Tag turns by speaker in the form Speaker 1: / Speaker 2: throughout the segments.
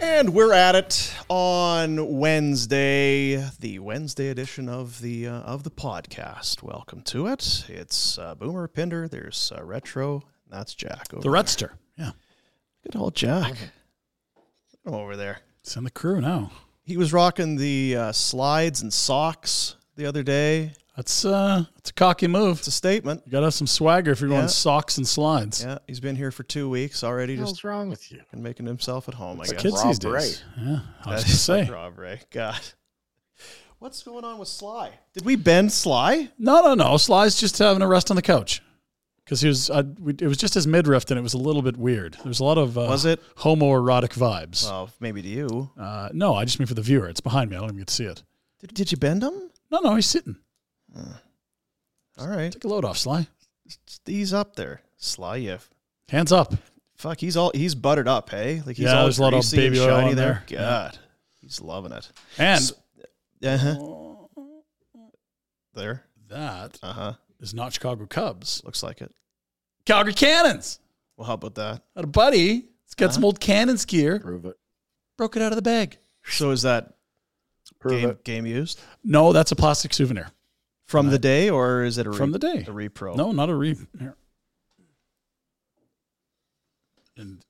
Speaker 1: And we're at it on Wednesday, the Wednesday edition of the uh, of the podcast. Welcome to it. It's uh, Boomer Pinder. There's uh, Retro. and That's Jack. Over
Speaker 2: The Rutster. Yeah.
Speaker 1: there. Good old Jack. Look at him over there.
Speaker 2: It's in the crew now.
Speaker 1: He was rocking the uh, slides and socks the other day.
Speaker 2: That's uh that's a cocky move.
Speaker 1: It's a statement.
Speaker 2: You gotta have some swagger if you're
Speaker 1: Yeah.
Speaker 2: going socks and slides.
Speaker 1: Yeah, he's been here for two weeks already, just
Speaker 3: What's wrong with you?
Speaker 1: been making himself at home. I guess.
Speaker 2: Kids these days. Yeah. I was gonna say.
Speaker 1: Rob Ray. God, what's going on with Sly? Did we bend Sly?
Speaker 2: No, no, no. Sly's just having a rest on the couch. Because he was, I, we, it was just his midriff, and it was a little bit weird. There was a lot of uh,
Speaker 1: Was it?
Speaker 2: homoerotic vibes.
Speaker 1: Well, maybe to you.
Speaker 2: Uh, no, I just mean for the viewer. It's behind me. I don't even get to see it.
Speaker 1: Did, did you bend him?
Speaker 2: No, no, he's sitting.
Speaker 1: All right,
Speaker 2: Take a load off, Sly.
Speaker 1: he's up there. Sly, you f-
Speaker 2: Hands up.
Speaker 1: fuck. He's all he's buttered up, hey. Like he's
Speaker 2: Yeah,
Speaker 1: all
Speaker 2: there's a lot of
Speaker 1: greasy and
Speaker 2: baby oil
Speaker 1: shiny
Speaker 2: on
Speaker 1: there.
Speaker 2: there.
Speaker 1: God, he's loving it.
Speaker 2: And
Speaker 1: Uh huh. There.
Speaker 2: that
Speaker 1: Uh huh.
Speaker 2: is not Chicago Cubs.
Speaker 1: Looks like it.
Speaker 2: Calgary Cannons.
Speaker 1: Well, how about that?
Speaker 2: Got a buddy. He's got some old Cannons gear.
Speaker 3: Uh-huh. Prove it.
Speaker 2: Broke it out of the bag.
Speaker 1: So is that
Speaker 3: Prove
Speaker 1: game
Speaker 3: it.
Speaker 1: game used
Speaker 2: No, that's a plastic souvenir.
Speaker 1: from the day, or is it a re-
Speaker 2: From the day.
Speaker 1: a
Speaker 3: Oh.
Speaker 1: repro?
Speaker 2: No, not a re. Here. And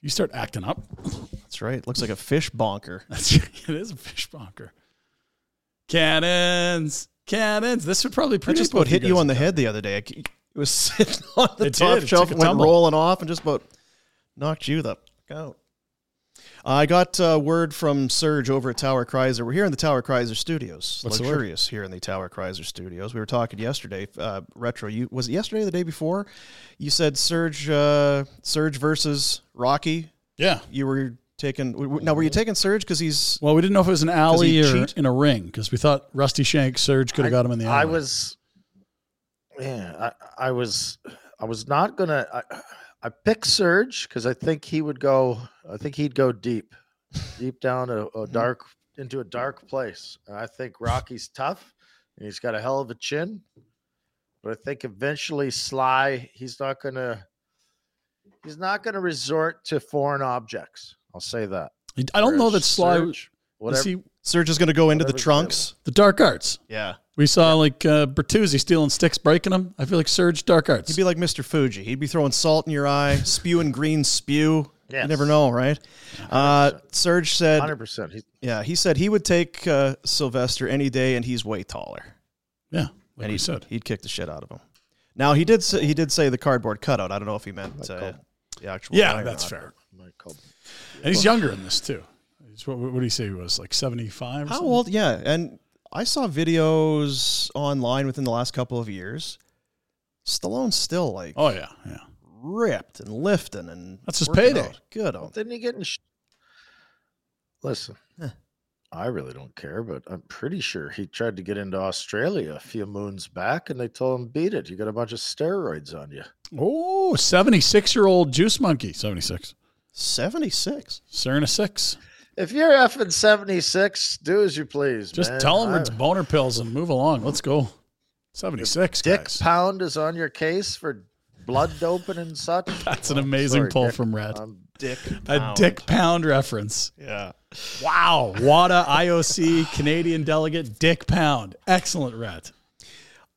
Speaker 2: you start acting up.
Speaker 1: that's right. Looks like a fish bonker.
Speaker 2: That's it is a fish bonker. Cannons, cannons. This would probably
Speaker 1: I
Speaker 2: pretty
Speaker 1: just about hit you on the head the other day. I c- It was sitting on the
Speaker 2: It
Speaker 1: top
Speaker 2: did. It
Speaker 1: shelf
Speaker 2: took a
Speaker 1: and went
Speaker 2: tumble.
Speaker 1: rolling off and just about knocked you the fuck out. I got uh, word from Serge over at Tower Chrysler. We're here in the Tower Chrysler studios.
Speaker 2: What's the word?
Speaker 1: Luxurious here in the Tower Chrysler studios. We were talking yesterday. Uh, retro, you was it yesterday or the day before? You said Serge, uh, Serge versus Rocky.
Speaker 2: Yeah.
Speaker 1: You were taking w- w- now. Were you taking Serge because he's
Speaker 2: Well, we didn't know if it was an alley
Speaker 1: he
Speaker 2: or
Speaker 1: cheat?
Speaker 2: in a ring because we thought Rusty Shank Surge could have got him in the
Speaker 3: I
Speaker 2: alley.
Speaker 3: was, yeah, I, I was, I was not gonna. I, I picked Serge because I think he would go. I think he'd go deep, deep down a, a
Speaker 2: Mm-hmm.
Speaker 3: dark into a dark place. And I think Rocky's tough, and he's got a hell of a chin. But I think eventually Sly, he's not gonna, he's not gonna resort to foreign objects. I'll say that.
Speaker 2: I don't know that
Speaker 3: Whereas
Speaker 2: Sly.
Speaker 3: Serge,
Speaker 2: was
Speaker 3: whatever.
Speaker 2: he
Speaker 1: Serge is going to go into the
Speaker 3: Whatever's
Speaker 1: trunks?
Speaker 2: the dark arts?
Speaker 1: Yeah,
Speaker 2: We saw like uh, Bertuzzi stealing sticks, breaking them. I feel like Surge dark arts.
Speaker 1: He'd be like Mr. Fuji. He'd be throwing salt in your eye, spewing green spew. You
Speaker 3: Yes.
Speaker 1: never know, right? Uh, Serge said,
Speaker 3: hundred percent. He's
Speaker 1: yeah, he said he would take uh, Sylvester any day, and he's way taller.
Speaker 2: yeah, like
Speaker 1: and
Speaker 2: he
Speaker 1: he'd,
Speaker 2: said.
Speaker 1: he'd kick the shit out of him. Now he did say, he did say the cardboard cutout. I don't know if he meant uh, the actual. guy
Speaker 2: Yeah,
Speaker 1: or
Speaker 2: that's
Speaker 1: not.
Speaker 2: fair.
Speaker 3: Michael.
Speaker 2: And he's younger in this too. He's, what, what do you say he was like seventy five?
Speaker 1: How old? Yeah, and I saw videos online within the last couple of years. Stallone's still like
Speaker 2: Oh yeah, yeah.
Speaker 1: ripped and lifting, and
Speaker 2: That's his
Speaker 1: working
Speaker 2: payday.
Speaker 1: out. Good on
Speaker 3: Didn't he get in? Sh- Listen, I really don't care, but I'm pretty sure he tried to get into Australia a few moons back and they told him, beat it. You got a bunch of steroids on you.
Speaker 2: Oh, 76 year old juice monkey. 76.
Speaker 1: 76.
Speaker 2: Cerna 6.
Speaker 3: If you're effing 76, do as you please.
Speaker 2: Just
Speaker 3: man.
Speaker 2: tell him
Speaker 3: I-
Speaker 2: it's boner pills and move along. Let's go. 76.
Speaker 3: Dick
Speaker 2: guys.
Speaker 3: Pound is on your case for blood doping and such.
Speaker 2: That's an
Speaker 3: Well, I'm
Speaker 2: amazing
Speaker 3: sorry,
Speaker 2: pull
Speaker 3: Dick.
Speaker 2: from Red.
Speaker 3: Um,
Speaker 1: Dick.
Speaker 2: A Dick Pound reference.
Speaker 1: Yeah.
Speaker 2: Wow. WADA IOC Canadian delegate Dick Pound. Excellent, Red.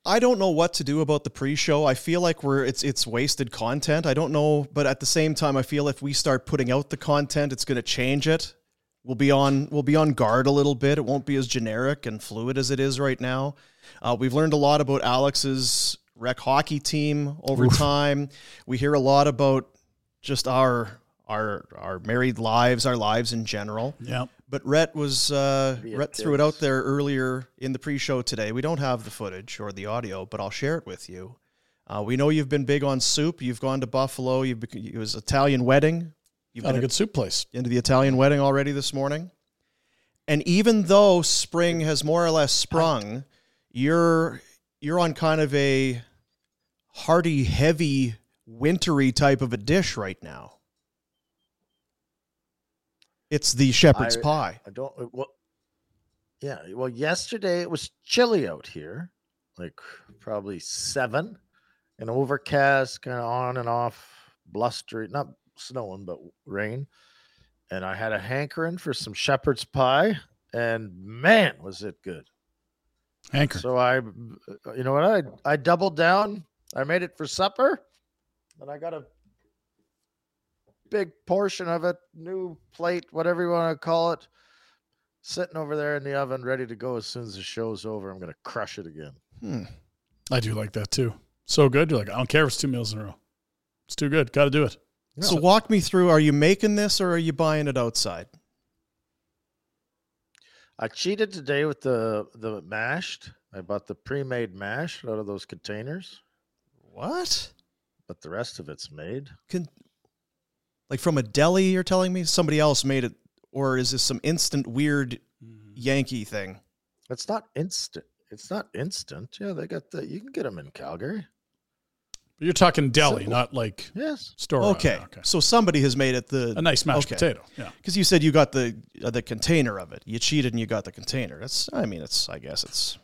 Speaker 1: I don't know what to do about the pre-show. I feel like we're it's it's wasted content. I don't know, but at the same time, I feel if we start putting out the content, it's going to change it. We'll be on we'll be on guard a little bit. It won't be as generic and fluid as it is right now. Uh, we've learned a lot about Alex's rec hockey team over time. We hear a lot about just our our our married lives, our lives in general.
Speaker 2: Yep.
Speaker 1: But Rhett was uh,
Speaker 3: Be a
Speaker 1: Rhett threw it out there earlier in the pre-show today. We don't have the footage or the audio, but I'll share it with you. Uh, we know you've been big on soup. You've gone to Buffalo. You've bec- it was Italian wedding. You've
Speaker 2: Got
Speaker 1: been
Speaker 2: a good soup place.
Speaker 1: into the Italian wedding already this morning. And even though spring has more or less sprung, you're you're on kind of a hearty, heavy, wintry type of a dish right now. It's the shepherd's
Speaker 3: I-
Speaker 1: pie.
Speaker 3: I don't. uh, Well, yeah. Well, yesterday it was chilly out here, like probably seven, and overcast, kind of on and off, blustery, not snowing, but rain. And I had a hankering for some shepherd's pie, and man, was it good.
Speaker 2: Anchor.
Speaker 3: So I, uh, you know what? I I doubled down. I made it for supper, and I got a big portion of it, new plate, whatever you want to call it, sitting over there in the oven, ready to go as soon as the show's over. I'm gonna crush it again.
Speaker 1: Hmm.
Speaker 2: I do like that too. So good. You're like, I don't care if it's two meals in a row. It's too good. Got to do it.
Speaker 1: So walk me through. Are you making this or are you buying it outside?
Speaker 3: I cheated today with the the mashed. I bought the pre-made mash out of those containers,
Speaker 1: What?
Speaker 3: but the rest of it's made.
Speaker 1: Can, like from a deli? You're telling me somebody else made it, or is this some instant weird
Speaker 2: Mm-hmm.
Speaker 1: Yankee thing?
Speaker 3: It's not instant. It's not instant. Yeah, they got the. You can get them in Calgary.
Speaker 2: But you're talking deli,
Speaker 3: So-
Speaker 2: not like
Speaker 3: Yes.
Speaker 2: store. aisle.
Speaker 1: Okay. So somebody has made it the
Speaker 2: A nice mashed
Speaker 1: Okay.
Speaker 2: potato. Yeah.
Speaker 1: because you said you got the uh, the container of it. You cheated and you got the container. That's I mean it's I guess it's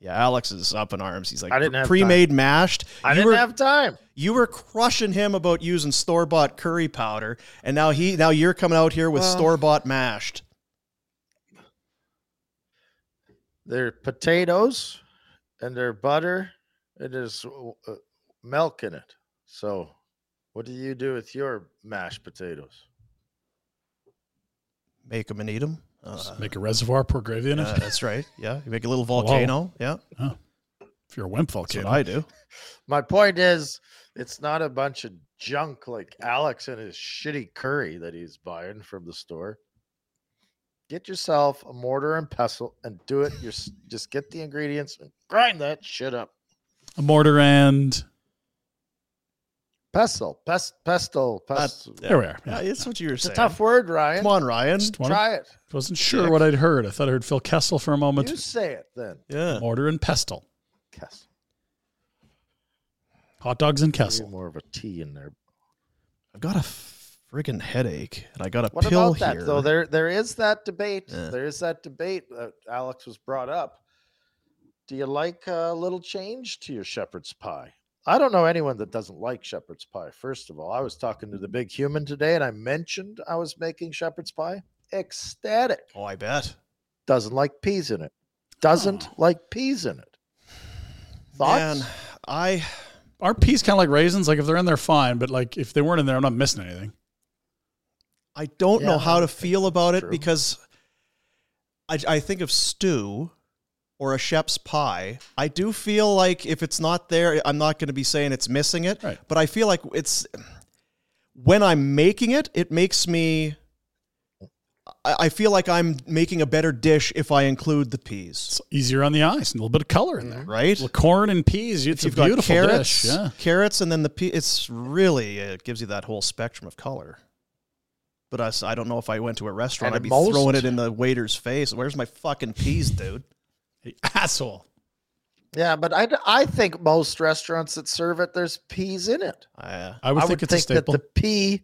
Speaker 1: yeah. Alex is up in arms. He's like
Speaker 3: I didn't have time.
Speaker 1: pre-made mashed.
Speaker 3: I
Speaker 1: You
Speaker 3: didn't
Speaker 1: were-
Speaker 3: have time.
Speaker 1: You were crushing him about using store bought curry powder, and now he now you're coming out here with
Speaker 3: Well-
Speaker 1: store bought mashed.
Speaker 3: They're potatoes and they're butter and there's uh, milk in it. So, what do you do with your mashed potatoes?
Speaker 1: Make them and eat them.
Speaker 2: Just make a reservoir, pour gravy in it.
Speaker 1: that's right. Yeah, you make a little volcano. Yeah,
Speaker 2: if you're a wimp
Speaker 1: that's what
Speaker 2: volcano.
Speaker 1: I do.
Speaker 3: My point is, it's not a bunch of junk like Alex and his shitty curry that he's buying from the store. Get yourself a mortar and pestle and do it. Your, just get the ingredients and grind that shit up.
Speaker 2: a mortar and
Speaker 3: Pestle, pest, pestle, pestle.
Speaker 2: there we are. Yeah.
Speaker 1: Yeah, it's what you were
Speaker 3: it's a
Speaker 1: saying.
Speaker 3: tough word, Ryan.
Speaker 1: Come on, Ryan.
Speaker 2: Just wanna-
Speaker 3: Try it.
Speaker 2: wasn't sure what I'd heard. I thought I heard Phil Kessel for a moment.
Speaker 3: You say it then.
Speaker 1: Yeah,
Speaker 2: Mortar and pestle.
Speaker 3: Kessel.
Speaker 2: Hot dogs and
Speaker 3: Maybe
Speaker 2: Kessel.
Speaker 3: more of a T in there.
Speaker 1: I've got a friggin' headache, and I got a
Speaker 3: What
Speaker 1: pill
Speaker 3: about that
Speaker 1: here. Eh.
Speaker 3: though? There, there is that debate.
Speaker 1: Yeah.
Speaker 3: There is that debate that Alex was brought up. Do you like a little change to your shepherd's pie? I don't know anyone that doesn't like shepherd's pie. First of all, I was talking to the big human today, and I mentioned I was making shepherd's pie. Ecstatic.
Speaker 1: oh, I bet.
Speaker 3: Doesn't like peas in it. Doesn't like peas in it. Thoughts?
Speaker 1: Man, I
Speaker 2: Aren't peas kind of like raisins? Like if they're in there, fine. But like if they weren't in there, I'm not missing anything.
Speaker 1: I don't
Speaker 3: Yeah,
Speaker 1: know
Speaker 3: I
Speaker 1: how to
Speaker 3: think
Speaker 1: feel about it
Speaker 3: true.
Speaker 1: because I, I think of stew or a shepherd's pie. I do feel like if it's not there, I'm not going to be saying it's missing it.
Speaker 2: Right.
Speaker 1: But I feel like it's when I'm making it, it makes me. I I feel like I'm making a better dish if I include the peas,
Speaker 2: It's easier on the eyes and a little bit of color in there.
Speaker 1: right?
Speaker 2: Well, corn and peas. It's
Speaker 1: Mm-hmm. If you've
Speaker 2: a
Speaker 1: got
Speaker 2: beautiful
Speaker 1: carrots,
Speaker 2: dish. Yeah.
Speaker 1: carrots, and then the pea. It's really it gives you that whole spectrum of color. But I, s- I don't know if I went to a restaurant,
Speaker 3: And
Speaker 1: I'd be
Speaker 3: most-
Speaker 1: throwing it in the waiter's face. Where's my fucking peas, dude?
Speaker 2: Hey, asshole.
Speaker 3: Yeah, but I, I think most restaurants that serve it, there's peas in it.
Speaker 1: Uh,
Speaker 2: I would think it's a
Speaker 3: that
Speaker 2: staple.
Speaker 3: the pea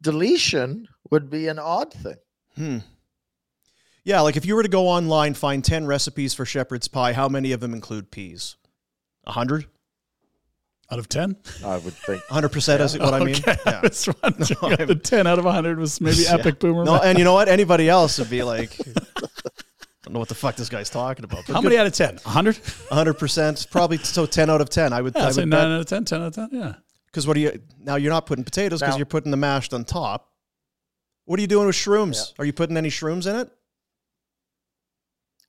Speaker 3: deletion would be an odd thing.
Speaker 1: hmm. Yeah, like if you were to go online, find 10 recipes for shepherd's pie, how many of them include peas? A 100?
Speaker 2: out of 10?
Speaker 3: I would think.
Speaker 1: 100% is what I mean?
Speaker 2: Okay. I
Speaker 1: Yeah.
Speaker 2: was wondering
Speaker 1: No,
Speaker 2: if the 10 out of 100 was maybe
Speaker 1: Yeah.
Speaker 2: epic boomer.
Speaker 1: No,
Speaker 2: math.
Speaker 1: and you know what? Anybody else would be like, I don't know what the fuck this guy's talking about.
Speaker 2: How many out of 10? 100?
Speaker 1: 100 percent, probably so 10 out of 10. I would,
Speaker 2: Yeah,
Speaker 1: I
Speaker 2: I'd say
Speaker 1: would
Speaker 2: 9
Speaker 1: bet.
Speaker 2: out of 10, 10 out of 10. Yeah.
Speaker 1: Because what are you now? You're not putting potatoes because
Speaker 3: No.
Speaker 1: you're putting the mashed on top. What are you doing with shrooms? Are you putting any shrooms in it?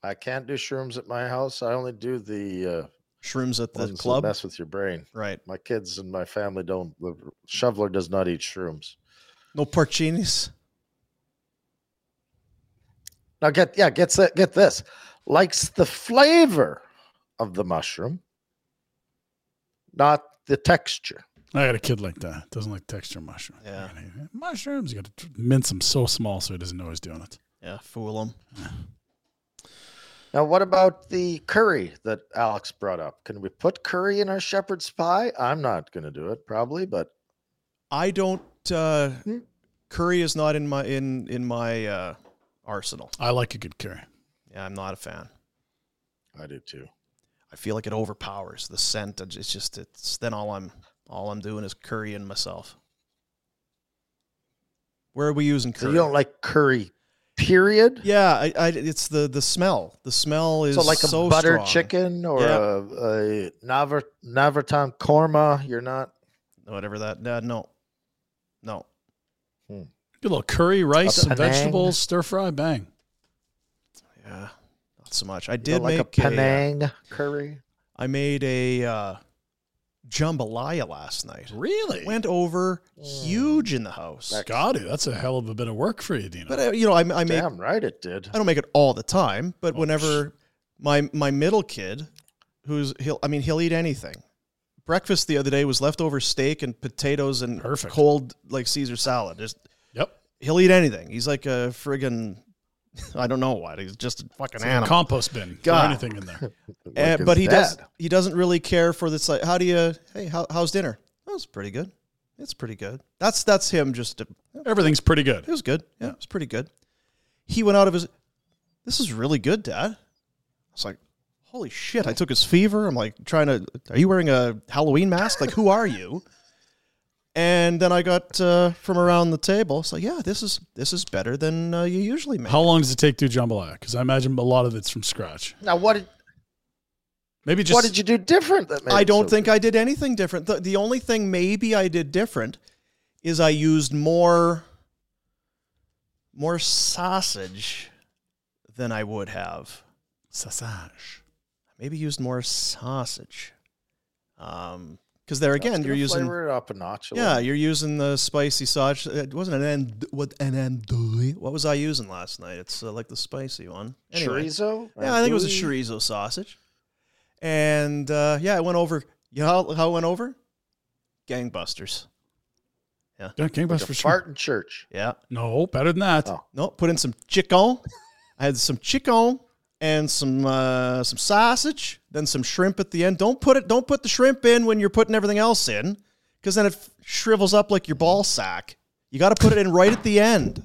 Speaker 3: I can't do shrooms at my house. I only do the uh,
Speaker 1: Shrooms at the
Speaker 3: ones
Speaker 1: club,
Speaker 3: that mess with your brain.
Speaker 1: right?
Speaker 3: My kids and my family don't. The shoveler does not eat shrooms.
Speaker 1: No porcinis.
Speaker 3: Now get yeah, get thi- get this. Likes the flavor of the mushroom, not the texture.
Speaker 2: I got a kid like that. Doesn't like texture mushroom.
Speaker 1: Yeah.
Speaker 2: Mushrooms, you got to mince them so small so he doesn't know he's doing it.
Speaker 1: Yeah, fool them.
Speaker 3: Now, what about the curry that Alex brought up? Can we put curry in our shepherd's pie? I'm not going to do it, probably, but
Speaker 1: I don't. Uh,
Speaker 3: Hmm.
Speaker 1: curry is not in my in in my uh, arsenal.
Speaker 2: I like a good curry.
Speaker 1: Yeah, I'm not a fan.
Speaker 3: I do too.
Speaker 1: I feel like it overpowers the scent. I ju- It's just it's then all I'm all I'm doing is currying myself. Where are we using
Speaker 3: So
Speaker 1: curry?
Speaker 3: you don't like curry, period.
Speaker 1: yeah, I, I, it's the the smell. The smell is
Speaker 3: So like a
Speaker 1: so
Speaker 3: butter
Speaker 1: strong.
Speaker 3: chicken or
Speaker 1: Yeah.
Speaker 3: a, a Navar- Navartan korma. You're not.
Speaker 1: whatever that. Uh, no, no.
Speaker 2: Good little curry, rice,
Speaker 3: A
Speaker 2: some
Speaker 3: Penang.
Speaker 2: vegetables, stir fry, bang.
Speaker 1: Yeah, not so much. I
Speaker 3: you
Speaker 1: did
Speaker 3: don't like a
Speaker 1: make a, uh,
Speaker 3: Penang curry.
Speaker 1: I made a uh, jambalaya last night.
Speaker 2: Really?
Speaker 1: Went over
Speaker 3: Mm.
Speaker 1: huge in the house,
Speaker 2: Scotty, that's a hell of a bit of work for you, Dino.
Speaker 1: but I, you know, I, I make Uh,
Speaker 3: Damn right it did.
Speaker 1: I don't make it all the time, but
Speaker 2: Oh,
Speaker 1: whenever my my middle kid, who's he'll I mean he'll eat anything. Breakfast the other day was leftover steak and potatoes and
Speaker 2: Perfect.
Speaker 1: cold like Caesar salad. Just
Speaker 2: yep.
Speaker 1: he'll eat anything. He's like a friggin' I don't know what. He's just a fucking
Speaker 2: It's like a
Speaker 1: animal.
Speaker 2: compost bin. Throw
Speaker 1: God.
Speaker 2: anything in there.
Speaker 1: Uh,
Speaker 3: Like his
Speaker 1: but he does
Speaker 3: dad.
Speaker 1: he doesn't really care for this like how do you hey how, how's dinner? That was pretty good. It's pretty good. That's that's him just a,
Speaker 2: Everything's pretty good.
Speaker 1: It was good. Yeah, it was pretty good. He went out of his. This is really good, Dad. I was like, holy shit! I took his fever. I'm like trying to. Are you wearing a Halloween mask? Like, who are you? And then I got uh, from around the table. It's like, yeah, this is this is better than uh, you usually make.
Speaker 2: How long does it take to do jambalaya? Because I imagine a lot of it's from scratch.
Speaker 3: Now what did
Speaker 2: Maybe just
Speaker 3: what did you do different that made
Speaker 1: I
Speaker 3: it
Speaker 1: don't
Speaker 3: so
Speaker 1: think I did anything different. The, the only thing maybe I did different is I used more more sausage than I would have.
Speaker 2: sausage.
Speaker 1: maybe used more sausage. Um, because there
Speaker 3: good? That's
Speaker 1: again, you're
Speaker 3: gonna
Speaker 1: using
Speaker 3: flavor it up a notch. a
Speaker 1: yeah,
Speaker 3: little.
Speaker 1: you're using the spicy sausage. It wasn't an end. What an andouille. What was I using last night? It's uh, like the spicy one. Anyway,
Speaker 3: chorizo.
Speaker 1: yeah, I think it was a
Speaker 3: Andouille?
Speaker 1: chorizo sausage. And uh, yeah, it went over. You know how it went over? Gangbusters.
Speaker 2: Yeah,
Speaker 3: Like
Speaker 2: gangbusters
Speaker 3: a
Speaker 2: for sure.
Speaker 3: fart in church.
Speaker 1: Yeah.
Speaker 2: No, better than that.
Speaker 3: Oh.
Speaker 1: No, put in some chicken. I had some chicken and some uh, some sausage, then some shrimp at the end. Don't put it. Don't put the shrimp in when you're putting everything else in, because then it f- shrivels up like your ball sack. You got to put it in right at the end,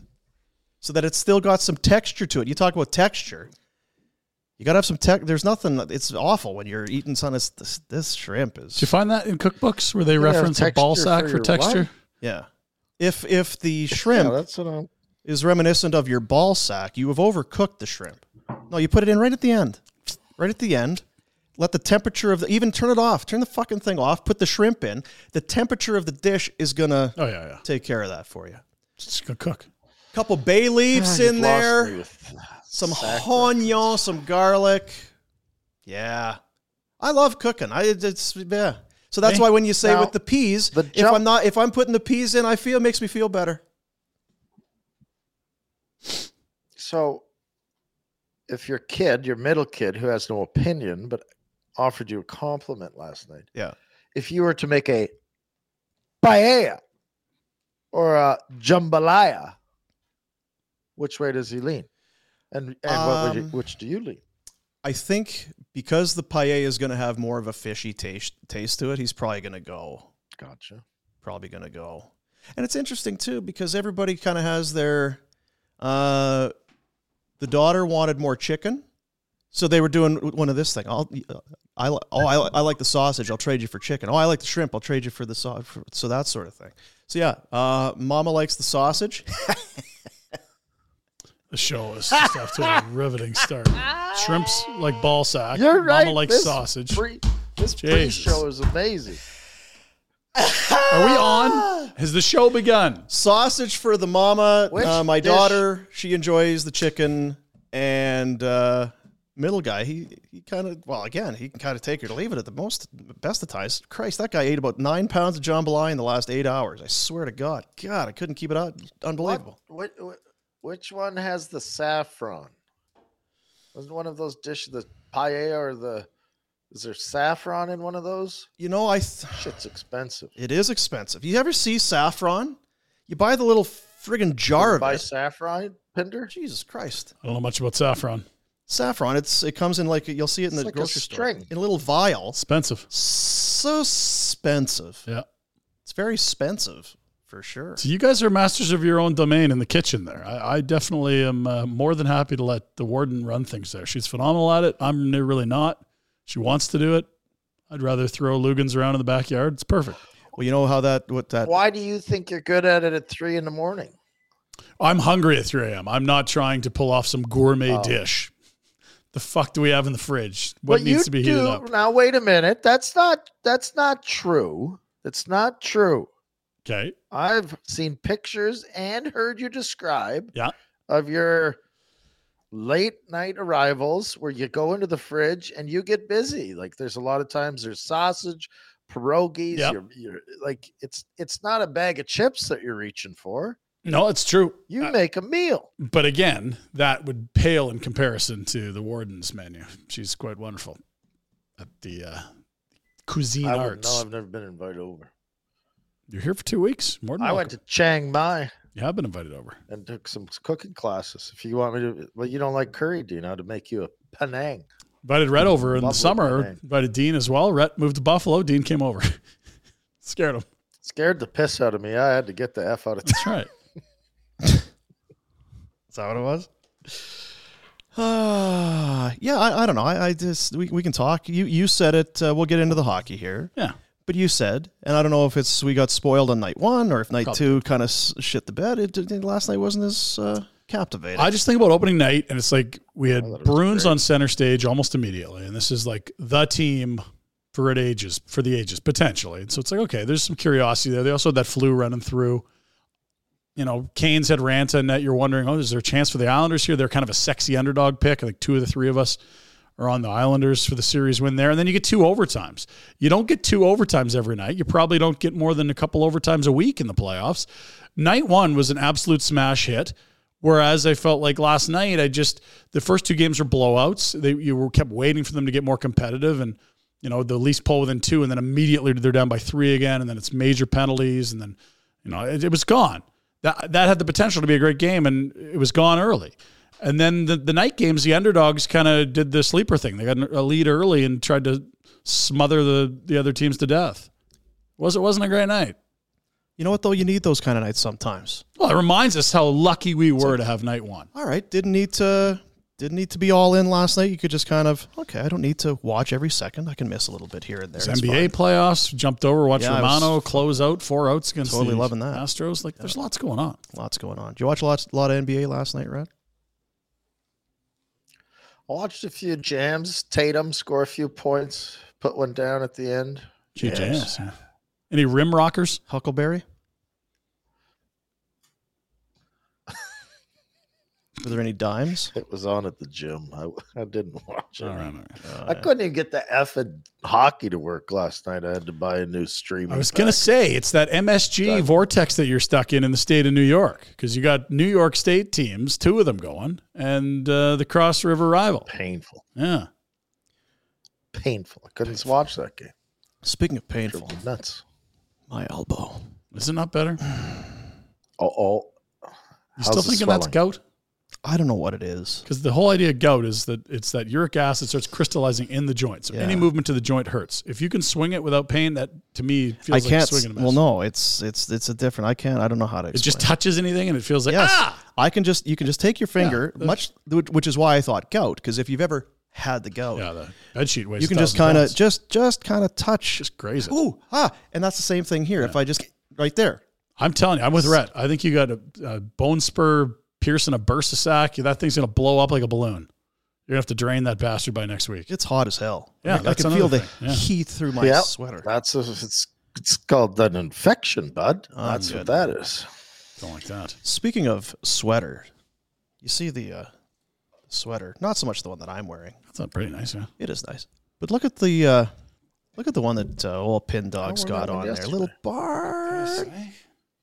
Speaker 1: so that it's still got some texture to it. You talk about texture. You got to have some tech. There's nothing. It's awful when you're eating something. This, this, this shrimp is
Speaker 2: Did you find that in cookbooks where they
Speaker 3: have
Speaker 2: reference a ball
Speaker 3: texture
Speaker 2: sack
Speaker 3: for
Speaker 2: for
Speaker 3: your
Speaker 2: texture?
Speaker 3: what?
Speaker 1: yeah. If if the
Speaker 3: Yeah,
Speaker 1: shrimp
Speaker 3: that's what I'm.
Speaker 1: is reminiscent of your ball sack, you have overcooked the shrimp. No, you put it in right at the end. Right at the end. Let the temperature of the even turn it off. Turn the fucking thing off. Put the shrimp in. The temperature of the dish is gonna
Speaker 2: Oh yeah, yeah.
Speaker 1: take care of that for you.
Speaker 2: Just gonna cook.
Speaker 1: Couple bay leaves
Speaker 3: You've
Speaker 1: in
Speaker 3: lost
Speaker 1: there.
Speaker 3: me with
Speaker 1: Some
Speaker 3: sack
Speaker 1: honyon, some garlic. Yeah. I love cooking. I it's yeah. So that's
Speaker 2: Hey,
Speaker 1: why when you say
Speaker 3: now,
Speaker 1: with the peas,
Speaker 3: the
Speaker 1: if
Speaker 3: jump-
Speaker 1: I'm not if I'm putting the peas in, I feel it makes me feel better.
Speaker 3: So, if your kid, your middle kid, who has no opinion but offered you a compliment last night,
Speaker 1: Yeah.
Speaker 3: if you were to make a paella or a jambalaya, Which way does he lean? And and what would you,
Speaker 1: Um,
Speaker 3: which do you lean?
Speaker 1: I think because the paella is going to have more of a fishy taste taste to it, he's probably going to go
Speaker 3: Gotcha.
Speaker 1: probably going to go. And it's interesting too because everybody kind of has their. Uh, the daughter wanted more chicken, so they were doing one of this thing. I'll, I li- oh I, li- I like the sausage. I'll trade you for chicken. Oh I like the shrimp. I'll trade you for the sausage. So that sort of thing. So yeah, uh, Mama likes the sausage.
Speaker 2: The show is just off to a riveting start. Shrimps like ball sack.
Speaker 3: You're right.
Speaker 2: Mama likes
Speaker 3: this
Speaker 2: sausage.
Speaker 3: Pre, this
Speaker 2: Jesus.
Speaker 3: pre-show is amazing.
Speaker 2: Are we on?
Speaker 3: Ah!
Speaker 2: Has the show begun?
Speaker 1: sausage for the mama.
Speaker 3: Which
Speaker 1: Uh, my
Speaker 3: dish?
Speaker 1: daughter, she enjoys the chicken, and uh, middle guy, he he kind of well again, he can kind of take it or leave it at the most best of times. Christ, that guy ate about nine pounds of jambalaya in the last eight hours. I swear to God, God, I couldn't keep it out. Unbelievable.
Speaker 3: What, what, which one has the saffron? Wasn't one of those dishes the paella or the? Is there saffron in one of those?
Speaker 1: You know, I th-
Speaker 3: Shit's expensive.
Speaker 1: it is expensive. You ever see saffron? You buy the little friggin' jar of
Speaker 3: Buy
Speaker 1: it.
Speaker 3: saffron, Pinder.
Speaker 1: Jesus Christ.
Speaker 2: I don't know much about saffron.
Speaker 1: Saffron, it's it comes in like you'll see it in
Speaker 3: It's
Speaker 1: the
Speaker 3: like a
Speaker 1: grocery store
Speaker 3: string.
Speaker 1: in a little vial.
Speaker 2: Expensive.
Speaker 1: So expensive.
Speaker 2: Yeah.
Speaker 1: It's very expensive for sure.
Speaker 2: So you guys are masters of your own domain in the kitchen there. I, I definitely am uh, more than happy to let the warden run things there. She's phenomenal at it. I'm n- really not. She wants to do it. I'd rather throw Lugans around in the backyard. It's perfect.
Speaker 1: Well, you know how that what that
Speaker 3: Why do you think you're good at it at three in the morning?
Speaker 2: I'm hungry at 3 a.m. I'm not trying to pull off some gourmet
Speaker 3: Oh.
Speaker 2: dish. The fuck do we have in the fridge? What
Speaker 3: But
Speaker 2: needs
Speaker 3: you
Speaker 2: to be
Speaker 3: do,
Speaker 2: heated up?
Speaker 3: Now wait a minute. That's not that's not true. That's not true.
Speaker 2: Okay.
Speaker 3: I've seen pictures and heard you describe
Speaker 2: Yeah.
Speaker 3: of your late night arrivals where you go into the fridge and you get busy. Like there's a lot of times there's sausage, pierogies,
Speaker 2: Yep.
Speaker 3: you're, you're like it's it's not a bag of chips that you're reaching for.
Speaker 2: No, it's true.
Speaker 3: You
Speaker 2: Uh,
Speaker 3: make a meal.
Speaker 2: but again, that would pale in comparison to the warden's menu. She's quite wonderful at the uh, cuisine
Speaker 3: I wouldn't know.
Speaker 2: arts.
Speaker 3: I've never been invited over.
Speaker 2: You're here for two weeks. More than
Speaker 3: I
Speaker 2: welcome.
Speaker 3: went to Chiang Mai
Speaker 2: You have been invited over.
Speaker 3: and took some cooking classes. If you want me to, well, you don't like curry, do you know, to make you a Penang.
Speaker 2: Invited Rhett over in the
Speaker 3: Buffalo,
Speaker 2: summer.
Speaker 3: right.
Speaker 2: Invited Dean as well. Rhett moved to Buffalo. Dean came over. Scared him.
Speaker 3: Scared the piss out of me. I had to get the F out of
Speaker 2: That's right.
Speaker 1: is that what it was? Uh, yeah, I, I don't know. I, I just we, we can talk. You you said it. Uh, we'll get into the hockey here,
Speaker 2: Yeah.
Speaker 1: but you said, and I don't know if it's we got spoiled on night one or if night
Speaker 2: Probably.
Speaker 1: two kind of s- shit the bed. It, it- last night wasn't as uh, captivating.
Speaker 2: I just think about opening night, and it's like we had
Speaker 3: thought it was
Speaker 2: Bruins
Speaker 3: great.
Speaker 2: on center stage almost immediately, and this is like the team for it ages for the ages potentially. And so it's like okay, there's some curiosity there. They also had that flu running through. You know, Canes had Ranta and that you're wondering, oh, is there a chance for the Islanders here? They're kind of a sexy underdog pick. I think two of the three of us are on the Islanders for the series win there. And then you get two overtimes. You don't get two overtimes every night. You probably don't get more than a couple overtimes a week in the playoffs. Night one was an absolute smash hit. Whereas I felt like last night, I just the first two games were blowouts. They you were kept waiting for them to get more competitive, and you know the least pull within two, and then immediately they're down by three again, and then it's major penalties, and then you know it, it was gone. That that had the potential to be a great game, and it was gone early. And then the, the night games, the underdogs kind of did the sleeper thing. They got an- a lead early and tried to smother the, the other teams to death. Was it wasn't a great night?
Speaker 1: you know what though? You need those kind of nights sometimes.
Speaker 2: Well, it reminds us how lucky we were to have night one.
Speaker 1: All right, didn't need to didn't need to be all in last night. You could just kind of okay. I don't need to watch every second. I can miss a little bit here and there.
Speaker 2: It's
Speaker 1: It's
Speaker 2: NBA playoffs jumped over, watched
Speaker 1: Yeah, I was-
Speaker 2: Romano close out four outs against
Speaker 1: Totally
Speaker 2: the
Speaker 1: loving that.
Speaker 2: Astros. Like, there's lots going on.
Speaker 1: fine. Lots going on. Did you watch a lot, lot of NBA last night, Red?
Speaker 3: I watched a few jams. Tatum score a few points, put one down at the end.
Speaker 2: Gee,
Speaker 3: Yes.
Speaker 2: jams, yeah. Any rim rockers?
Speaker 1: Huckleberry? Were there any dimes?
Speaker 3: It was on at the gym. I, I didn't watch it. Uh,
Speaker 2: All right, all right.
Speaker 3: I couldn't even get the F and hockey to work last night. I had to buy a new stream.
Speaker 2: I was going to say it's that MSG
Speaker 3: Done.
Speaker 2: vortex that you're stuck in in the state of New York because you got New York State teams, two of them going, and uh, the Cross River rival.
Speaker 3: painful,
Speaker 2: Yeah,
Speaker 3: painful. I couldn't watch that game.
Speaker 1: Speaking of
Speaker 3: Drove
Speaker 1: painful,
Speaker 3: me nuts.
Speaker 1: my elbow.
Speaker 2: is it not better? You
Speaker 3: Oh, oh.
Speaker 2: still
Speaker 3: How's the
Speaker 2: thinking that's
Speaker 3: swelling?
Speaker 2: gout?
Speaker 1: I don't know what it is.
Speaker 2: Because the whole idea of gout is that it's that uric acid starts crystallizing in the joint. So any
Speaker 1: Yeah.
Speaker 2: movement to the joint hurts. If you can swing it without pain, that to me feels
Speaker 1: I can't.
Speaker 2: like swinging a
Speaker 1: s-
Speaker 2: miss.
Speaker 1: well, no, it's it's it's a different. I can't. I don't know how to.
Speaker 2: It
Speaker 1: Explain
Speaker 2: just touches anything and it feels like
Speaker 1: Yes.
Speaker 2: ah.
Speaker 1: I can just you can just take your finger,
Speaker 2: the-
Speaker 1: much which which is why I thought gout because if you've ever had the gout,
Speaker 2: Yeah, the bed sheet weighs.
Speaker 1: you can just
Speaker 2: 1,000
Speaker 1: kind of
Speaker 2: pounds.
Speaker 1: just just kind of touch.
Speaker 2: just graze it.
Speaker 1: Ooh, ah, and that's the same thing here. If I just right there,
Speaker 2: I'm telling you, I'm with Rhett. I think you got a, a bone spur piercing a bursa sac. That thing's gonna blow up like a balloon. You're gonna have to drain that bastard by next week.
Speaker 1: it's hot as hell.
Speaker 2: Yeah,
Speaker 1: Like, I
Speaker 2: that's
Speaker 1: can feel
Speaker 2: another
Speaker 1: the
Speaker 2: thing. Yeah.
Speaker 1: heat through my
Speaker 3: Yep.
Speaker 1: sweater.
Speaker 3: That's a, it's it's called an infection, bud.
Speaker 1: Oh,
Speaker 3: That's
Speaker 1: good.
Speaker 3: what that is.
Speaker 2: Don't like that.
Speaker 1: Speaking of sweater, you see the uh, sweater. Not so much the one that I'm wearing.
Speaker 2: That's not pretty nice, yeah.
Speaker 1: It is nice, but look at the uh, look at the one that uh, old pin dog's
Speaker 3: wore
Speaker 1: got
Speaker 3: that one
Speaker 1: on there.
Speaker 3: yesterday.
Speaker 1: Little bar.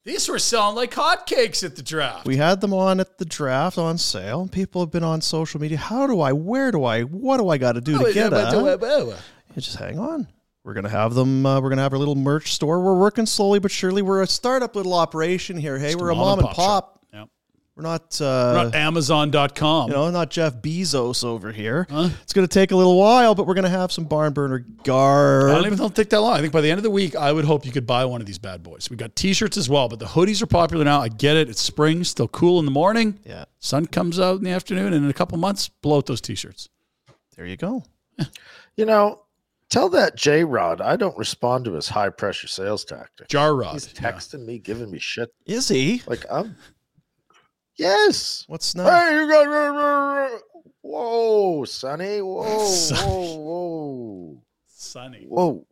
Speaker 2: These were selling like hotcakes at the draft.
Speaker 1: We had them on at the draft on sale. People have been on social media. How do I? Where do I? What do I got to do to get them? And Just hang on. We're gonna have them. Uh, we're gonna have our little merch store. We're working slowly but surely. We're a startup little operation here. Hey, we're a mom, and pop.
Speaker 2: shop. Yep.
Speaker 1: We're not.
Speaker 2: We're
Speaker 1: Uh,
Speaker 2: not Amazon.com.
Speaker 1: you know, not Jeff Bezos over here. It's going to take a little while, but we're going to have some barn burner
Speaker 2: I
Speaker 1: garb.
Speaker 2: don't even think take that long. I think by the end of the week, I would hope you could buy one of these bad boys. We got T-shirts as well, but the hoodies are popular now. I get it; it's spring, still cool in the morning.
Speaker 1: Yeah,
Speaker 2: Sun comes out in the afternoon, and in a couple months, blow out those T-shirts.
Speaker 1: there you go.
Speaker 3: You know, tell that J Rod I don't respond to his high pressure sales tactic.
Speaker 2: Jar rod.
Speaker 3: He's texting me, giving me shit.
Speaker 1: Is he?
Speaker 3: Like I'm. Yes.
Speaker 1: What's
Speaker 3: Hey,
Speaker 1: not?
Speaker 3: you got. Whoa, Sonny. Whoa,
Speaker 2: Sonny.
Speaker 3: whoa, whoa,
Speaker 2: Sunny.
Speaker 3: whoa.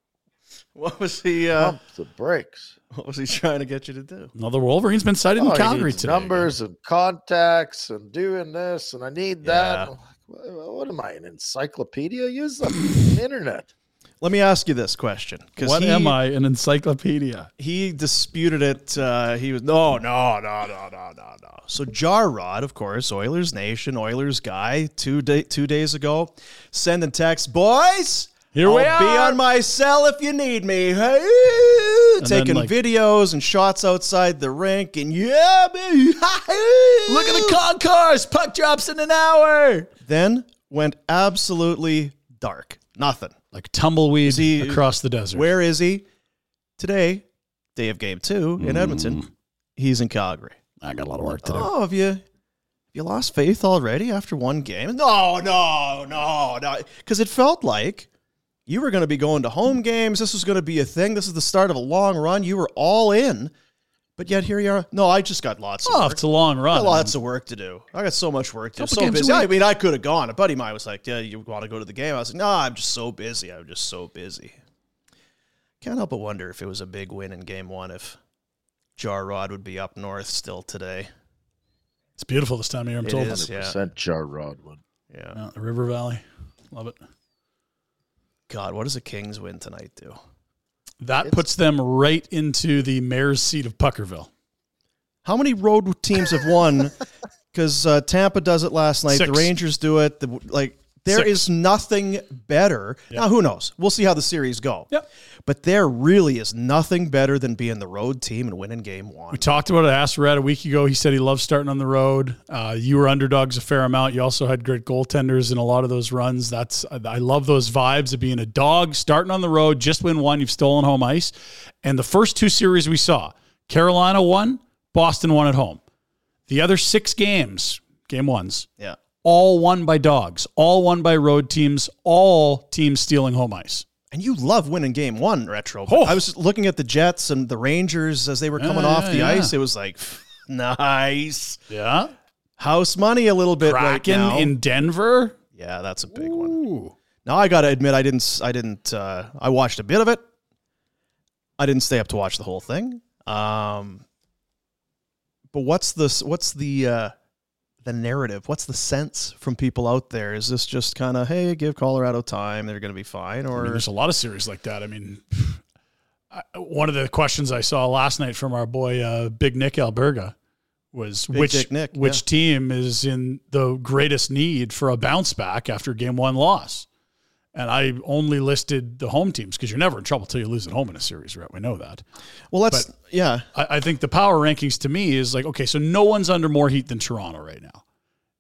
Speaker 1: What was he? Uh,
Speaker 3: Pump the brakes.
Speaker 1: what was he trying to get you to do?
Speaker 2: Another Wolverine's been sighted
Speaker 3: Oh,
Speaker 2: in
Speaker 3: he
Speaker 2: Calgary
Speaker 3: needs
Speaker 2: today.
Speaker 3: Numbers and contacts and doing this and I need that.
Speaker 1: Yeah.
Speaker 3: I'm like, "Wha- What am I, an encyclopedia? Use the f- internet.
Speaker 1: Let me ask you this question. 'cause
Speaker 2: What
Speaker 1: he-
Speaker 2: am I? An encyclopedia?
Speaker 1: he disputed it. Uh, he was no, no, no, no, no, no, no. So Jarrod, of course, Oilers Nation, Oilers guy, two day, two days ago, sending text, boys.
Speaker 2: Here
Speaker 1: I'll
Speaker 2: we
Speaker 1: be
Speaker 2: are."
Speaker 1: on my cell if you need me. Hey,
Speaker 2: then,
Speaker 1: taking
Speaker 2: like-
Speaker 1: videos and shots outside the rink, and yeah, baby.
Speaker 2: Look at the concourse. Puck drops in an hour.
Speaker 1: Then went absolutely dark. Nothing.
Speaker 2: Like tumbleweed
Speaker 1: he-
Speaker 2: across the desert.
Speaker 1: Where is Mm. he today? Day of game two in Edmonton. He's in Calgary.
Speaker 2: I got a lot of work to do.
Speaker 1: Oh, have you have you lost faith already after one game? No, no, no, no. Because it felt like you were going to be going to home games. This was going to be a thing. This is the start of a long run. You were all in, but yet here you are. No, I just got lots of
Speaker 2: Oh,
Speaker 1: work.
Speaker 2: it's a long
Speaker 1: I
Speaker 2: run.
Speaker 1: got lots of work to do. I got so much work to do.
Speaker 2: Couple
Speaker 1: So
Speaker 2: games a
Speaker 1: busy. I
Speaker 2: week.
Speaker 1: mean, I could have gone. A buddy of mine was like, "Yeah, you want to go to the game?" I was like, "No, I'm just so busy. I'm just so busy." Can't help but wonder if it was a big win in game one if Jarrod would be up north still today.
Speaker 2: It's beautiful this time of year. I'm
Speaker 1: It
Speaker 2: told.
Speaker 1: is. Yeah.
Speaker 3: Percent jar rod would.
Speaker 1: Yeah.
Speaker 2: Yeah, the River Valley. Love it.
Speaker 1: God, what does the Kings win tonight do?
Speaker 2: That puts them right into the mayor's seat of Puckerville.
Speaker 1: How many road teams have won? Because uh, Tampa does it last night. The
Speaker 2: Six.
Speaker 1: Rangers do it. The, like there is
Speaker 2: Six.
Speaker 1: nothing better. Now who knows? We'll see how the series go.
Speaker 2: Yep.
Speaker 1: But there really is nothing better than being the road team and winning game
Speaker 2: We
Speaker 1: one.
Speaker 2: talked about it. I asked Red a week ago. He said he loves starting on the road. Uh, you were underdogs a fair amount. You also had great goaltenders in a lot of those runs. That's I love those vibes of being a dog starting on the road. Just win one, you've stolen home ice. And the first two series we saw, Carolina won, Boston won at home. The other six games, game ones,
Speaker 1: Yeah.
Speaker 2: all won by dogs, all won by road teams, all teams stealing home ice.
Speaker 1: And you love winning game one, retro.
Speaker 2: Oh.
Speaker 1: I was just looking at the Jets and the Rangers as they were coming
Speaker 2: Yeah,
Speaker 1: off
Speaker 2: yeah,
Speaker 1: the
Speaker 2: yeah.
Speaker 1: ice. It was like nice
Speaker 2: Yeah,
Speaker 1: house money a little bit right
Speaker 2: Kraken
Speaker 1: now.
Speaker 2: in Denver.
Speaker 1: yeah, that's a big one. Now I gotta admit, I didn't. s- I didn't. Uh, I watched a bit of it. I didn't stay up to watch the whole thing. Um, but what's this? What's the uh, the narrative? What's the sense from people out there? Is this just kind of hey, give Colorado time; they're going to be fine,
Speaker 2: I mean,
Speaker 1: or
Speaker 2: there's a lot of series like that. I mean, I, one of the questions I saw last night from our boy uh, Big Nick Alberga was which
Speaker 1: Dick Nick,
Speaker 2: which
Speaker 1: yeah.
Speaker 2: team is in the greatest need for a bounce back after game one loss. And I only listed the home teams because you're never in trouble till you lose at home in a series, right? We know that.
Speaker 1: well, let's yeah,
Speaker 2: I, I think the power rankings to me is like, okay, so no one's under more heat than Toronto right now.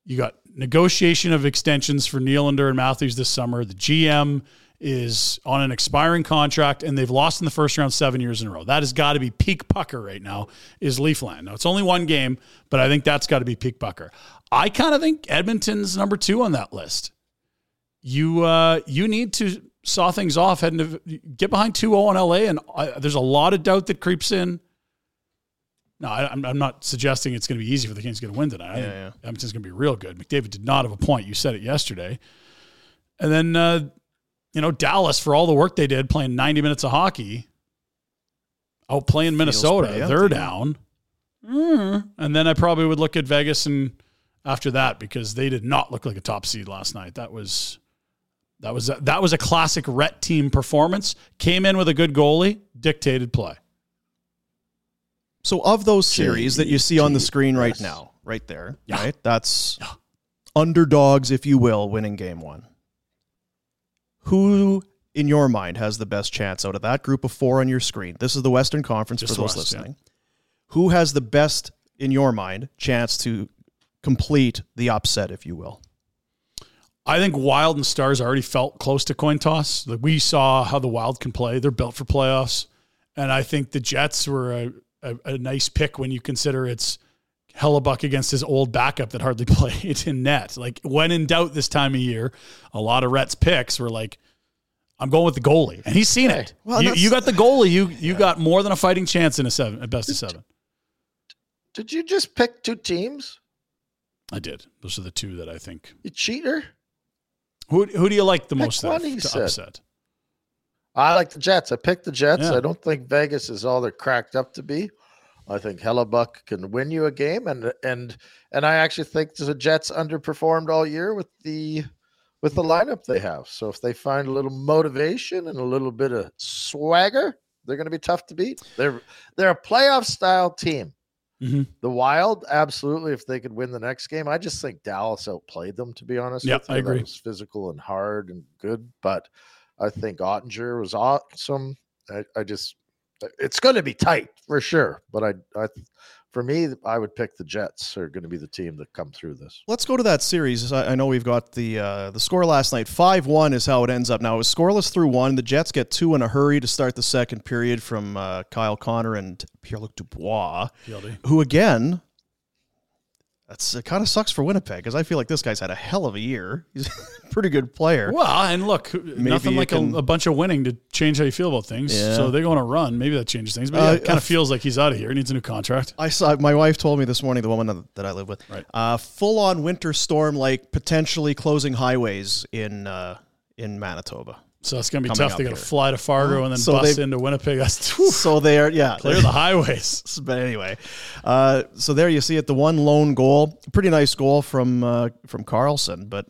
Speaker 2: You got negotiation of extensions for Nealander and Matthews this summer. The GM is on an expiring contract, and they've lost in the first round seven years in a row. That has got to be peak pucker right now. Is Leafland? Now it's only one game, but I think that's got to be peak pucker. I kind of think Edmonton's number two on that list. You uh, you need to saw things off heading to get behind 2-0 on LA, and I, there's a lot of doubt that creeps in. No, I, am I'm not suggesting it's going to be easy for the Kings to get a win tonight. I
Speaker 1: Yeah,
Speaker 2: think
Speaker 1: yeah.
Speaker 2: Edmonton's going to be real good. McDavid did not have a point. You said it yesterday. And then, uh, you know, Dallas, for all the work they did playing 90 minutes of hockey, outplaying Minnesota.
Speaker 1: pretty
Speaker 2: They're
Speaker 1: empty, yeah.
Speaker 2: down. Mm. And then I probably would look at Vegas and after that because they did not look like a top seed last night. That was that was a, that was a classic Ret team performance. Came in with a good goalie, dictated play.
Speaker 1: So of those series that you see on the screen right
Speaker 3: GTS.
Speaker 1: now, right there,
Speaker 2: Yeah.
Speaker 1: right? That's underdogs, if you will, winning game one. Who in your mind has the best chance out of that group of four on your screen? This is the Western Conference
Speaker 2: Just
Speaker 1: for
Speaker 2: the
Speaker 1: those
Speaker 2: West, yeah.
Speaker 1: listening. Who has the best in your mind chance to complete the upset, if you will?
Speaker 2: I think Wild and Stars already felt close to coin toss. Like we saw how the Wild can play; they're built for playoffs, and I think the Jets were a, a, a nice pick when you consider it's Hellebuck against his old backup that hardly played in net. Like when in doubt this time of year, a lot of Rhett's picks were like, "I'm going with the goalie," and he's seen it.
Speaker 1: Well,
Speaker 2: you,
Speaker 1: that's-
Speaker 2: you got the goalie. You you got more than a fighting chance in a seven, a best of seven.
Speaker 3: Did you just pick two teams?
Speaker 2: I did. Those are the two that I think.
Speaker 3: You cheater!
Speaker 2: Who who do you like the
Speaker 3: Pick
Speaker 2: most?
Speaker 3: one,
Speaker 2: Then,
Speaker 3: he
Speaker 2: to
Speaker 3: said.
Speaker 2: upset.
Speaker 3: I like the Jets. I picked the Jets.
Speaker 2: Yeah.
Speaker 3: I don't think Vegas is all they're cracked up to be. I think Hellebuck can win you a game, and and and I actually think the Jets underperformed all year with the with the lineup they have. So if they find a little motivation and a little bit of swagger, they're going to be tough to beat. They're they're a playoff style team.
Speaker 2: Mhm.
Speaker 3: The Wild, absolutely. If they could win the next game, I just think Dallas outplayed them. To be honest,
Speaker 2: Yeah,
Speaker 3: with you.
Speaker 2: I
Speaker 3: That
Speaker 2: agree.
Speaker 3: was physical and hard and good, but I think Ottinger was awesome. I, I just, it's going to be tight for sure. But I, I, for me, I would pick the Jets are going to be the team that come through this.
Speaker 1: Let's go to that series. I, I know we've got the uh, the score last night. Five one is how it ends up. Now it was scoreless through one. The Jets get two in a hurry to start the second period from uh, Kyle Connor and Pierre Luc Dubois,
Speaker 2: PLD.
Speaker 1: who again, that's it. Kind of sucks for Winnipeg because I feel like this guy's had a hell of a year. He's a pretty good player.
Speaker 2: Well, and look, nothing
Speaker 1: you
Speaker 2: like
Speaker 1: can-
Speaker 2: a, a bunch of winning to change how you feel about things.
Speaker 1: Yeah.
Speaker 2: So they go on a run. Maybe that changes things. But yeah,
Speaker 1: Uh,
Speaker 2: it kind
Speaker 1: uh,
Speaker 2: of feels like he's out of here. He needs a new contract.
Speaker 1: I saw my wife told me this morning. The woman that I live with,
Speaker 2: Right.
Speaker 1: uh, full on winter storm, like potentially closing highways in uh, in Manitoba.
Speaker 2: So it's going to be
Speaker 1: Coming
Speaker 2: tough. They
Speaker 1: up
Speaker 2: got to
Speaker 1: here.
Speaker 2: fly to Fargo and then
Speaker 1: So
Speaker 2: bust
Speaker 1: they-
Speaker 2: into Winnipeg. That's whew,
Speaker 1: So they are, yeah,
Speaker 2: clear the highways.
Speaker 1: but anyway, uh, so there you see it. The one lone goal, pretty nice goal from uh, from Carlson. But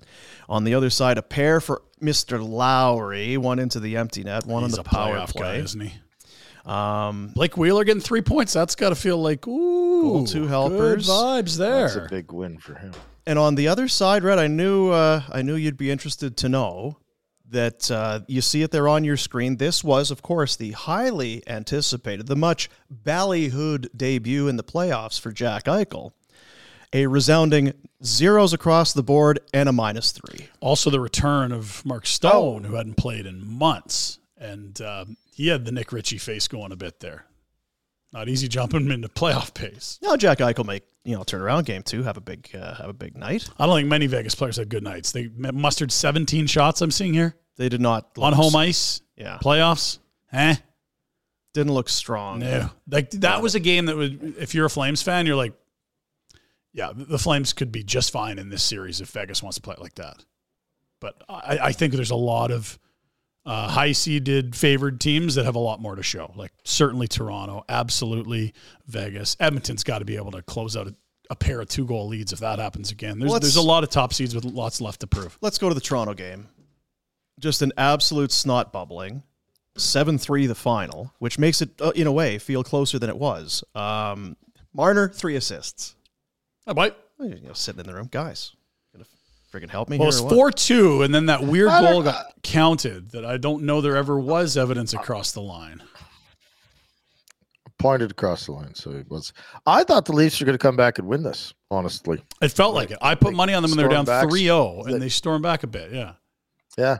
Speaker 1: on the other side, a pair for Mister Lowry, one into the empty net, one
Speaker 2: He's
Speaker 1: on
Speaker 2: a
Speaker 1: the power
Speaker 2: playoff guy,
Speaker 1: play.
Speaker 2: isn't he?
Speaker 1: Um,
Speaker 2: Blake Wheeler getting three points. That's got to feel like ooh,
Speaker 1: Goal, two helpers.
Speaker 2: Good vibes
Speaker 3: That's a
Speaker 2: there.
Speaker 3: big win for him.
Speaker 1: and on the other side, Red, I knew uh, I knew you'd be interested to know that uh, you see it there on your screen. This was, of course, the highly anticipated, the much ballyhooed debut in the playoffs for Jack Eichel. A resounding zeros across the board and a minus three.
Speaker 2: also, the return of Mark Stone, who hadn't played in months, and um, he had the Nick Ritchie face going a bit there. Not easy jumping him into playoff pace.
Speaker 1: Now Jack Eichel may you know turn around game two, have a big uh, have a big night.
Speaker 2: I don't think many Vegas players had good nights. They mustered 17 shots. I'm seeing here
Speaker 1: They did not
Speaker 2: on
Speaker 1: look-
Speaker 2: home ice,
Speaker 1: Yeah,
Speaker 2: playoffs. Eh?
Speaker 1: didn't look strong.
Speaker 2: No. Like that was a game that would, if you're a Flames fan, you're like, yeah, the Flames could be just fine in this series if Vegas wants to play it like that. But I, I think there's a lot of uh, high seeded favored teams that have a lot more to show. Like certainly Toronto, absolutely Vegas. Edmonton's got to be able to close out a, a pair of two goal leads if that happens again. There's,
Speaker 1: Well,
Speaker 2: there's a
Speaker 1: let's-
Speaker 2: lot of top seeds with lots left to prove.
Speaker 1: Let's go to the Toronto game. Just an absolute snot bubbling. Seven three the final, which makes it uh, in a way feel closer than it was. Um, Marner three assists.
Speaker 2: Bye bye.
Speaker 1: You know, sitting in the room, guys. Gonna freaking help me
Speaker 2: Well,
Speaker 1: here.
Speaker 2: it's
Speaker 1: or what?
Speaker 2: four two, and then that weird
Speaker 3: I don't-
Speaker 2: goal got counted. That I don't know there ever was evidence across the line.
Speaker 3: pointed across the line. So it was. I thought the Leafs were going to come back and win this. Honestly,
Speaker 2: It felt like it. I put
Speaker 3: They
Speaker 2: money on them when they were down
Speaker 3: stormed back.
Speaker 2: 3 0
Speaker 3: They-
Speaker 2: and they stormed back a bit. Yeah.
Speaker 3: yeah,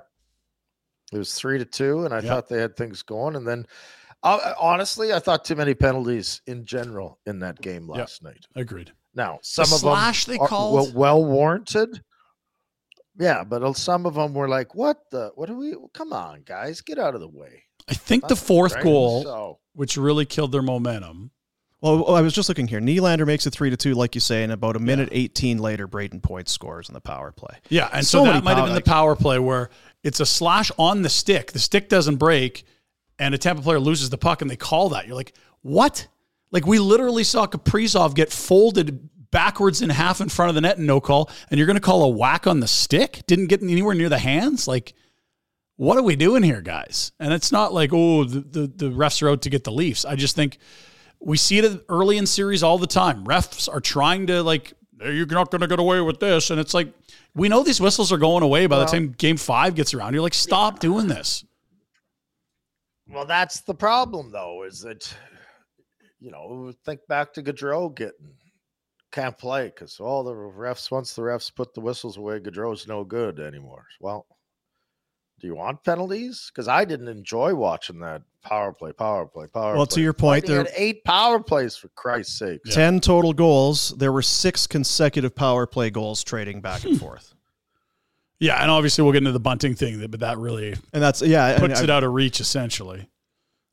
Speaker 3: it was three to two, and I
Speaker 2: Yeah.
Speaker 3: thought they had things going. And then, I honestly, I thought too many penalties in general in that game
Speaker 2: Yeah.
Speaker 3: last night.
Speaker 2: Agreed.
Speaker 3: Now, some of
Speaker 2: slash
Speaker 3: them
Speaker 2: they
Speaker 3: are-
Speaker 2: called?
Speaker 3: well, well warranted. Yeah, but uh, some of them were like, "What the? What are we? Come on, guys, get out of the way."
Speaker 2: I think the
Speaker 3: That's
Speaker 2: fourth
Speaker 3: right?
Speaker 2: goal,
Speaker 3: So,
Speaker 2: which really killed their momentum.
Speaker 1: Well, I was just looking here. Nylander makes it three to two, like you say, and about a minute eighteen later, Braden Point scores in the power play.
Speaker 2: Yeah. And
Speaker 1: So
Speaker 2: so,
Speaker 1: many
Speaker 2: that might have
Speaker 1: power-
Speaker 2: been the power play where it's a slash on the stick. The stick doesn't break, and a Tampa player loses the puck and they call that. You're like, what? Like, we literally saw Kaprizov get folded backwards in half in front of the net and no call, and you're going to call a whack on the stick? Didn't get anywhere near the hands? Like, what are we doing here, guys? And it's not like, oh, the, the, the refs are out to get the Leafs. I just think we see it early in series all the time. Refs are trying to, like, you're not going to get away with this. And it's like, we know these whistles are going away by the time game five gets around. You're like, stop doing this.
Speaker 3: well, that's the problem, though, is that you know, think back to Gaudreau getting can't play because all the refs once the refs put the whistles away, Gaudreau's no good anymore. Well, do you want penalties? Because I didn't enjoy watching that power play, power play, power.
Speaker 1: Well,
Speaker 3: play.
Speaker 1: to your point,
Speaker 3: Lightning
Speaker 1: there
Speaker 3: had eight power plays for Christ's sake.
Speaker 2: Yeah.
Speaker 1: ten total goals. There were six consecutive power play goals trading back
Speaker 2: Hmm.
Speaker 1: and forth,
Speaker 2: Yeah. And obviously, we'll get into the bunting thing, but that really
Speaker 1: and that's yeah. and
Speaker 2: puts
Speaker 1: I-
Speaker 2: it out of reach essentially.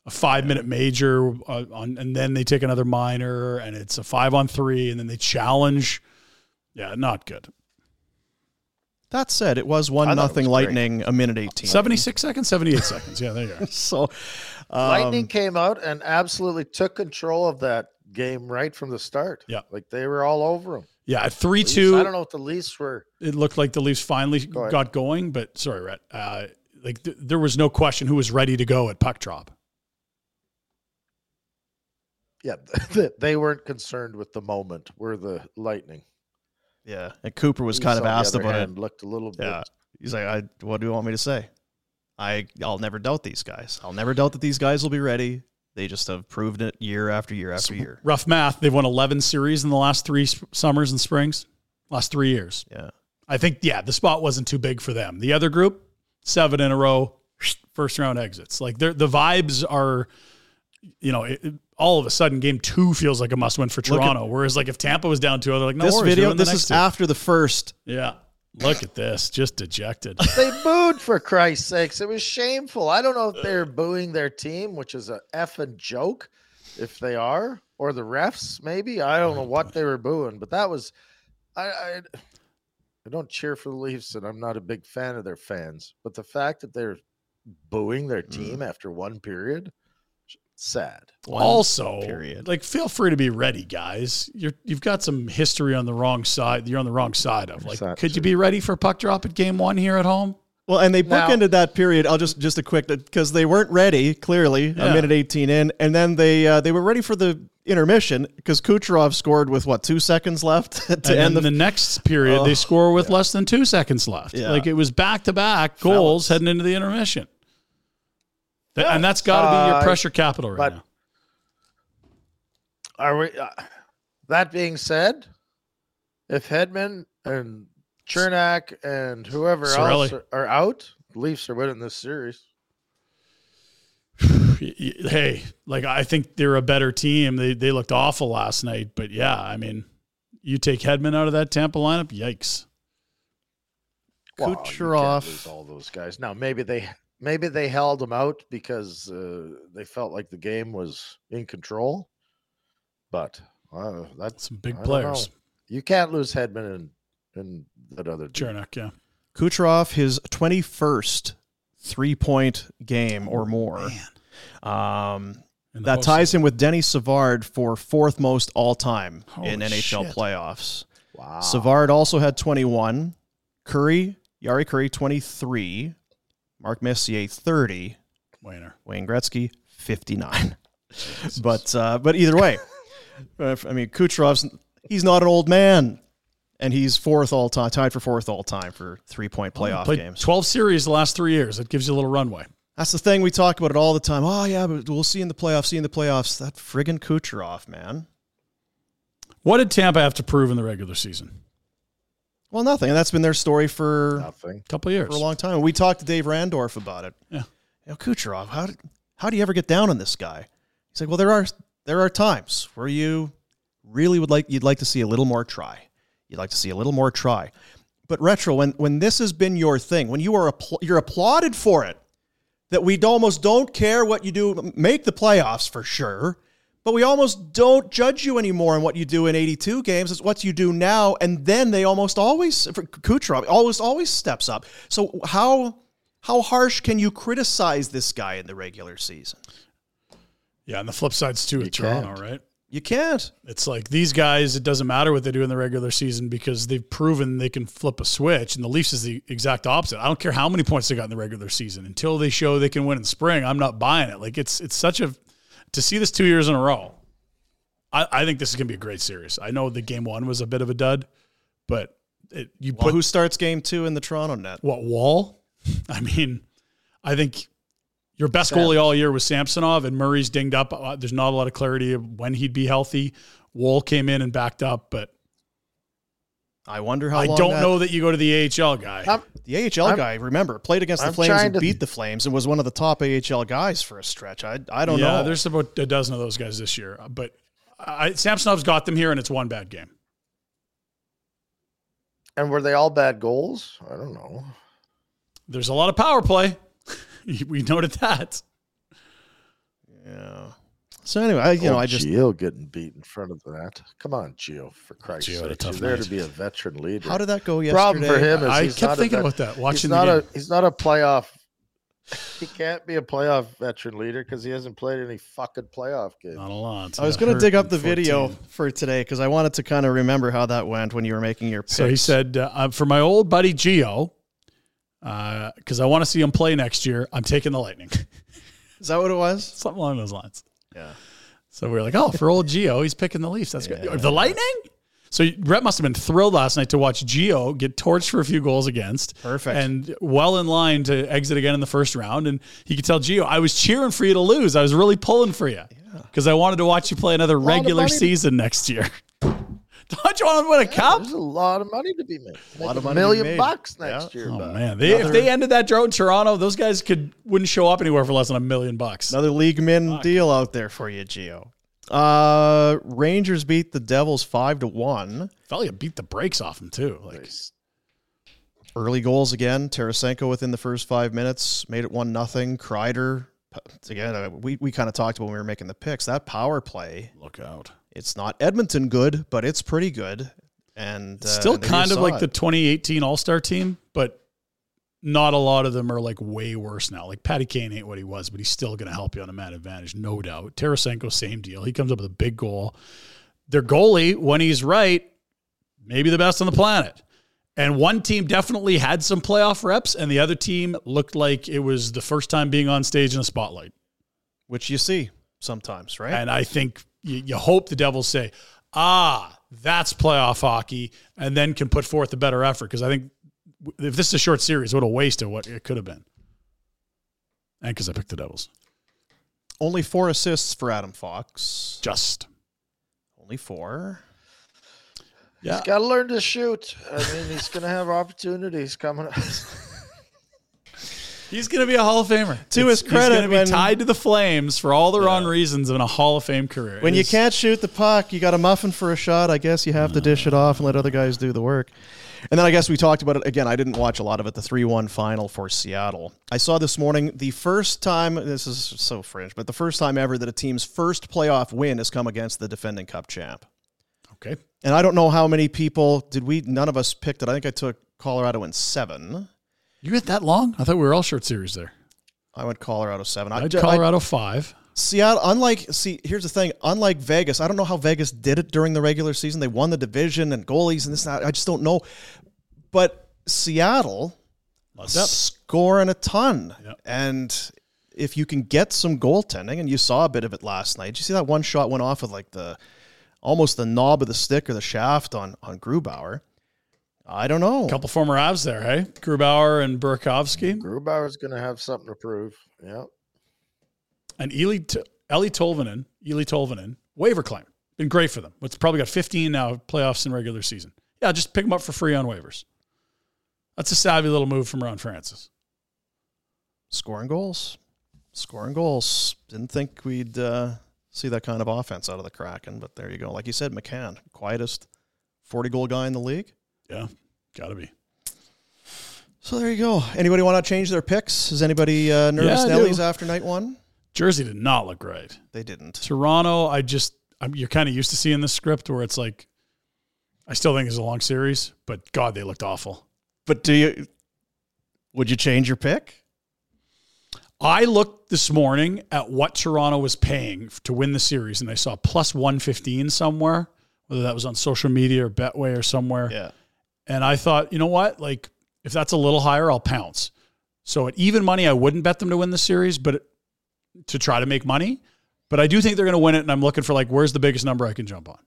Speaker 2: A five minute major, uh, on, and then they take another minor, and it's a five on three, and then they challenge. Yeah, not good.
Speaker 1: That said, it was one
Speaker 3: I thought it
Speaker 1: nothing
Speaker 3: was great.
Speaker 1: Lightning, a minute eighteen.
Speaker 2: 76 seconds, 78 seconds. Yeah, there you are.
Speaker 1: So, um,
Speaker 3: Lightning came out and absolutely took control of that game right from the start.
Speaker 2: Yeah.
Speaker 3: like they were all over him.
Speaker 2: Yeah, at 3 2.
Speaker 3: I don't know if the Leafs were.
Speaker 2: it looked like the Leafs finally
Speaker 3: Go ahead.
Speaker 2: got going, but sorry, Rhett. Uh, like th- there was no question who was ready to go at puck drop.
Speaker 3: Yeah, th- they weren't concerned with the moment. Were the Lightning
Speaker 1: yeah, and Cooper was
Speaker 3: Leafs,
Speaker 1: kind of
Speaker 3: on the
Speaker 1: asked
Speaker 3: other
Speaker 1: about it.
Speaker 3: hand, Looked a little
Speaker 1: Yeah,
Speaker 3: bit.
Speaker 1: he's like, I, "What do you want me to say? I, I'll never doubt these guys. I'll never doubt that these guys will be ready. They just have proved it year after year after year.
Speaker 2: Rough math. They've won 11 series in the last three sp- summers and springs, last three years.
Speaker 1: Yeah,
Speaker 2: I think, yeah, the spot wasn't too big for them. The other group, seven in a row, first round exits. Like they're- the vibes are, you know, it, it- all of a sudden game two feels like a must win for
Speaker 1: Look at-
Speaker 2: Toronto. whereas like if Tampa was down two, they're like, no
Speaker 1: this
Speaker 2: worries,
Speaker 1: video,
Speaker 2: we're in the
Speaker 1: this
Speaker 2: next
Speaker 1: is
Speaker 2: two.
Speaker 1: after the first.
Speaker 2: yeah. Look at this, just dejected.
Speaker 3: They booed for Christ's sakes. It was shameful. I don't know if they're booing their team, which is a effing joke, if they are, or the refs. Maybe I don't know what they were booing, but that was. I, I I don't cheer for the Leafs, and I'm not a big fan of their fans. But the fact that they're booing
Speaker 1: Mm.
Speaker 3: their team after one period, sad.
Speaker 1: One
Speaker 2: also
Speaker 1: period.
Speaker 2: like feel free to be ready guys you're you've got some history on the wrong side you're on the wrong side of like
Speaker 3: Exactly.
Speaker 2: could you be ready for puck drop at game one here at home
Speaker 1: Well, and they
Speaker 3: Now-
Speaker 1: bookended that period. I'll just just a quick because they weren't ready clearly a
Speaker 2: Yeah.
Speaker 1: minute eighteen in, and then they uh, they were ready for the intermission because Kucherov scored with what two seconds left to
Speaker 2: and, then
Speaker 1: end
Speaker 2: the,
Speaker 1: the
Speaker 2: next period they
Speaker 1: Oh,
Speaker 2: score with less than two seconds left
Speaker 1: Yeah.
Speaker 2: like it was back-to-back goals heading into the intermission Th- and that's got to be your
Speaker 3: Uh,
Speaker 2: pressure capital right
Speaker 3: but-
Speaker 2: now
Speaker 3: Are we? Uh, that being said, if Hedman and Chernak and whoever else
Speaker 2: Cirelli.
Speaker 3: are, are out, Leafs are winning this series.
Speaker 2: Y- y- hey like i think they're a better team they, they looked awful last night but yeah i mean you take Hedman out of that Tampa lineup, yikes.
Speaker 3: Well, you can't
Speaker 1: Kucherov.
Speaker 3: lose all those guys. Now maybe they maybe they held him out because uh, they felt like the game was in control. But uh, that's
Speaker 2: Some big
Speaker 3: I don't
Speaker 2: players.
Speaker 3: know. you can't lose Hedman and and that other. dude.
Speaker 2: Chernak, yeah.
Speaker 1: Kucherov his twenty first three point game or more. Um,
Speaker 2: in the
Speaker 1: that
Speaker 2: postseason.
Speaker 1: ties him with Denny Savard for fourth most all time
Speaker 2: Holy
Speaker 1: in NHL
Speaker 2: shit.
Speaker 1: playoffs.
Speaker 3: Wow.
Speaker 1: Savard also had 21. Curry, Yari Curry, 23. Mark Messier, 30.
Speaker 2: Wainer.
Speaker 1: Wayne Gretzky, 59. but uh, but either way, uh, I mean Kucherov's he's not an old man, and he's fourth all time, tied for fourth all time for three point
Speaker 2: Well,
Speaker 1: playoff
Speaker 2: played
Speaker 1: games.
Speaker 2: 12 series the last three years. That gives you a little runway.
Speaker 1: That's the thing we talk about it all the time. Oh yeah, but we'll see in the playoffs. See in the playoffs. That friggin' Kucherov, man.
Speaker 2: What did Tampa have to prove in the regular season?
Speaker 1: Well, nothing, and that's been their story for
Speaker 3: Nothing.
Speaker 2: A couple of years.
Speaker 1: for a long time. We talked to Dave Randorf about it.
Speaker 2: Yeah.
Speaker 1: You know, Kucherov, how did, how do you ever get down on this guy? He's like, well, there are there are times where you really would like you'd like to see a little more try. You'd like to see a little more try. But retro, when when this has been your thing, when you are appl- you're applauded for it, that we almost don't care what you do, make the playoffs for sure. But we almost don't judge you anymore on what you do in 82 games. It's what you do now. And then they almost always, for Kucherov almost always steps up. So how how harsh can you criticize this guy in the regular season?
Speaker 2: Yeah, and the flip side's too with
Speaker 3: You can't.
Speaker 2: Toronto, right?
Speaker 1: You can't.
Speaker 2: It's like these guys, it doesn't matter what they do in the regular season because they've proven they can flip a switch. And the Leafs is the exact opposite. I don't care how many points they got in the regular season until they show they can win in spring. I'm not buying it. Like it's it's such a to see this two years in a row. I, I think this is gonna be a great series. I know the game one was a bit of a dud, but it, you
Speaker 1: Well,
Speaker 2: put
Speaker 1: who starts game two in the Toronto net?
Speaker 2: what wall? I mean, I think your best goalie all year was Samsonov, and Murray's dinged up. Uh, There's not a lot of clarity of when he'd be healthy. Wall came in and backed up, but
Speaker 1: I wonder how
Speaker 2: I
Speaker 1: long
Speaker 2: don't
Speaker 1: that-
Speaker 2: know that you go to the AHL guy.
Speaker 3: I'm,
Speaker 1: The AHL
Speaker 3: I'm-
Speaker 1: guy, remember, played against the
Speaker 3: I'm
Speaker 1: Flames
Speaker 3: trying
Speaker 1: and
Speaker 3: to-
Speaker 1: beat the Flames and was one of the top AHL guys for a stretch. I I don't
Speaker 2: yeah,
Speaker 1: know.
Speaker 2: there's about a dozen of those guys this year, Uh, but I, Samsonov's got them here, and it's one bad game.
Speaker 3: and were they all bad goals? I don't know.
Speaker 2: There's a lot of power play. we noted that.
Speaker 1: yeah. So anyway, I, you know,
Speaker 3: Old
Speaker 1: I just
Speaker 3: Oh, Gio getting beat in front of that. Come on, Gio, for Christ's
Speaker 2: Gio had a
Speaker 3: sake.
Speaker 2: tough
Speaker 3: He's there
Speaker 2: night.
Speaker 3: to be a veteran leader.
Speaker 1: how did that go yesterday?
Speaker 3: Problem for him is
Speaker 2: I
Speaker 3: he's
Speaker 2: kept
Speaker 3: not a
Speaker 2: thinking
Speaker 3: vet-
Speaker 2: about that watching
Speaker 3: he's not
Speaker 2: the game.
Speaker 3: a he's not a playoff. He can't be a playoff veteran leader because he hasn't played any fucking playoff games.
Speaker 2: not a lot.
Speaker 1: I was going to dig up the video for today because I wanted to kind of remember how that went when you were making your picks.
Speaker 2: So he said, uh, uh, for my old buddy Geo, because I want to see him play next year, I'm taking the Lightning.
Speaker 1: "Is that what it was?"
Speaker 2: Something along those lines.
Speaker 1: Yeah.
Speaker 2: So we were like, oh, for old Geo, he's picking the Leafs. That's good. The Lightning? So Brett must have been thrilled last night to watch Geo get torched for a few goals against.
Speaker 1: Perfect.
Speaker 2: And well in line to exit again in the first round. And he could tell Geo, I was cheering for you to lose. I was really pulling for you because I wanted to watch you play another
Speaker 3: of
Speaker 2: regular
Speaker 3: money to-
Speaker 2: season next year. Don't you want to win a cup?
Speaker 3: There's a lot of money to be made. A
Speaker 1: lot of money to be
Speaker 3: million
Speaker 1: made.
Speaker 3: bucks next year.
Speaker 2: Oh
Speaker 3: bud.
Speaker 2: man, they, if they ended that drought in Toronto, those guys could wouldn't show up anywhere for less than a million bucks.
Speaker 1: Another league min deal out there for you, Geo. Uh, Rangers beat the Devils five to one.
Speaker 2: Felia beat the brakes off him too. Like
Speaker 3: Nice.
Speaker 1: Early goals again. Tarasenko within the first five minutes made it one nothing. Kreider again. uh, We we kind of talked about when we were making the picks. That power play.
Speaker 2: look out.
Speaker 1: It's not Edmonton good, but it's pretty good. And uh,
Speaker 2: Still
Speaker 1: and there you
Speaker 2: kind of
Speaker 1: saw
Speaker 2: like
Speaker 1: it.
Speaker 2: the 2018 All Star team, but not a lot of them are like way worse now. Like Patty Kane ain't what he was, but he's still going to help you on a man advantage, no doubt. Tarasenko, same deal. He comes up with a big goal. Their goalie, when he's right, maybe the best on the planet. And one team definitely had some playoff reps, and the other team looked like it was the first time being on stage in a spotlight.
Speaker 1: which you see sometimes, right?
Speaker 2: And I think you, you hope the Devils say, ah, that's playoff hockey, and then can put forth a better effort. Because I think w- if this is a short series, what a waste of what it could have been. And because I picked the Devils.
Speaker 1: Only four assists for Adam Fox.
Speaker 2: Just.
Speaker 1: Only four.
Speaker 2: Yeah.
Speaker 3: He's got to learn to shoot. I mean, he's going to have opportunities coming up.
Speaker 2: He's going to be a Hall of Famer.
Speaker 1: To his
Speaker 2: He's
Speaker 1: credit,
Speaker 2: going to be
Speaker 1: when-
Speaker 2: tied to the Flames for all the wrong reasons in a Hall of Fame career.
Speaker 1: When
Speaker 2: It
Speaker 1: you
Speaker 2: is-
Speaker 1: can't shoot the puck, you got a muffin for a shot. I guess you have to dish it off and let other guys do the work. And then I guess we talked about it again. I didn't watch a lot of it. The three-one final for Seattle. I saw this morning the first time. This is so fringe, but the first time ever that a team's first playoff win has come against the defending Cup champ.
Speaker 2: Okay.
Speaker 1: And I don't know how many people did we. None of us picked it. I think I took Colorado in seven.
Speaker 2: You went that long? I thought we were all short series there.
Speaker 1: I went Colorado seven.
Speaker 2: I had
Speaker 1: ju-
Speaker 2: Colorado five.
Speaker 1: Seattle, unlike see, here's the thing. Unlike Vegas, I don't know how Vegas did it during the regular season. They won the division and goalies and this. And that. I just don't know. But Seattle scoring a ton,
Speaker 2: Yep.
Speaker 1: and if you can get some goaltending, and you saw a bit of it last night. Did you see that one shot went off with like the almost the knob of the stick or the shaft on on Grubauer. I don't know.
Speaker 2: A couple former Avs there, hey? Grubauer and Burkowski.
Speaker 3: Grubauer's going to have something to prove. Yeah.
Speaker 2: And Ely, T- Ellie Tolvanen, Ely Tolvanen, waiver claim. Been great for them. It's probably got 15 now, playoffs and regular season. Yeah, just pick them up for free on waivers. That's a savvy little move from Ron Francis.
Speaker 1: Scoring goals. Scoring goals. Didn't think we'd uh, see that kind of offense out of the Kraken, but there you go. Like you said, McCann, quietest 40 goal guy in the league.
Speaker 2: Yeah, got to be.
Speaker 1: So there you go. Anybody want to change their picks? Is anybody uh, nervous
Speaker 2: Yeah, I
Speaker 1: Nellies
Speaker 2: do.
Speaker 1: after night one?
Speaker 2: Jersey did not look great.
Speaker 1: They didn't.
Speaker 2: Toronto, I just I'm, you're kind of used to seeing this script where it's like, I still think it's a long series, but God, they looked awful.
Speaker 1: But do you? Would you change your pick?
Speaker 2: I looked this morning at what Toronto was paying to win the series, and I saw plus one fifteen somewhere, whether that was on social media or Betway or somewhere.
Speaker 1: Yeah.
Speaker 2: And I thought, you know what? Like, if that's a little higher, I'll pounce. So at even money, I wouldn't bet them to win the series, but it, to try to make money. But I do think they're going to win it, and I'm looking for like, where's the biggest number I can jump on?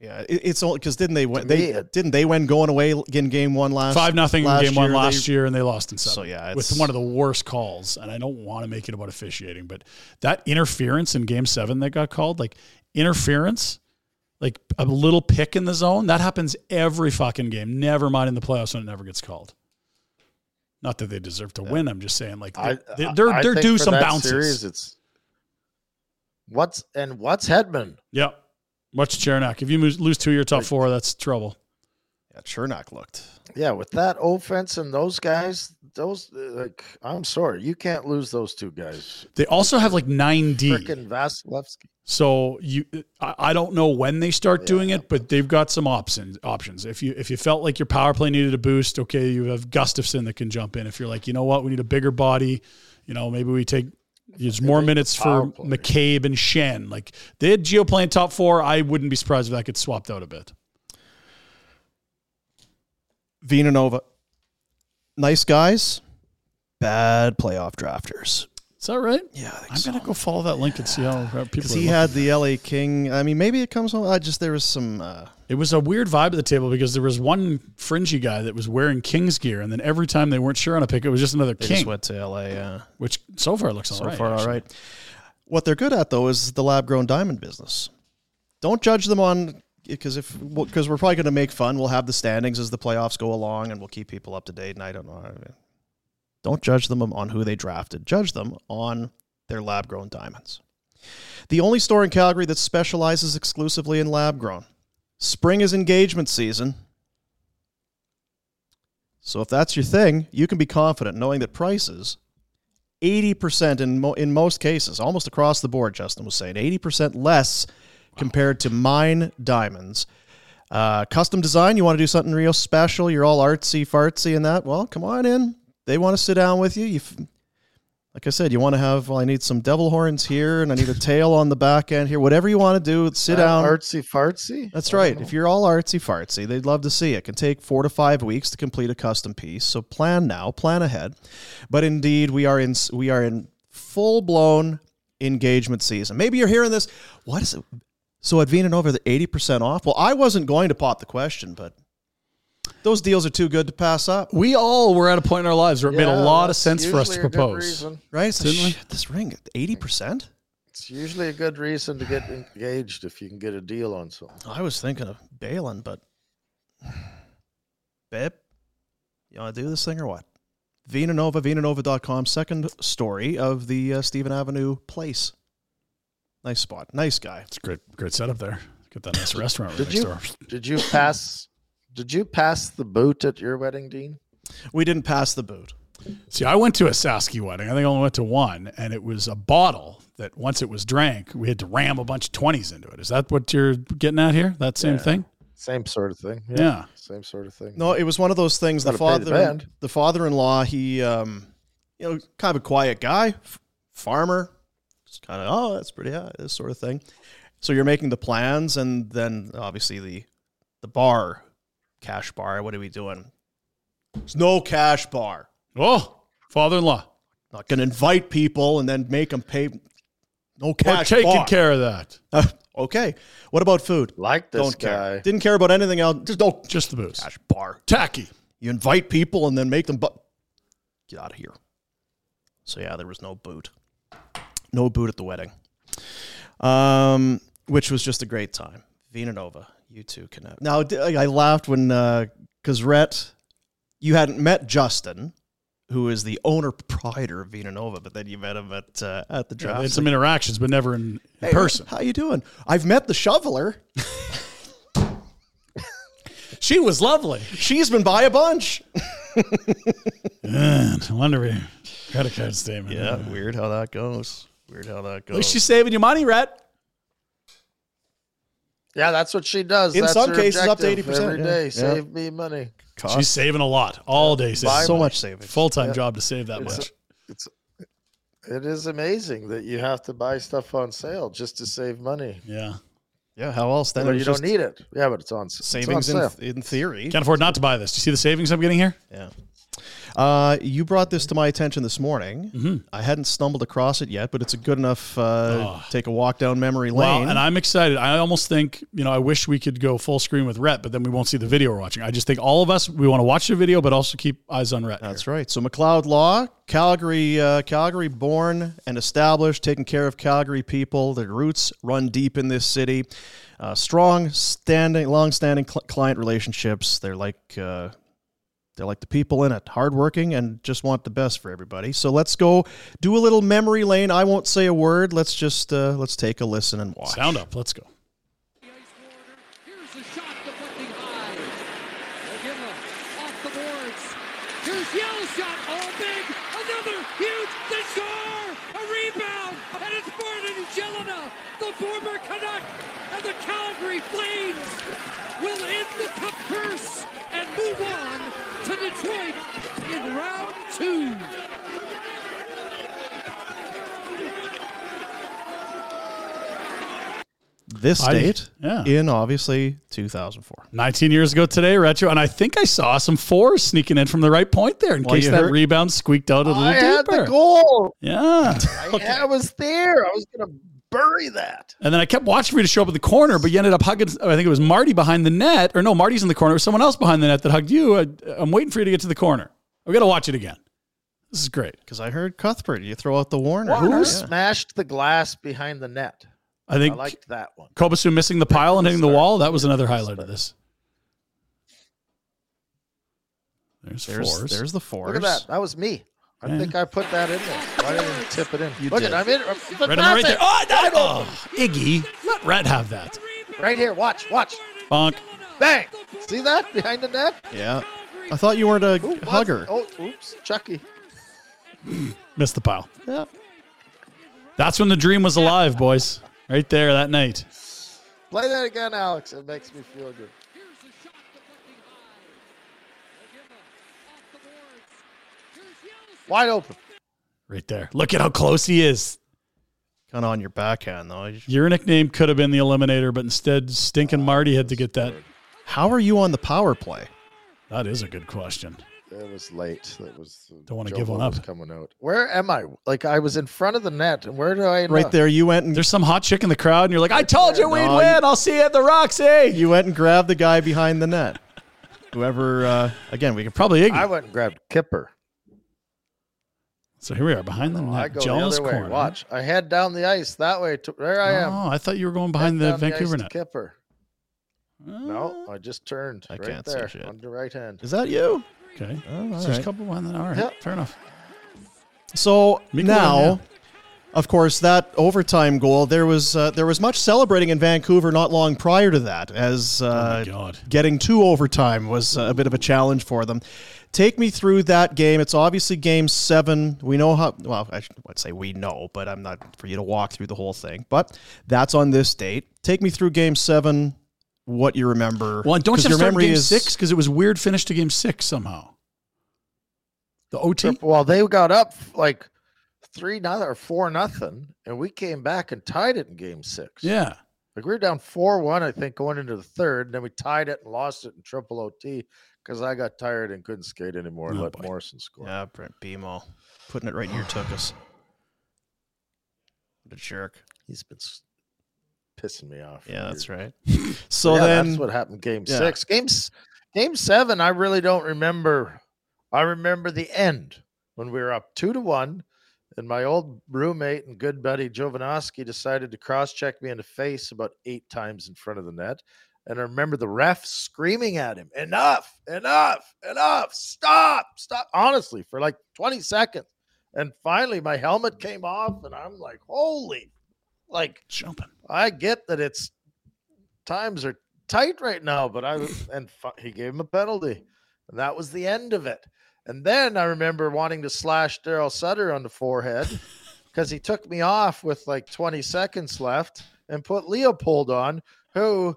Speaker 1: Yeah, it, it's all because didn't they win?
Speaker 3: me,
Speaker 1: They
Speaker 3: it-
Speaker 1: didn't they win going away in game one last
Speaker 2: five nothing in
Speaker 1: last
Speaker 2: game one
Speaker 1: year,
Speaker 2: last
Speaker 1: they-
Speaker 2: year, and they lost in seven.
Speaker 1: So, yeah,
Speaker 2: with
Speaker 1: it's-
Speaker 2: one of the worst calls, and I don't want to make it about officiating, but that interference in game seven that got called, like interference, like a little pick in the zone, that happens every fucking game. Never mind in the playoffs when it never gets called. Not that they deserve to win. I'm just saying, like
Speaker 3: I,
Speaker 2: they, they, they're
Speaker 3: I
Speaker 2: they're
Speaker 3: think
Speaker 2: due
Speaker 3: for
Speaker 2: some
Speaker 3: that
Speaker 2: bounces.
Speaker 3: Series, it's what's and what's Hedman?
Speaker 2: Yeah. What's Chernak? If you lose lose two of your top four, that's trouble.
Speaker 1: Yeah, Chernak looked.
Speaker 3: Yeah, with that offense and those guys, those uh, like I'm sorry, you can't lose those two guys.
Speaker 2: They also have like nine D.
Speaker 3: Freaking Vasilevsky.
Speaker 2: So you, I, I don't know when they start doing it, but they've got some options. Options. If you if you felt like your power play needed a boost, okay, you have Gustafson that can jump in. If you're like, you know what, we need a bigger body, you know, maybe we take there's more minutes for
Speaker 3: power play.
Speaker 2: McCabe and Shen. Like they had Geo playing top four. I wouldn't be surprised if that gets swapped out a bit.
Speaker 1: Vinanova, nice guys, bad playoff drafters.
Speaker 2: Is that right?
Speaker 1: Yeah, I think
Speaker 2: I'm gonna go follow that link and see how, how people.
Speaker 1: Because
Speaker 2: Are
Speaker 1: he
Speaker 2: looking.
Speaker 1: had the LA King. I mean, maybe it comes home. I just there was some. Uh,
Speaker 2: it was a weird vibe at the table because there was one fringy guy that was wearing King's gear, and then every time they weren't sure on a pick, it was just another
Speaker 1: they
Speaker 2: King.
Speaker 1: just went to LA. Uh,
Speaker 2: which so far looks all
Speaker 1: so
Speaker 2: right,
Speaker 1: far, all
Speaker 2: actually.
Speaker 1: right. What they're good at though is the lab-grown diamond business. Don't judge them on because if because we're probably going to make fun. We'll have the standings as the playoffs go along, and we'll keep people up to date. And I don't know. I mean, don't judge them on who they drafted. Judge them on their lab-grown diamonds. The only store in Calgary that specializes exclusively in lab-grown. Spring is engagement season. So if that's your thing, you can be confident knowing that prices 80% in, mo- in most cases, almost across the board, Justin was saying, 80% less compared to mine diamonds. Uh, custom design, you want to do something real special, you're all artsy fartsy and that. Well, come on in. They want to sit down with you. you f- like I said, you want to have, well, I need some devil horns here and I need a tail on the back end here. Whatever you want to do, sit
Speaker 3: That
Speaker 1: down.
Speaker 3: Uh, Artsy fartsy.
Speaker 1: That's right. If you're all artsy fartsy, they'd love to see it. Can take four to five weeks to complete a custom piece. So plan now, plan ahead. But indeed, we are in we are in full blown engagement season. Maybe you're hearing this. What is it? So at Vina Nova, they're eighty percent off. Well, I wasn't going to pop the question, but those deals are too good to pass up,
Speaker 2: We all were at a point in our lives where it made a
Speaker 3: Yeah,
Speaker 2: lot of
Speaker 3: that's
Speaker 2: sense for us to
Speaker 3: usually a good
Speaker 2: propose.
Speaker 3: reason.
Speaker 1: right? So,
Speaker 2: Certainly.
Speaker 1: shit, this ring eighty percent.
Speaker 3: It's usually a good reason to get engaged if you can get a deal on something.
Speaker 1: I was thinking of bailing, but babe, you want to do this thing or what? Vinanova, vinanova.com, second story of the uh, Stephen Avenue place. Nice spot. Nice guy.
Speaker 2: It's a great, great setup there. Get that nice restaurant right
Speaker 3: Did
Speaker 2: next
Speaker 3: you-
Speaker 2: door.
Speaker 3: Did you pass? did you pass the boot at your wedding, Dean?
Speaker 1: We didn't pass the boot.
Speaker 2: See, I went to a Sasky wedding. I think I only went to one, and it was a bottle that once it was drank, we had to ram a bunch of twenties into it. Is that what you're getting at here? That same thing?
Speaker 3: Same sort of thing.
Speaker 2: Yeah.
Speaker 3: Same sort of thing.
Speaker 1: No, it was one of those things. The
Speaker 3: Gotta pay
Speaker 1: father,
Speaker 3: the
Speaker 1: the,
Speaker 3: band.
Speaker 1: father-in-law, he, um, you know, kind of a quiet guy, f- farmer, just kind of, oh, that's pretty, hot, this sort of thing. So you're making the plans, and then obviously the, the bar, cash bar. What are we doing? There's no cash bar.
Speaker 2: Oh, father-in-law.
Speaker 1: Not gonna invite people and then make them pay. No
Speaker 2: We're
Speaker 1: cash.
Speaker 2: taking
Speaker 1: bar.
Speaker 2: care of that.
Speaker 1: okay. What about food?
Speaker 3: Like this
Speaker 1: Don't
Speaker 3: guy.
Speaker 1: care. Didn't care about anything else. Just no
Speaker 2: Just the booze.
Speaker 1: cash bar.
Speaker 2: Tacky.
Speaker 1: You invite people and then make them but get out of here. So yeah, there was no boot. No boot at the wedding. Um, which was just a great time. Vina Nova, you two can have. Now d- I laughed when because Rhett, you hadn't met Justin, who is the owner proprietor of Vina Nova, but then you met him at uh, at the
Speaker 2: Yeah,
Speaker 1: draft.
Speaker 2: they had some interactions, but never in, in
Speaker 1: Hey, Rhett,
Speaker 2: person.
Speaker 1: how you doing? I've met the shoveler.
Speaker 2: She was lovely.
Speaker 1: She's been by a bunch.
Speaker 2: Man, I wonder if credit card statement.
Speaker 1: weird how that goes. Weird how that
Speaker 2: At least she's saving you money, Rat.
Speaker 3: Yeah, that's what she does.
Speaker 1: In
Speaker 3: That's
Speaker 1: some
Speaker 3: her
Speaker 1: cases, up to
Speaker 3: objective
Speaker 1: 80%,
Speaker 3: every
Speaker 1: yeah.
Speaker 3: day.
Speaker 1: Yeah.
Speaker 3: Save me money.
Speaker 2: She's saving a lot all day.
Speaker 3: Buy
Speaker 1: so
Speaker 3: money.
Speaker 1: much savings.
Speaker 2: Full time job to save that
Speaker 3: It's a-
Speaker 2: much.
Speaker 3: It is amazing that you have to buy stuff on sale just to save money.
Speaker 2: yeah.
Speaker 1: Yeah, how else? Then
Speaker 3: Or
Speaker 1: it's
Speaker 3: you
Speaker 1: just
Speaker 3: don't need it. Yeah, but it's on s- it's on
Speaker 1: savings in,
Speaker 3: sale.
Speaker 1: in theory.
Speaker 2: Can't afford not to buy this. Do you see the savings I'm getting here?
Speaker 1: Yeah. Uh, you brought this to my attention this morning. I hadn't stumbled across it yet, but it's a good enough uh, take a walk down memory lane.
Speaker 2: Wow, and I'm excited. I almost think, you know, I wish we could go full screen with Rhett, but then we won't see the video we're watching. I just think all of us, we want to watch the video, but also keep eyes on Rhett.
Speaker 1: That's right. So McLeod Law, Calgary, uh, Calgary born and established, taking care of Calgary people. Their roots run deep in this city. Uh, strong, standing, long-standing cl- client relationships. They're like uh, they're like the people in it, hardworking and just want the best for everybody. So let's go do a little memory lane. I won't say a word. Let's just uh, let's take a listen and watch.
Speaker 2: Sound up. Let's go.
Speaker 4: the ice corner. Here's the shot deflecting high. McGinley off the boards. Here's Yell's shot. All big. Another huge. They score. A rebound. And it's Martin Jelena, the former Canuck and the Calgary Flames will end the cup curse and move on to Detroit in round two.
Speaker 1: This
Speaker 2: I-
Speaker 1: date
Speaker 2: yeah.
Speaker 1: in obviously 2004.
Speaker 2: 19 years ago today, retro. And I think I saw some fours sneaking in from the right point there in
Speaker 1: Well,
Speaker 2: case
Speaker 1: you
Speaker 2: that
Speaker 1: heard-
Speaker 2: rebound squeaked out a little
Speaker 3: I had
Speaker 2: deeper.
Speaker 3: the goal.
Speaker 2: Yeah.
Speaker 3: I was there. I was going to bury that.
Speaker 2: And then I kept watching for you to show up in the corner, but you ended up hugging. I think it was Marty behind the net, or no, Marty's in the corner. It was someone else behind the net that hugged you. I, I'm waiting for you to get to the corner. We got to watch it again. This is great.
Speaker 1: Because I heard Cuthbert, you throw out the Warner.
Speaker 3: Warner
Speaker 1: Yeah.
Speaker 3: smashed the glass behind the net.
Speaker 2: I
Speaker 3: I
Speaker 2: think
Speaker 3: liked that one.
Speaker 2: Kobasu missing the pile and hitting the
Speaker 3: Start.
Speaker 2: wall. That was another highlight of this. There's,
Speaker 1: There's,
Speaker 2: fours.
Speaker 1: there's the fours.
Speaker 3: Look at that. That was me. I
Speaker 2: Yeah.
Speaker 3: think I put that in there. Why didn't you tip it in?
Speaker 1: You
Speaker 3: Look
Speaker 1: did.
Speaker 3: at I'm in.
Speaker 2: right on the right there. Oh, that, oh, Iggy. Let Red have that.
Speaker 1: Oh!
Speaker 3: Right here. Watch. Watch.
Speaker 2: Bonk.
Speaker 3: Bang. See that behind the net?
Speaker 1: Yeah. I thought you weren't a
Speaker 3: Who was-
Speaker 1: hugger.
Speaker 3: Oh, oops. Chucky.
Speaker 2: Missed the pile.
Speaker 1: Yeah.
Speaker 2: That's when the dream was alive, boys. Right there that night.
Speaker 3: Play that again, Alex. It makes me feel good.
Speaker 4: Here's a shot deflecting high. McGinley off the boards. Here's Yell's
Speaker 3: Wide open.
Speaker 2: Right there. Look at how close he is.
Speaker 1: Kind of on your backhand, though.
Speaker 2: Your nickname could have been the Eliminator, but instead, Stinking Marty had to get that.
Speaker 1: How are you on the power play?
Speaker 2: That is a good question.
Speaker 3: It was late. That was
Speaker 2: Don't wanna
Speaker 3: Joe
Speaker 2: give one
Speaker 3: Bull was
Speaker 2: up.
Speaker 3: Coming out. Where am I? Like I was in front of the net, and where do I? End
Speaker 1: Right
Speaker 3: up?
Speaker 1: there, you went and
Speaker 2: There's some hot chick in the crowd, and you're like, "I told you we'd
Speaker 1: No, you-
Speaker 2: win. I'll see you at the Roxy."
Speaker 1: you went and grabbed the guy behind the net. Whoever, uh, again, we could probably.
Speaker 2: Probably
Speaker 3: I
Speaker 2: Iggy.
Speaker 3: went and grabbed Kipper.
Speaker 2: So here we are behind the
Speaker 3: Oh, I
Speaker 2: net,
Speaker 3: go
Speaker 2: Jones
Speaker 3: the other
Speaker 2: corner.
Speaker 3: way. Watch. I head down the ice that way. To, there I am.
Speaker 2: Oh, I thought you were going behind
Speaker 3: Head
Speaker 2: the
Speaker 3: down ice
Speaker 2: Vancouver
Speaker 3: to
Speaker 2: net. Uh,
Speaker 3: Kipper. No, I just turned.
Speaker 1: I
Speaker 3: right
Speaker 1: can't see
Speaker 3: there
Speaker 1: shit.
Speaker 3: on the right hand.
Speaker 1: Is that you?
Speaker 2: Okay.
Speaker 1: Oh, all
Speaker 2: So there's a
Speaker 1: right.
Speaker 2: couple behind the net. All right.
Speaker 3: Yep.
Speaker 2: Fair enough.
Speaker 1: So
Speaker 2: Mikula,
Speaker 1: now,
Speaker 2: yeah.
Speaker 1: of course, that overtime goal. There was uh, there was much celebrating in Vancouver not long prior to that, as uh,
Speaker 2: Oh, God.
Speaker 1: getting to overtime was a bit of a challenge for them. Take me through that game. It's obviously Game Seven. We know how well. I would say we know, but I'm not for you to walk through the whole thing. But that's on this date. Take me through Game Seven. What you remember?
Speaker 2: Well, don't
Speaker 1: 'Cause
Speaker 2: you
Speaker 1: your
Speaker 2: start
Speaker 1: memory
Speaker 2: game
Speaker 1: is
Speaker 2: six because it was weird finish to game six somehow. The OT.
Speaker 3: Well, they got up like three nothing or four nothing, and we came back and tied it in game six.
Speaker 2: Yeah.
Speaker 3: Like we were down four one, I think, going into the third, and then we tied it and lost it in triple OT because I got tired and couldn't skate anymore and
Speaker 2: Oh,
Speaker 3: let
Speaker 2: boy.
Speaker 3: Morrison score.
Speaker 1: Yeah, Brent BMO putting it right in your tuchus. What a jerk.
Speaker 3: He's been s- pissing me off. for
Speaker 1: Yeah, that's
Speaker 3: years.
Speaker 1: right. So
Speaker 3: Yeah,
Speaker 1: then,
Speaker 3: that's what happened. Game
Speaker 1: yeah.
Speaker 3: six, games, game seven. I really don't remember. I remember the end when we were up two to one, and my old roommate and good buddy Jovanovski decided to cross-check me in the face about eight times in front of the net. And I remember the ref screaming at him, "Enough! Enough! Enough! Stop! Stop!" Honestly, for like twenty seconds. And finally, my helmet came off, and I'm like, "Holy!" Like
Speaker 2: Jumping.
Speaker 3: I get that it's times are tight right now, but I was- and fu- he gave him a penalty, and that was the end of it. And then I remember wanting to slash Daryl Sutter on the forehead because he took me off with like 20 seconds left and put Leopold on, who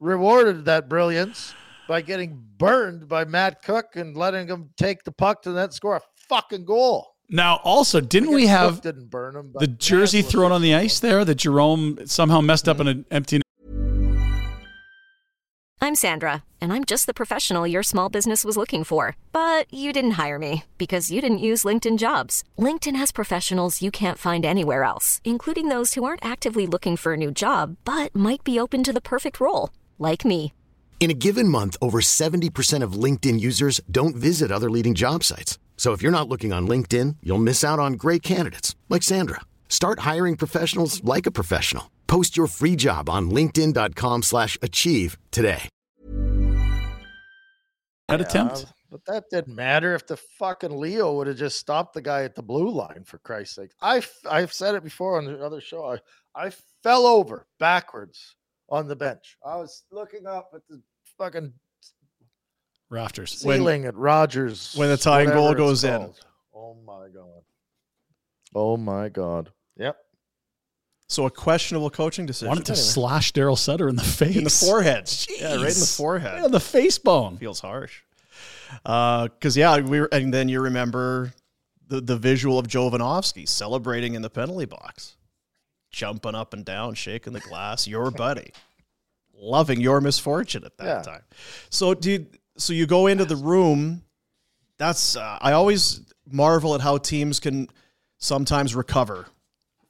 Speaker 3: rewarded that brilliance by getting burned by Matt Cook and letting him take the puck to the net, and score a fucking goal.
Speaker 2: Now, also, didn't we
Speaker 3: Cook
Speaker 2: have
Speaker 3: didn't burn him but
Speaker 2: the
Speaker 3: Matt
Speaker 2: jersey
Speaker 3: was
Speaker 2: thrown
Speaker 3: a
Speaker 2: on the
Speaker 3: goal.
Speaker 2: ice there that Jerome somehow messed up in an
Speaker 3: Mm-hmm.
Speaker 2: empty
Speaker 5: I'm Sandra, and I'm just the professional your small business was looking for. But you didn't hire me because you didn't use LinkedIn jobs. LinkedIn has professionals you can't find anywhere else, including those who aren't actively looking for a new job but might be open to the perfect role, like me.
Speaker 6: In a given month, over 70% of LinkedIn users don't visit other leading job sites. So if you're not looking on LinkedIn, you'll miss out on great candidates like Sandra. Start hiring professionals like a professional. Post your free job on linkedin.com/achieve slash achieve today.
Speaker 2: net
Speaker 3: Yeah,
Speaker 2: attempt.
Speaker 3: But that didn't matter if the fucking Leo would have just stopped the guy at the blue line for Christ's sake. I f- I've said it before on another show. I, I fell over backwards on the bench. I was looking up at the fucking
Speaker 2: Rafters.
Speaker 1: When-
Speaker 3: ceiling at Rogers
Speaker 1: when the tying goal
Speaker 3: whatever it's
Speaker 1: goes in.
Speaker 3: called. Oh my god. Oh my god. Yep.
Speaker 1: so a questionable coaching decision.
Speaker 2: Wanted to
Speaker 1: Anyway.
Speaker 2: slash Daryl Sutter in the face.
Speaker 1: in the forehead. Yeah, right in the
Speaker 2: Jeez.
Speaker 1: forehead.
Speaker 2: Right on the face bone.
Speaker 1: feels harsh. Because yeah, we were, and then you remember the the visual of Jovanovski celebrating in the penalty box, jumping up and down, shaking the glass. Your buddy, loving your misfortune at that
Speaker 3: Yeah.
Speaker 1: time. So dude, so you go into the room. That's uh, I always marvel at how teams can sometimes recover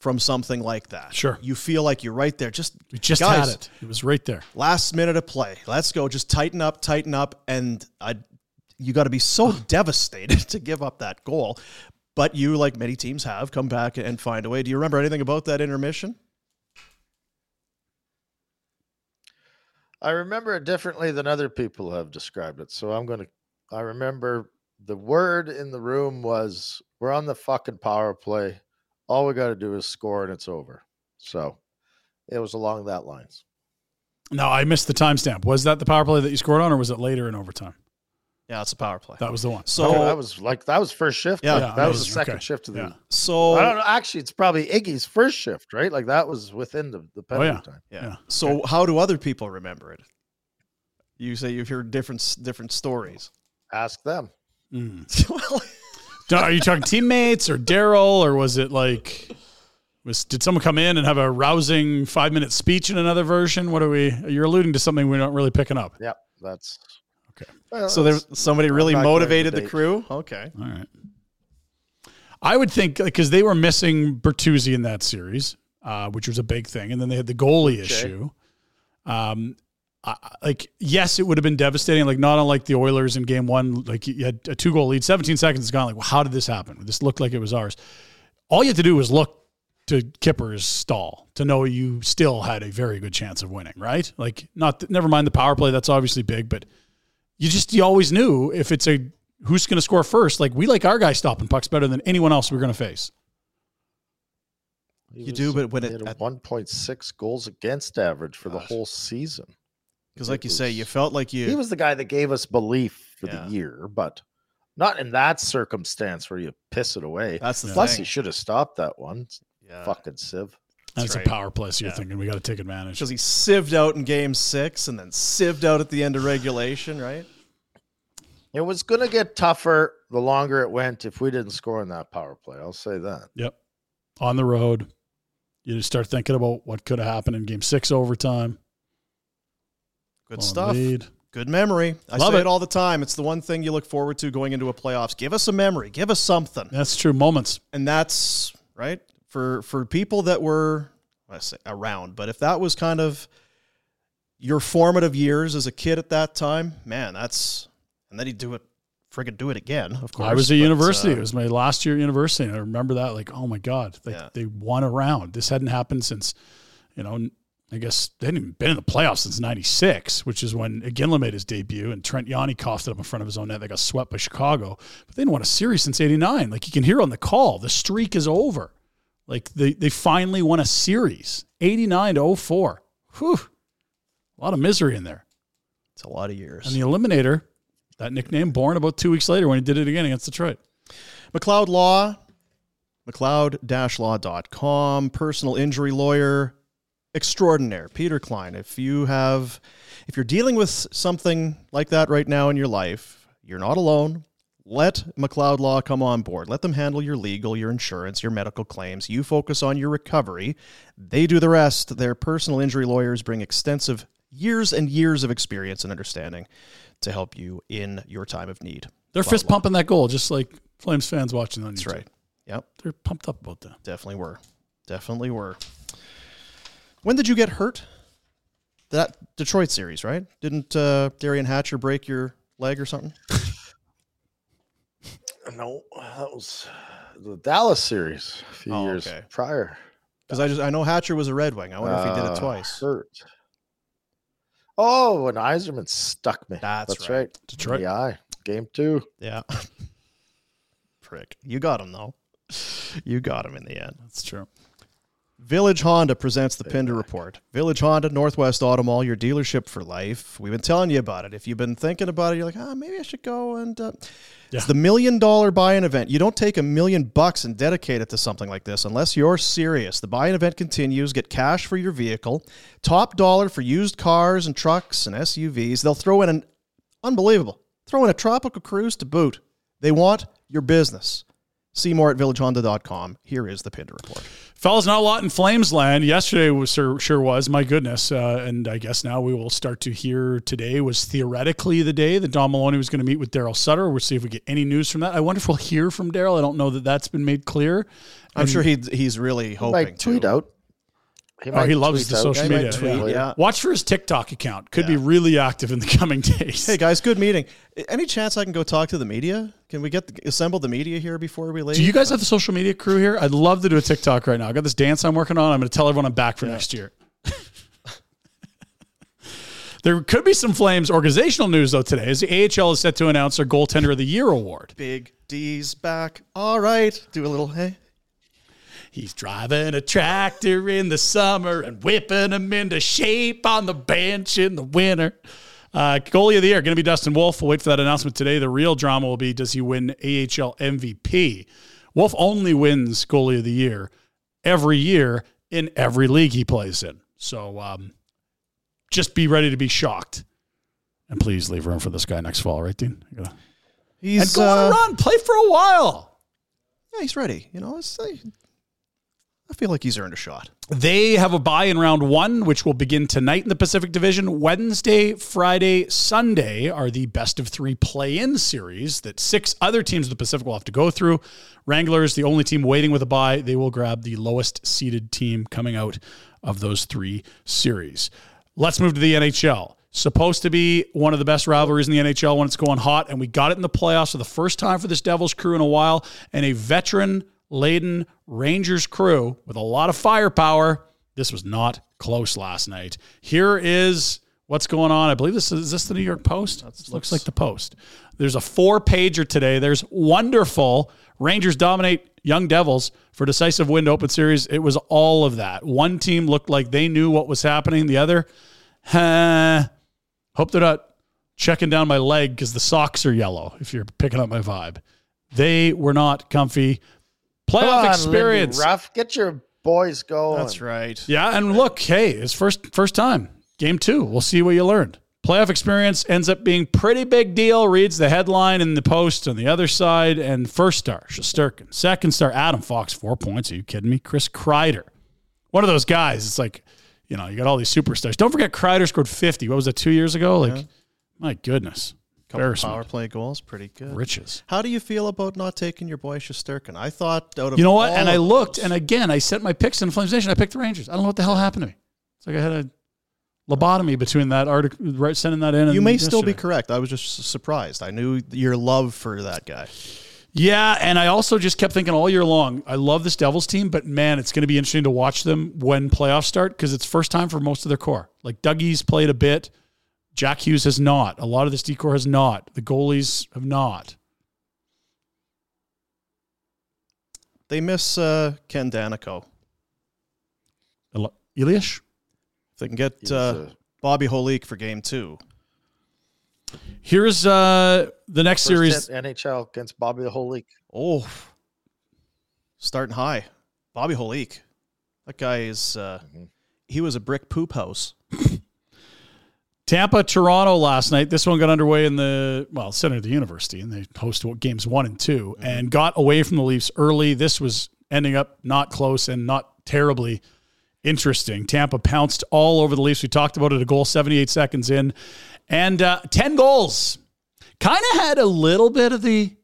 Speaker 1: from something like that.
Speaker 2: Sure.
Speaker 1: you feel like you're right there. Just
Speaker 2: We just
Speaker 1: Guys,
Speaker 2: had it. It was right there.
Speaker 1: last minute of play. Let's go. Just tighten up, tighten up, and I, you got to be so devastated to give up that goal. But you, like many teams have, come back and find a way. Do you remember anything about that intermission?
Speaker 3: I remember it differently than other people have described it. So I'm going to, I remember the word in the room was, we're on the fucking power play. All we got to do is score and it's over. So it was along that lines.
Speaker 2: No, I missed the timestamp. Was that the power play that you scored on, or was it later in overtime?
Speaker 1: Yeah, it's a power play.
Speaker 2: That was the one.
Speaker 1: So,
Speaker 3: that was like, that was first shift.
Speaker 1: Yeah,
Speaker 3: like,
Speaker 1: yeah,
Speaker 3: that
Speaker 2: that
Speaker 3: was the
Speaker 2: was-
Speaker 3: second
Speaker 2: okay,
Speaker 3: shift of the,
Speaker 2: yeah.
Speaker 1: so
Speaker 3: I don't know. Actually, it's probably Iggy's first shift, right? Like that was within the, the penalty
Speaker 2: yeah.
Speaker 3: time.
Speaker 1: Oh, yeah.
Speaker 2: Yeah.
Speaker 1: So how do other people remember it? You say you've heard different s- different stories.
Speaker 3: Ask them.
Speaker 2: Mm.
Speaker 1: well,
Speaker 2: Are you talking teammates or Daryl, or was it like, was did someone come in and have a rousing five minute speech in another version? What are we? You're alluding to something we're not really picking up.
Speaker 3: Yep. That's
Speaker 2: Okay.
Speaker 3: Well,
Speaker 1: so there
Speaker 3: that's-
Speaker 1: somebody really
Speaker 3: not gonna
Speaker 1: motivated the
Speaker 3: debate.
Speaker 1: crew. Okay.
Speaker 2: All right. I would think because they were missing Bertuzzi in that series, uh, which was a big thing, and then they had the goalie issue. Um, I, I- like yes, it would have been devastating. Like not unlike the Oilers in Game One, like you had a two goal lead, seventeen seconds is gone. Like well, how did this happen? This looked like it was ours. All you had to do was look to Kipper's stall to know you still had a very good chance of winning, right? Like not never mind the power play that's obviously big, but you just you always knew if it's a who's going to score first. Like we like our guy stopping pucks better than anyone else we're going to face.
Speaker 3: he
Speaker 1: You
Speaker 3: was-
Speaker 1: do, but when
Speaker 3: he
Speaker 1: it-
Speaker 3: had a
Speaker 1: at-
Speaker 3: 1.6 goals against average for the whole season.
Speaker 1: Because
Speaker 3: It
Speaker 1: like you say, you
Speaker 3: was-
Speaker 1: felt like you.
Speaker 3: He was the guy that gave us belief for
Speaker 1: Yeah.
Speaker 3: the year, but not in that circumstance where you piss it away.
Speaker 1: that's the
Speaker 3: Plus,
Speaker 1: thing.
Speaker 3: he should have stopped that one.
Speaker 1: Yeah.
Speaker 3: Fucking sieve.
Speaker 1: That's
Speaker 2: That's
Speaker 1: right.
Speaker 2: a power play. So you're
Speaker 1: Yeah.
Speaker 2: thinking we got to take advantage.
Speaker 1: because he sieved out in game six and then sieved out at the end of regulation, right?
Speaker 3: It was going to get tougher the longer it went if we didn't score in that power play. I'll say that.
Speaker 2: Yep. On the road, you just start thinking about what could have happened in Game Six overtime.
Speaker 1: Good
Speaker 2: Blown
Speaker 1: stuff.
Speaker 2: lead.
Speaker 1: Good memory. I
Speaker 2: Oh, Love
Speaker 1: say it.
Speaker 2: it.
Speaker 1: all the time. It's the one thing you look forward to going into a playoffs. Give us a memory. Give us something.
Speaker 2: That's true. Moments.
Speaker 1: And that's right. for for people that were I say around, but if that was kind of your formative years as a kid at that time, man, that's and then he'd do it, friggin' do it again. Of course,
Speaker 2: I was at
Speaker 1: but,
Speaker 2: university.
Speaker 1: uh,
Speaker 2: it was my last year at university. And I remember that like, oh my God, they,
Speaker 1: Yeah.
Speaker 2: they won a round. This hadn't happened since, you know, n- I guess they hadn't even been in the playoffs since 96, which is when Ginla made his debut and Trent Yanni coughed it up in front of his own net. They got swept by Chicago, but they didn't won a series since 89. Like you can hear on the call, the streak is over. Like they, they finally won a series 89 to 04. Whew. A lot of misery in there.
Speaker 1: it's a lot of years.
Speaker 2: And the Eliminator, that nickname born about two weeks later when he did it again against Detroit.
Speaker 1: McLeod Law, McLeod-law.com, personal injury lawyer extraordinaire, Peter Klein. If you have if you're dealing with something like that right now in your life, you're not alone. Let McLeod Law come on board. Let them handle your legal, your insurance, your medical claims. You focus on your recovery. They do the rest. Their personal injury lawyers bring extensive years and years of experience and understanding to help you in your time of need.
Speaker 2: They're
Speaker 1: McLeod
Speaker 2: fist
Speaker 1: Law.
Speaker 2: pumping that goal, just like Flames fans watching on
Speaker 1: That's
Speaker 2: YouTube.
Speaker 1: right. Yep.
Speaker 2: They're pumped up about that.
Speaker 1: Definitely were. Definitely were. When did you get hurt? That Detroit series, right? Didn't uh, Darian Hatcher break your leg or something?
Speaker 3: No, that was the Dallas series a few
Speaker 1: Oh,
Speaker 3: years
Speaker 1: okay.
Speaker 3: prior.
Speaker 1: Because I just I know Hatcher was a Red Wing. I wonder if he did
Speaker 3: Uh,
Speaker 1: it twice.
Speaker 3: Hurt. Oh, when Eiserman stuck me.
Speaker 1: That's right.
Speaker 3: right.
Speaker 2: Detroit.
Speaker 3: Yeah, I- game two.
Speaker 1: Yeah. Prick. You got him though. You got him in the end.
Speaker 2: That's true.
Speaker 1: Village Honda presents the Pinder Report. Village Honda, Northwest Auto Mall, your dealership for life. We've been telling you about it. If you've been thinking about it, you're like, ah, maybe I should go and. Uh. It's the million dollar buy in event. You don't take a million bucks and dedicate it to something like this unless you're serious. The buy in event continues. Get cash for your vehicle, top dollar for used cars and trucks and SUVs. They'll throw in an unbelievable, throw in a tropical cruise to boot. They want your business. See more at villagehonda.com. Here is the Pinder Report.
Speaker 2: Fellas, not a lot in Flames land. Yesterday was sure, sure was. My goodness. Uh, and I guess now we will start to hear today was theoretically the day that Don Maloney was going to meet with Daryl Sutter. We'll see if we get any news from that. I wonder if we'll hear from Daryl. I don't know that that's been made clear.
Speaker 1: I'm sure he he's really
Speaker 3: He
Speaker 1: hoping
Speaker 3: might tweet
Speaker 1: to.
Speaker 3: out.
Speaker 2: Oh, he loves the social
Speaker 1: might
Speaker 2: media.
Speaker 1: tweet, yeah.
Speaker 2: Watch for his TikTok account. Could be really active in the coming days.
Speaker 1: Hey guys, good meeting. Any chance I can go talk to the media? Can we get assemble the media here before we leave?
Speaker 2: Do you guys have the social media crew here? I'd love to do a TikTok right now. I got this dance I'm working on. I'm going to tell everyone I'm back for next year. there could be some Flames organizational news though today, as the AHL is set to announce their goaltender of the year award.
Speaker 1: Big D's back. All right, do a little hey.
Speaker 2: He's driving a tractor in the summer and whipping him into shape on the bench in the winter. Uh, goalie of the year going to be Dustin Wolf. We'll wait for that announcement today. The real drama will be does he win AHL MVP? Wolf only wins goalie of the year every year in every league he plays in. So um, just be ready to be shocked. And please leave room for this guy next fall, right, Dean? Yeah. And
Speaker 1: He's
Speaker 2: go on
Speaker 1: uh,
Speaker 2: a run, play for a while.
Speaker 1: yeah, he's ready. You know, it's, I, I feel like he's earned a shot.
Speaker 2: They have a bye in round one, which will begin tonight in the Pacific Division. Wednesday, Friday, Sunday are the best of three play in series that six other teams in the Pacific will have to go through. Wranglers, the only team waiting with a bye, they will grab the lowest seeded team coming out of those three series. Let's move to the NHL. Supposed to be one of the best rivalries in the NHL when it's going hot, and we got it in the playoffs for the first time for this Devils crew in a while. And a veteran laden Rangers crew with a lot of firepower. This was not close last night. Here is what's going on. I believe this is, is this the New York Post. This looks like the Post. There's a four pager today. There's wonderful Rangers dominate Young Devils for decisive win to open series. It was all of that. One team looked like they knew what was happening. The other, huh, hope they're not checking down my leg because the socks are yellow. If you're picking up my vibe, they were not comfy. Playoff experience.
Speaker 3: Rough. Get your boys going.
Speaker 1: right.
Speaker 2: Yeah, and look, hey, it's first first time. Game two. We'll see what you learned. Playoff experience ends up being pretty big deal. Reads the headline in the post on the other side, and first star Shosturkin, second star Adam Fox, four points. Are you kidding me? Chris Kreider, one of those guys. It's like, you know, you got all these superstars. Don't forget Kreider scored fifty. What was that two years ago? Like, my goodness,
Speaker 1: Couple of
Speaker 2: Embarrassment.
Speaker 1: power play goals, pretty good.
Speaker 2: Riches.
Speaker 1: How do you feel about not taking your boy Shosturkin? I thought out of
Speaker 2: You know what?
Speaker 1: all
Speaker 2: And I
Speaker 1: of
Speaker 2: looked,
Speaker 1: those-
Speaker 2: and again, I set my picks in Flames Nation. I picked the Rangers. I don't know what the hell happened to me. It's like I had a lobotomy between that article, right, sending that in.
Speaker 1: you
Speaker 2: and
Speaker 1: may still be
Speaker 2: yesterday.
Speaker 1: correct. I was just su- surprised. I knew your love for that guy.
Speaker 2: Yeah, and I also just kept thinking all year long, I love this Devils team, but man, it's going to be interesting to watch them when playoffs start because it's first time for most of their core. Like Dougie's played a bit, Jack Hughes has not. A lot of this decor has not. The goalies have not.
Speaker 1: They miss uh, Ken Danico.
Speaker 2: Eli- Elias?
Speaker 1: If they can get
Speaker 3: He's,
Speaker 1: uh,
Speaker 3: uh,
Speaker 1: Bobby Holik for game two,
Speaker 2: Here's uh, the next series.
Speaker 3: First hit NHL against Bobby the Whole League.
Speaker 1: oh, starting high. Bobby Holik. That guy is, uh,
Speaker 3: Mm-hmm.
Speaker 1: he was a brick poop house.
Speaker 2: Tampa, Toronto last night. This one got underway in the well center of the university, and they host games one and 2 and got away from the Leafs early. This was ending up not close and not terribly interesting. Tampa pounced all over the Leafs. We talked about it. A goal, seventy-eight seconds in, and uh, ten goals. Kind of had a little bit of the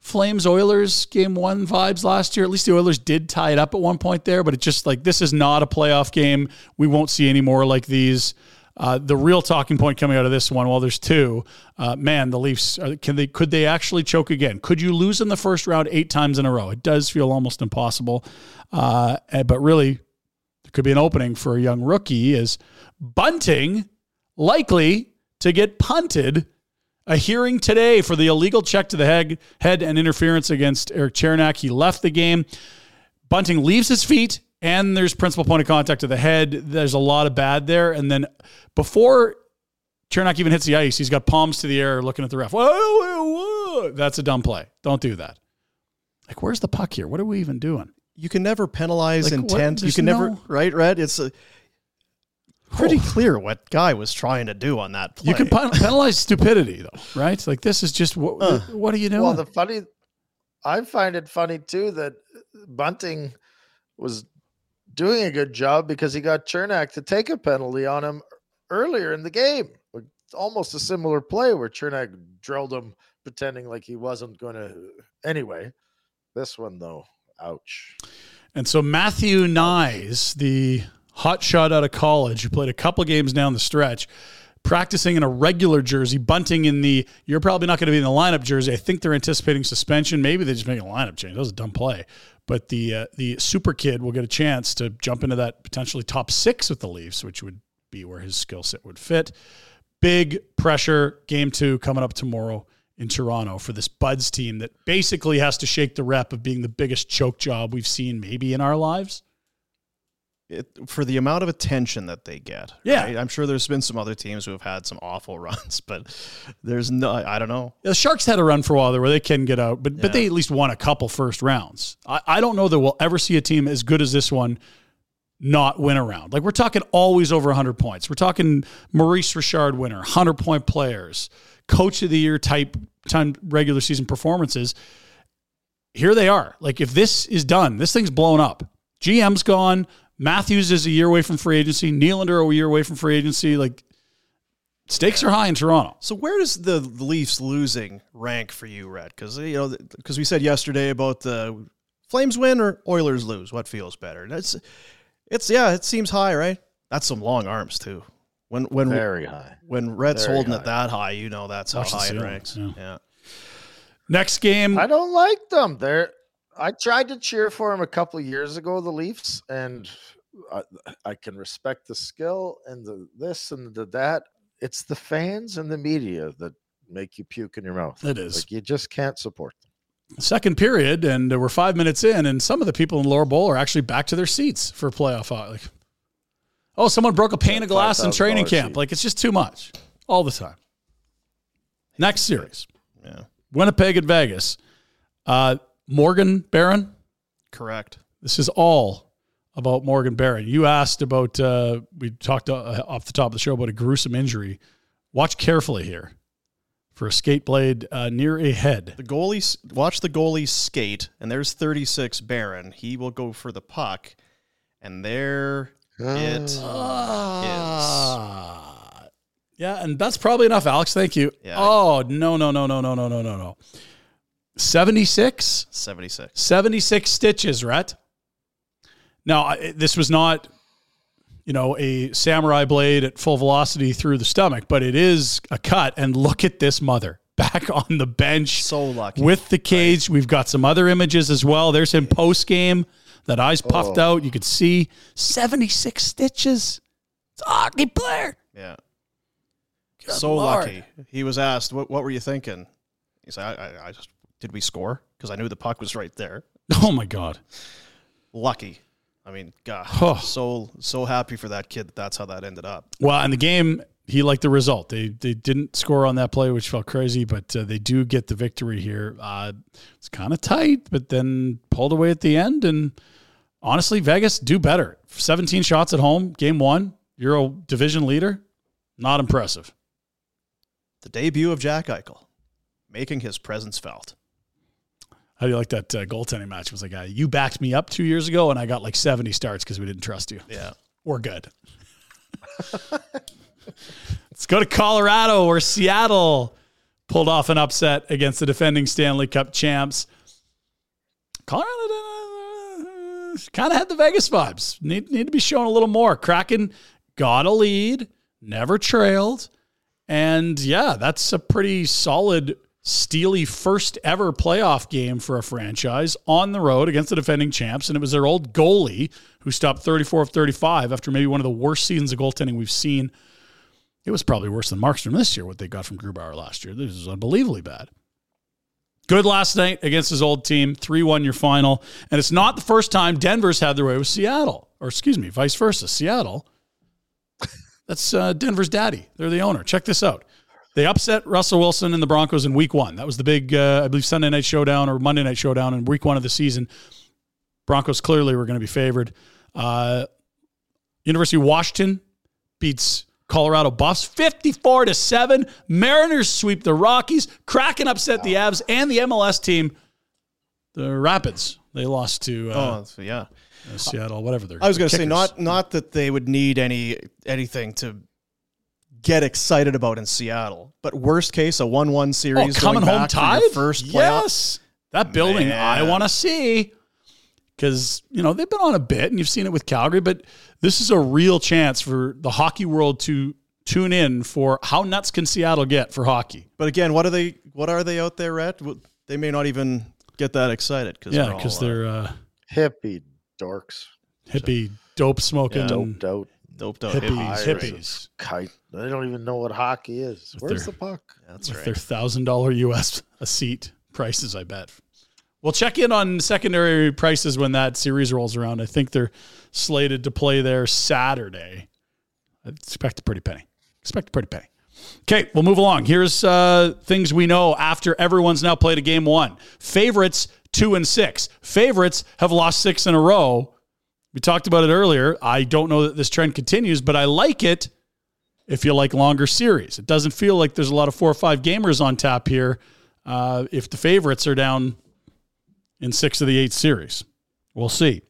Speaker 2: Flames Oilers game one vibes last year. At least the Oilers did tie it up at one point there, but it's just like this is not a playoff game. We won't see any more like these. Uh, the real talking point coming out of this one, well, there's two. Uh, man, the Leafs are, can they could they actually choke again? Could you lose in the first round eight times in a row? It does feel almost impossible. Uh, eh, but really, there could be an opening for a young rookie. Is Bunting likely to get punted? A hearing today for the illegal check to the head, head and interference against Eric Chernak. He left the game. Bunting leaves his feet, and there's principal point of contact to the head. There's a lot of bad there. And then before Chernak even hits the ice, he's got palms to the air looking at the ref. Whoa, whoa, whoa. That's a dumb play. Don't do that. Like, where's the puck here? What are we even doing?
Speaker 1: You can never penalize
Speaker 2: Like, what?
Speaker 1: intent. You
Speaker 2: There's
Speaker 1: can never,
Speaker 2: no- Oh.
Speaker 1: right, Red? It's a, pretty clear what guy was trying to do on that play.
Speaker 2: You can pen- penalize stupidity, though, right? Like, this is just what, what are you doing?
Speaker 3: Well, the funny, I find it funny too that Bunting was doing a good job because he got Chernak to take a penalty on him earlier in the game. Like, Almost a similar play where Chernak drilled him, pretending like he wasn't going to. Anyway, this one though, ouch.
Speaker 2: And so Matthew Nyes, the hot shot out of college, who played a couple games down the stretch, practicing in a regular jersey, bunting in the you're probably not going to be in the lineup jersey. I think they're anticipating suspension. Maybe they just make a lineup change. That was a dumb play. But the uh, the super kid will get a chance to jump into that potentially top six with the Leafs, which would be where his skill set would fit. Big pressure game two coming up tomorrow in Toronto for this Buds team that basically has to shake the rep of being the biggest choke job we've seen maybe in our lives.
Speaker 1: it, for the amount of attention that they get.
Speaker 2: Yeah.
Speaker 1: right? I'm sure there's been some other teams who have had some awful runs, but there's no, I don't know.
Speaker 2: The Sharks had a run for a while there where they can get out, but
Speaker 1: Yeah.
Speaker 2: but they at least won a couple first rounds. I, I don't know that we'll ever see a team as good as this one not win a round. Like we're talking always over 100 points. We're talking Maurice Richard winner, 100 point players, coach of the year type time regular season performances. Here they are. Like if this is done, this thing's blown up. GM's gone. Matthews is a year away from free agency. Nylander a year away from free agency. Like stakes are high in Toronto.
Speaker 1: So where does the Leafs losing rank for you, Red? Because you know, because we said yesterday about the Flames win or Oilers lose, what feels better? That's, it's yeah, it seems high, right? That's some long arms too. When when
Speaker 3: Very high.
Speaker 1: when Red's
Speaker 3: very
Speaker 1: holding it
Speaker 3: high.
Speaker 1: that high, you know that's how
Speaker 2: Watch the
Speaker 1: high it
Speaker 2: ceilings,
Speaker 1: ranks.
Speaker 2: yeah.
Speaker 1: yeah.
Speaker 2: Next game.
Speaker 3: I don't like them. They're. I tried to cheer for them a couple of years ago, the Leafs, and I, I can respect the skill and the this and the that. It's the fans and the media that make you puke in your mouth.
Speaker 2: It is.
Speaker 3: Like you just can't support them.
Speaker 2: second period, and we're five minutes in, and some of the people in Lower Bowl are actually back to their seats for playoff. uh, Like, oh, someone broke a pane of glass in training
Speaker 3: $5,000
Speaker 2: camp.
Speaker 3: seat.
Speaker 2: Like, it's just too much all the time. Next series,
Speaker 1: Yeah.
Speaker 2: Winnipeg at Vegas. Uh, Morgan Barron.
Speaker 1: Correct.
Speaker 2: This is all about Morgan Barron. You asked about. Uh, we talked uh, off the top of the show about a gruesome injury. Watch carefully here for a skate blade uh, near a head.
Speaker 1: The goalie, watch the goalie skate, and there's 36 Baron. He will go for the puck, and there it is.
Speaker 2: Ah. Yeah, and that's probably enough, Alex. Thank you.
Speaker 1: Yeah.
Speaker 2: Oh, no, no, no, no, no, no, no, no, no. 76?
Speaker 1: 76.
Speaker 2: 76 stitches, Rhett. Now, I, this was not, you know, a samurai blade at full velocity through the stomach, but it is a cut. And look at this mother back on the bench
Speaker 1: So lucky.
Speaker 2: with the cage. We've got some other images as well. There's him post game, that eyes
Speaker 1: Oh.
Speaker 2: puffed out. You could see 76 stitches. It's a hockey player.
Speaker 1: yeah.
Speaker 2: Good
Speaker 1: so
Speaker 2: Lord.
Speaker 1: lucky. He was asked, what, what were you thinking? He said, I, I, I just, did we score? Because I knew the puck was right there.
Speaker 2: Oh my God.
Speaker 1: Lucky. I mean, God,
Speaker 2: Huh.
Speaker 1: so, so happy for that kid that that's how that ended up.
Speaker 2: Well, in the game, he liked the result. They they didn't score on that play, which felt crazy, but uh, they do get the victory here. Uh, it's kind of tight, but then pulled away at the end. And honestly, Vegas do better. 17 shots at home, game one. You're a division leader. Not impressive.
Speaker 1: The debut of Jack Eichel, making his presence felt.
Speaker 2: How do you like that uh, goaltending match? It was like, uh, you backed me up two years ago, and I got like 70 starts because we didn't trust you.
Speaker 1: Yeah.
Speaker 2: We're good. Let's go to Colorado where Seattle pulled off an upset against the defending Stanley Cup champs. Colorado kind of had the Vegas vibes. Need, need to be shown a little more. Kraken got a lead, never trailed. And yeah, that's a pretty solid, steely first ever playoff game for a franchise on the road against the defending champs. And it was their old goalie who stopped 34 of 35 after maybe one of the worst seasons of goaltending we've seen. It was probably worse than Markstrom this year, what they got from Grubauer last year. This is unbelievably bad. Good last night against his old team, 3 1 your final. And it's not the first time Denver's had their way with Seattle, or excuse me, vice versa. Seattle that's uh, Denver's daddy. They're the owner. Check this out. They upset Russell Wilson and the Broncos in week one. That was the big, uh, I believe, Sunday night showdown or Monday night showdown in week one of the season. Broncos clearly were going to be favored. Uh, University of Washington beats Colorado Buffs 54 to 7. Mariners sweep the Rockies. Kraken upset the Avs and the MLS team, the Rapids. They lost to uh,
Speaker 1: oh, so yeah.
Speaker 2: uh, Seattle, whatever they're
Speaker 1: I was going to say
Speaker 2: kickers.
Speaker 1: not not that they would need any anything to get excited about in Seattle, but worst case a one-one series going
Speaker 2: Oh, coming home
Speaker 1: back for your
Speaker 2: tied.
Speaker 1: first playoff.
Speaker 2: yes, that building I
Speaker 1: Man.
Speaker 2: want to see because you know they've been on a bit, and you've seen it with Calgary, but this is a real chance for the hockey world to tune in for how nuts can Seattle get for hockey?
Speaker 1: But again, what are they? What are they out there at? Well, They may not even get that excited because
Speaker 2: Yeah, because they're uh,
Speaker 3: Hippie dorks.
Speaker 2: hippie dope smoking
Speaker 1: Yeah.
Speaker 3: Doped out
Speaker 1: doped out
Speaker 2: hippies,
Speaker 1: hippies.
Speaker 3: Irish.
Speaker 2: hippies.
Speaker 3: kite. They don't even know what hockey is. Where's the
Speaker 2: their-
Speaker 3: puck?
Speaker 1: That's
Speaker 2: with
Speaker 1: right.
Speaker 2: their thousand dollar US a seat prices, I bet. We'll check in on secondary prices when that series rolls around. I think they're slated to play there Saturday. I expect a pretty penny. Expect a pretty penny. Okay, we'll move along. Here's uh, things we know after everyone's now played a game one. Favorites two and six. Favorites have lost six in a row. We talked about it earlier. I don't know that this trend continues, but I like it if you like longer series. It doesn't feel like there's a lot of four or five gamers on tap here uh, if the favorites are down in six of the eight series. We'll see.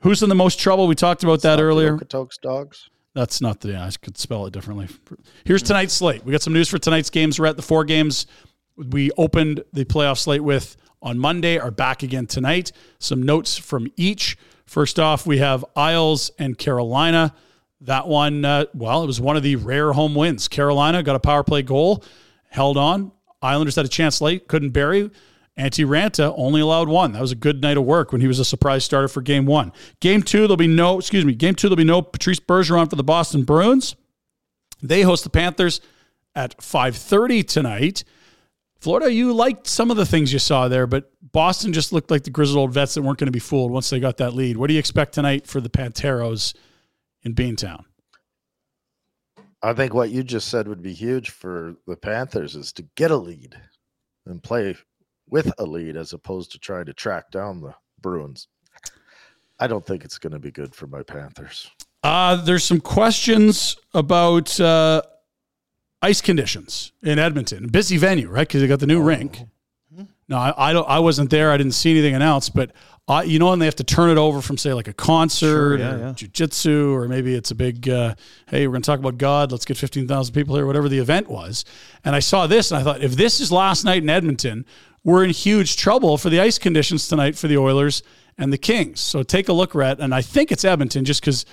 Speaker 2: Who's in the most trouble? We talked about that earlier.
Speaker 3: Okotoks dogs.
Speaker 2: That's not the. I could spell it differently. Here's tonight's slate. We got some news for tonight's games. We're at the four games we opened the playoff slate with on Monday are back again tonight. Some notes from each. First off, we have Isles and Carolina. That one, uh, well, it was one of the rare home wins. Carolina got a power play goal, held on. Islanders had a chance late, couldn't bury. Antti Ranta only allowed one. That was a good night of work when he was a surprise starter for game one. Game two, there'll be no, excuse me, game two, there'll be no Patrice Bergeron for the Boston Bruins. They host the Panthers at 5.30 tonight. Florida, you liked some of the things you saw there, but Boston just looked like the grizzled old vets that weren't going to be fooled once they got that lead. What do you expect tonight for the Panteros in Beantown?
Speaker 3: I think what you just said would be huge for the Panthers is to get a lead and play with a lead as opposed to trying to track down the Bruins. I don't think it's going to be good for my Panthers.
Speaker 2: Uh, there's some questions about uh, ice conditions in Edmonton. Busy venue, right? Because they got the new rink. No, I, I don't. I wasn't there. I didn't see anything announced. But I, you know, and they have to turn it over from say like a
Speaker 1: Sure,
Speaker 2: concert,
Speaker 1: yeah,
Speaker 2: or
Speaker 1: yeah.
Speaker 2: jujitsu, or maybe it's a big. Uh, hey, we're going to talk about God. Let's get fifteen thousand people here. Whatever the event was, and I saw this, and I thought, if this is last night in Edmonton, we're in huge trouble for the ice conditions tonight for the Oilers and the Kings. So take a look, Rhett, and I think it's Edmonton, just because.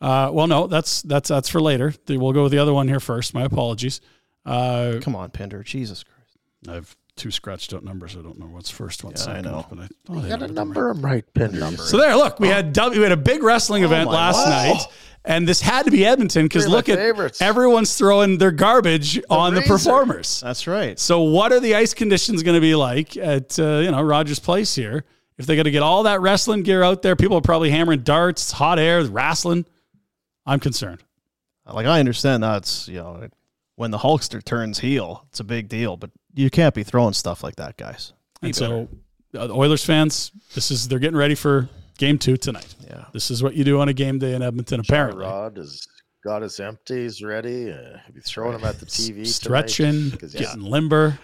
Speaker 2: Uh, well, no, that's that's that's for later. We'll go with the other one here first. My apologies. Uh,
Speaker 1: Come on, Pinder. Jesus Christ.
Speaker 2: I've two scratched out numbers. I don't know what's first, what's
Speaker 1: Yeah, I
Speaker 2: second.
Speaker 1: know.
Speaker 2: But I thought I
Speaker 3: You gotta
Speaker 2: had it.
Speaker 3: number them right, Pinder.
Speaker 2: So there, look, we had w, we had a big wrestling event last night, and this had to be Edmonton because
Speaker 3: Oh Three of my
Speaker 2: look at
Speaker 3: favorites.
Speaker 2: everyone's throwing their garbage on the
Speaker 3: Razor.
Speaker 2: performers.
Speaker 1: That's right.
Speaker 2: So what are the ice conditions going to be like at uh, you know Rogers Place here? If they got to get all that wrestling gear out there, people are probably hammering darts, hot air, wrestling. I'm concerned.
Speaker 1: Uh, Like I understand that's you know when the Hulkster turns heel, it's a big deal. But you can't be throwing stuff like that, guys.
Speaker 2: And so, uh, the Oilers fans, this is they're getting ready for game two tonight.
Speaker 1: Yeah.
Speaker 2: This is what you do on a game day in Edmonton, apparently.
Speaker 3: Rod has got his empties ready. Uh, he'll be throwing them at the TV. tonight
Speaker 2: Stretching,
Speaker 3: because he
Speaker 2: getting limber.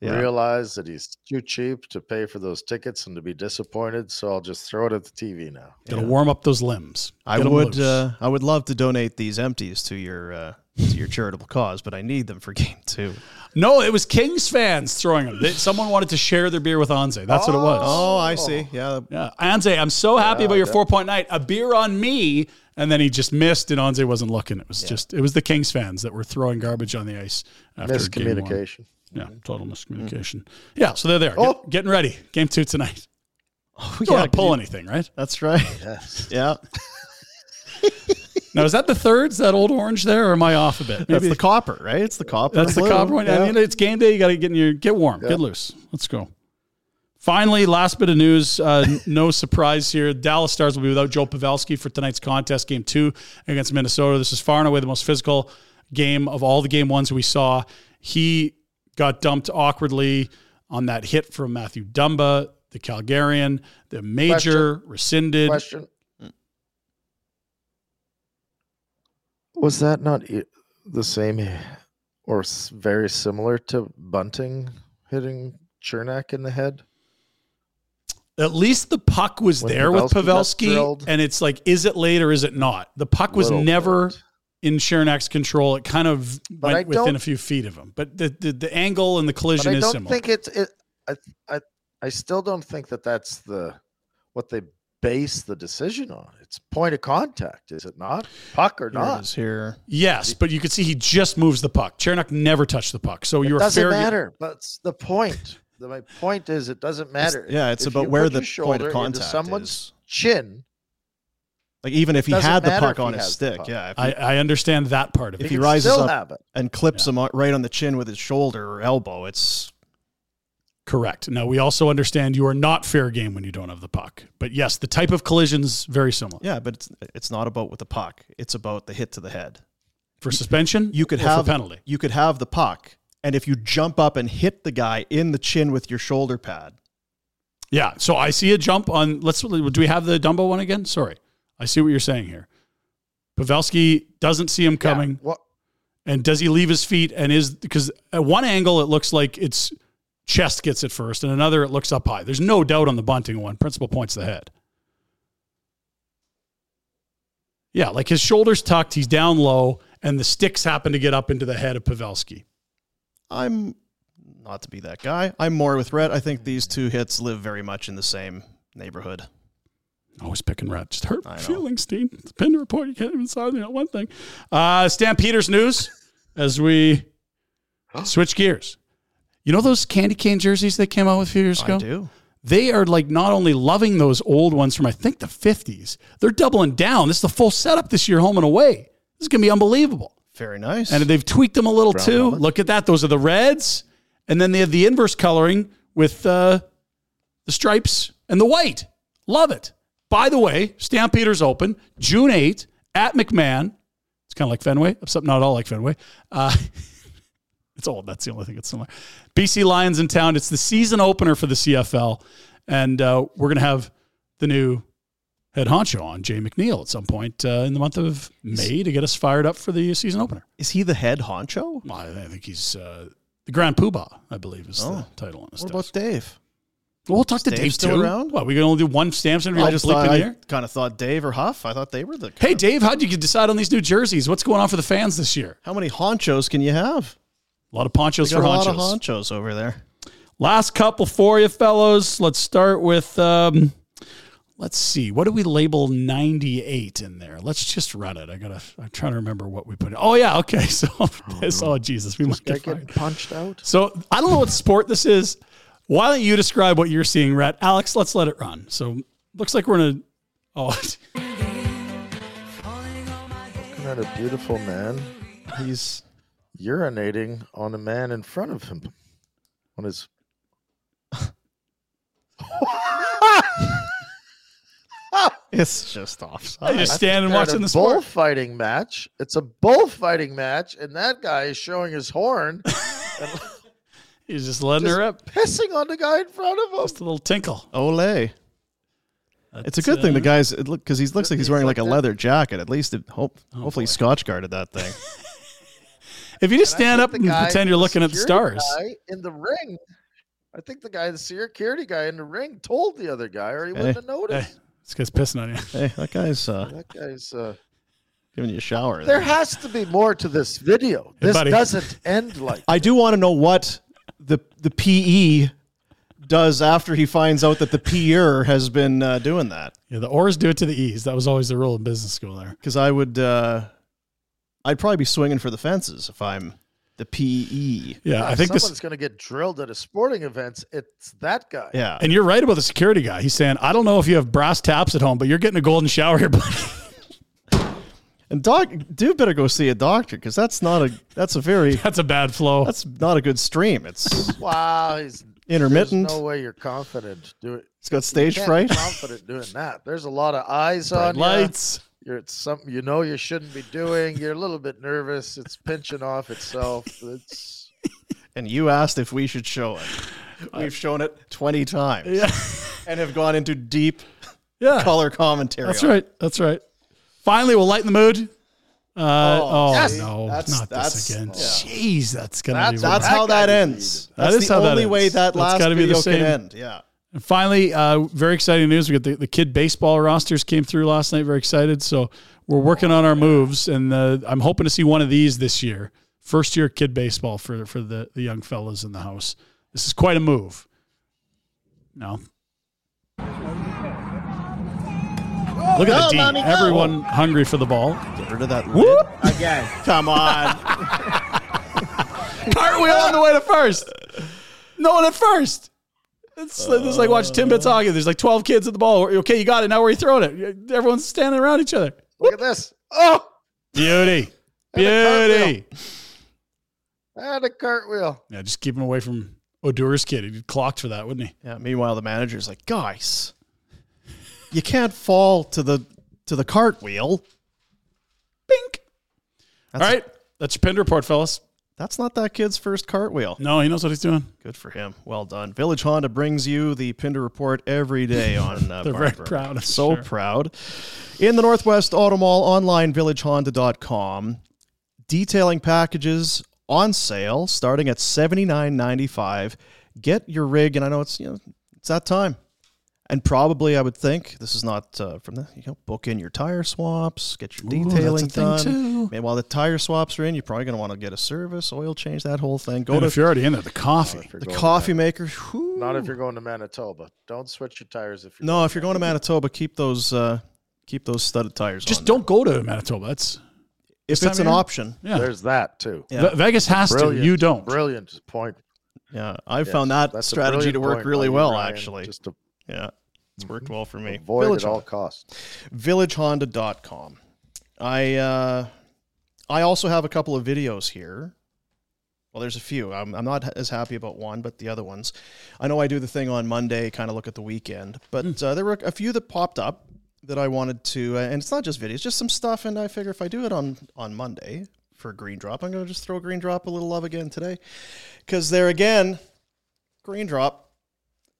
Speaker 1: Yeah.
Speaker 3: realized that he's too cheap to pay for those tickets and to be disappointed. So I'll just throw it at the TV now.
Speaker 2: Got to warm up those limbs.
Speaker 1: I
Speaker 2: Get 'em
Speaker 1: would
Speaker 2: loose.
Speaker 1: uh, I would love to donate these empties to your uh, to your charitable cause, but I need them for game two.
Speaker 2: no, it was Kings fans throwing them. They, someone wanted to share their beer with Anze. That's what it was.
Speaker 1: Oh, I see. Yeah,
Speaker 2: Yeah, Anze, I'm so happy about your four point night. A beer on me, and then he just missed, and Anze wasn't looking. It was just it was the Kings fans that were throwing garbage on the ice after game one.
Speaker 3: Miscommunication.
Speaker 2: Yeah,
Speaker 1: Mm-hmm.
Speaker 2: total miscommunication. Yeah, so they're there, Get- getting ready. Game two tonight. You
Speaker 1: Oh.
Speaker 2: don't
Speaker 1: yeah,
Speaker 2: want to pull anything, right?
Speaker 1: that's right.
Speaker 3: Yes.
Speaker 1: Yeah,
Speaker 2: Now is that the thirds? That old orange there, or am I off a bit?
Speaker 1: that's the copper, right? It's the copper.
Speaker 2: That's the
Speaker 1: blue.
Speaker 2: copper one.
Speaker 1: Yeah.
Speaker 2: I mean, it's game day. You got to get in your get warm, get loose. Let's go. Finally, last bit of news. Uh, n- no surprise here. Dallas Stars will be without Joe Pavelski for tonight's contest, game two against Minnesota. This is far and away the most physical game of all the game ones we saw. He got dumped awkwardly on that hit from Matthew Dumba, the Calgarian. The major rescinded.
Speaker 3: Question. Was that not i- the same or s- very similar to Bunting hitting Chernak in the head?
Speaker 2: At least the puck was
Speaker 3: When
Speaker 2: there with
Speaker 3: Pavelski got
Speaker 2: Pavelski,
Speaker 3: drilled.
Speaker 2: and it's like, is it late or is it not? The puck was
Speaker 3: Little
Speaker 2: never
Speaker 3: bit.
Speaker 2: in Sharonak's control. It kind of
Speaker 3: But I
Speaker 2: went within
Speaker 3: don't-
Speaker 2: a few feet of him, but the the, the angle and the
Speaker 3: But
Speaker 2: collision
Speaker 3: I
Speaker 2: is
Speaker 3: don't
Speaker 2: similar.
Speaker 3: think it's. It, I, I, I still don't think that that's the what they base the decision on. It's point of contact, is it not? Puck or
Speaker 1: Here it
Speaker 3: not?
Speaker 1: is here.
Speaker 2: yes, but you could see he just moves the puck. Chernak never touched the puck, so you were
Speaker 3: doesn't
Speaker 2: fair. ga-
Speaker 3: matter. But it's the point. The, my point is, it doesn't matter.
Speaker 1: yeah, it's
Speaker 3: If
Speaker 1: about
Speaker 3: you
Speaker 1: where
Speaker 3: put
Speaker 1: the
Speaker 3: your
Speaker 1: point
Speaker 3: shoulder
Speaker 1: of
Speaker 3: into
Speaker 1: contact
Speaker 3: someone's
Speaker 1: is.
Speaker 3: chin.
Speaker 1: Like even if he
Speaker 3: Doesn't
Speaker 1: had the
Speaker 3: matter
Speaker 1: puck
Speaker 3: if
Speaker 1: on
Speaker 3: he
Speaker 1: his
Speaker 3: has the
Speaker 1: stick,
Speaker 3: puck.
Speaker 1: yeah, if,
Speaker 2: I, I understand that part of
Speaker 1: if
Speaker 2: it.
Speaker 1: he
Speaker 3: you
Speaker 1: rises
Speaker 3: still
Speaker 1: up
Speaker 3: have it.
Speaker 1: and clips him on, right on the chin with his shoulder or elbow, it's
Speaker 2: Correct. Now we also understand you are not fair game when you don't have the puck. But yes, the type of collisions very similar.
Speaker 1: yeah, but it's it's not about with the puck. It's about the hit to the head.
Speaker 2: For suspension,
Speaker 1: you could
Speaker 2: or
Speaker 1: have
Speaker 2: for penalty.
Speaker 1: You could have the puck, and if you jump up and hit the guy in the chin with your shoulder pad,
Speaker 2: Yeah. So I see a jump on. Let's. Do we have the Dumbo one again? Sorry. I see what you're saying here. Pavelski doesn't see him
Speaker 3: Yeah,
Speaker 2: coming,
Speaker 3: Well,
Speaker 2: and does he leave his feet? And is because at one angle it looks like it's chest gets it first, and another it looks up high. There's no doubt on the bunting one. Principal points the head. Yeah, like his shoulders tucked, he's down low, and the sticks happen to get up into the head of Pavelski.
Speaker 1: I'm not to be that guy. I'm more with Rhett. I think these two hits live very much in the same neighborhood.
Speaker 2: Always Oh, picking red. Just hurt
Speaker 1: I
Speaker 2: my
Speaker 1: know.
Speaker 2: feelings, Dean. It's been a report. You can't even sign me on one thing. Uh, Stampeders news as we switch gears. You know those candy cane jerseys they came out with a few years ago?
Speaker 1: I do.
Speaker 2: They are like not only loving those old ones from I think the 50s, they're doubling down. This is the full setup this year, home and away. This is going to be unbelievable.
Speaker 1: Very nice.
Speaker 2: And they've tweaked them a little too. Look at that. Those are the reds. And then they have the inverse coloring with uh, the stripes and the white. Love it. By the way, Stampeders open June 8th at McMahon. It's kind of like Fenway, except not at all like Fenway. Uh, it's old. That's the only thing that's similar. BC Lions in town. It's the season opener for the CFL. And uh, we're going to have the new head honcho on, Jay McNeil, at some point uh, in the month of May to get us fired up for the season opener.
Speaker 1: is he the head honcho?
Speaker 2: Well, I think he's uh, The Grand Poobah, I believe, is
Speaker 1: Oh.
Speaker 2: the title on this.
Speaker 1: What about Dave?
Speaker 2: we'll talk to
Speaker 1: Stamp's
Speaker 2: Dave
Speaker 1: still
Speaker 2: too.
Speaker 1: around?
Speaker 2: What, we can only do one stamps interview?
Speaker 1: I
Speaker 2: I'll
Speaker 1: just
Speaker 2: bleep
Speaker 1: thought,
Speaker 2: in
Speaker 1: I
Speaker 2: here?
Speaker 1: kind of thought Dave or Huff. I thought they were the.
Speaker 2: Hey,
Speaker 1: kinda-
Speaker 2: Dave, how'd you decide on these new jerseys? What's going on for the fans this year?
Speaker 1: how many honchos can you have?
Speaker 2: A lot of ponchos
Speaker 1: We got
Speaker 2: for
Speaker 1: a
Speaker 2: honchos.
Speaker 1: lot of honchos over there.
Speaker 2: Last couple for you, fellows. Let's start with. Um, let's see. What do we label ninety eight in there? Let's just run it. I gotta. I'm trying to remember what we put. in. Oh yeah. Okay. So this. Oh Jesus. We might
Speaker 3: Guy
Speaker 2: get fired.
Speaker 3: getting punched out.
Speaker 2: So I don't know what sport this is. Why don't you describe what you're seeing, Rat? Alex, let's let it run. So looks like we're in a. Oh,
Speaker 3: Isn't that a beautiful man? He's urinating on a man in front of him. On his.
Speaker 1: It's just
Speaker 2: I
Speaker 1: offside.
Speaker 2: just stand and
Speaker 3: They're at
Speaker 2: watching
Speaker 3: a
Speaker 2: the sport.
Speaker 3: bullfighting match. It's a bullfighting match, and that guy is showing his horn,
Speaker 2: He's just letting her up.
Speaker 3: pissing on the guy in front of him.
Speaker 2: Just a little tinkle.
Speaker 1: Olay. It's a good thing the
Speaker 2: That's, uh,
Speaker 1: guy's it look because he looks like he's wearing like Oh, a leather jacket. At least it hope hopefully Scotch guarded that thing.
Speaker 2: If you just stand
Speaker 3: think
Speaker 2: up
Speaker 3: the
Speaker 2: and
Speaker 3: guy-
Speaker 2: pretend you're looking at the
Speaker 3: security
Speaker 2: stars.
Speaker 3: guy in the ring. I think the guy, the security guy in the ring, told the other guy, or he wouldn't have
Speaker 2: Hey,
Speaker 3: noticed.
Speaker 2: this guy's pissing on you.
Speaker 1: hey, that guy's uh,
Speaker 3: That guy's. Uh,
Speaker 1: giving you a shower.
Speaker 3: there has to be more to this video.
Speaker 2: Hey,
Speaker 3: This
Speaker 2: buddy.
Speaker 3: doesn't end like.
Speaker 1: I do want to know what the the PE does after he finds out that the peer has been uh, doing that.
Speaker 2: Yeah, the R's do it to the E's. That was always the rule in business school there.
Speaker 1: Because I would, uh, I'd probably be swinging for the fences if I'm the E. PE.
Speaker 2: Yeah, I think
Speaker 3: someone's
Speaker 2: this.
Speaker 3: going to get drilled at a sporting event. It's that guy.
Speaker 1: Yeah,
Speaker 2: And you're right about the security guy. He's saying, I don't know if you have brass taps at home, but you're getting a golden shower here, buddy.
Speaker 1: and doc, dude, better go see a doctor because that's not a that's a very
Speaker 2: That's a bad flow.
Speaker 1: that's not a good stream. It's
Speaker 3: Wow, he's
Speaker 1: intermittent.
Speaker 3: There's no way you're confident. Do it.
Speaker 1: it's got stage fright.
Speaker 3: Confident doing that. There's a lot of eyes on you.
Speaker 2: Lights.
Speaker 3: You're it's something you know you shouldn't be doing. You're a little bit nervous. It's pinching off itself. It's
Speaker 1: And you asked if we should show it. We've shown it twenty times and have gone into deep
Speaker 2: Yeah.
Speaker 1: color commentary.
Speaker 2: That's
Speaker 1: on it.
Speaker 2: right. That's right. Finally, we'll lighten the mood. Uh, oh,
Speaker 3: yes.
Speaker 2: no,
Speaker 1: That's-
Speaker 2: not
Speaker 1: that's-
Speaker 2: this again.
Speaker 1: yeah.
Speaker 2: Jeez, that's gonna be.
Speaker 1: That's
Speaker 3: That's-
Speaker 2: rough.
Speaker 3: That
Speaker 1: how
Speaker 3: guy
Speaker 1: that
Speaker 3: was
Speaker 1: ends.
Speaker 3: needed.
Speaker 2: That
Speaker 1: That's
Speaker 2: is
Speaker 1: the
Speaker 2: how that
Speaker 1: only
Speaker 2: ends.
Speaker 1: way that
Speaker 2: That's
Speaker 1: last
Speaker 2: gotta be the
Speaker 1: video
Speaker 2: same.
Speaker 1: can end. Yeah.
Speaker 2: And finally, uh, very exciting news. We got the, the kid baseball rosters came through last night. Very excited. So we're working on
Speaker 1: Oh,
Speaker 2: our moves, and uh, I'm hoping to see one of these this year. First year kid baseball for for the the young fellas in the house. This is quite a move. No. Look at the D. Everyone hungry for the ball.
Speaker 1: Get rid of that.
Speaker 2: Whoop!
Speaker 1: Come on.
Speaker 2: cartwheel on the way to first. No one at first. It's, like- it's like watch Timbits hockey. There's like 12 kids at the ball. Okay, you got it. Now where are you throwing it? Everyone's standing around each other.
Speaker 3: look at this. Oh,
Speaker 2: Beauty.
Speaker 3: And a
Speaker 2: Beauty.
Speaker 3: and a cartwheel.
Speaker 2: Yeah, just keep him away from Odur's kid. He'd be clocked for that, wouldn't he?
Speaker 1: Yeah. Meanwhile, the manager's like, guys, you can't fall to the to the cartwheel.
Speaker 2: Bink.
Speaker 1: That's-
Speaker 2: All right. That's your pin report, fellas.
Speaker 1: That's not that kid's first cartwheel.
Speaker 2: No, he knows what he's doing.
Speaker 1: Good for him. Well done. Village Honda brings you the Pinder Report every day on uh,
Speaker 2: They're very
Speaker 1: Barber.
Speaker 2: proud, I'm
Speaker 1: so
Speaker 2: sure.
Speaker 1: proud. In the Northwest Auto Mall, online villagehonda.com. Detailing packages on sale starting at $79.95. Get your rig, and I know it's you know it's that time. And probably, I would think this is not uh, from the you know book in your tire swaps, get your
Speaker 2: Ooh, that's a
Speaker 1: detailing
Speaker 2: thing
Speaker 1: done.
Speaker 2: too.
Speaker 1: And while the tire swaps are in, you're probably going to want to get a service, oil change, that whole thing. Go
Speaker 2: And
Speaker 1: to
Speaker 2: if you're already in there, the coffee.
Speaker 3: If you're
Speaker 1: the
Speaker 3: going to
Speaker 1: coffee maker.
Speaker 3: Man-
Speaker 1: whew.
Speaker 3: Not if you're going to Manitoba. Don't switch your tires if you're.
Speaker 1: no, if you're going to Manitoba, keep those uh, keep those studded tires.
Speaker 2: Just
Speaker 1: on
Speaker 2: don't go to Manitoba. That's
Speaker 1: There. If
Speaker 2: time
Speaker 1: it's
Speaker 2: of
Speaker 1: an
Speaker 2: year?
Speaker 1: option,
Speaker 2: yeah.
Speaker 3: There's that too.
Speaker 1: Yeah.
Speaker 2: Ve- Vegas has
Speaker 3: Brilliant.
Speaker 2: to. You don't.
Speaker 3: Brilliant point.
Speaker 1: yeah, I
Speaker 3: Yes,
Speaker 1: found that
Speaker 3: that's a
Speaker 1: strategy
Speaker 3: brilliant
Speaker 1: to work
Speaker 3: point
Speaker 1: really
Speaker 3: by you,
Speaker 1: well.
Speaker 3: Ryan,
Speaker 1: Actually,
Speaker 3: just to
Speaker 1: yeah, it's worked well for me.
Speaker 3: avoid
Speaker 1: Village
Speaker 3: at all
Speaker 1: Honda.
Speaker 3: costs.
Speaker 1: VillageHonda.com. I uh, I also have a couple of videos here. Well, there's a few. I'm, I'm not as happy about one, but the other ones. I know I do the thing on Monday, kind of look at the weekend, but uh, there were a few that popped up that I wanted to, uh, and it's not just videos, just some stuff. And I figure if I do it on on Monday for Green Drop, I'm going to just throw Green Drop a little love again today, because there again, Green Drop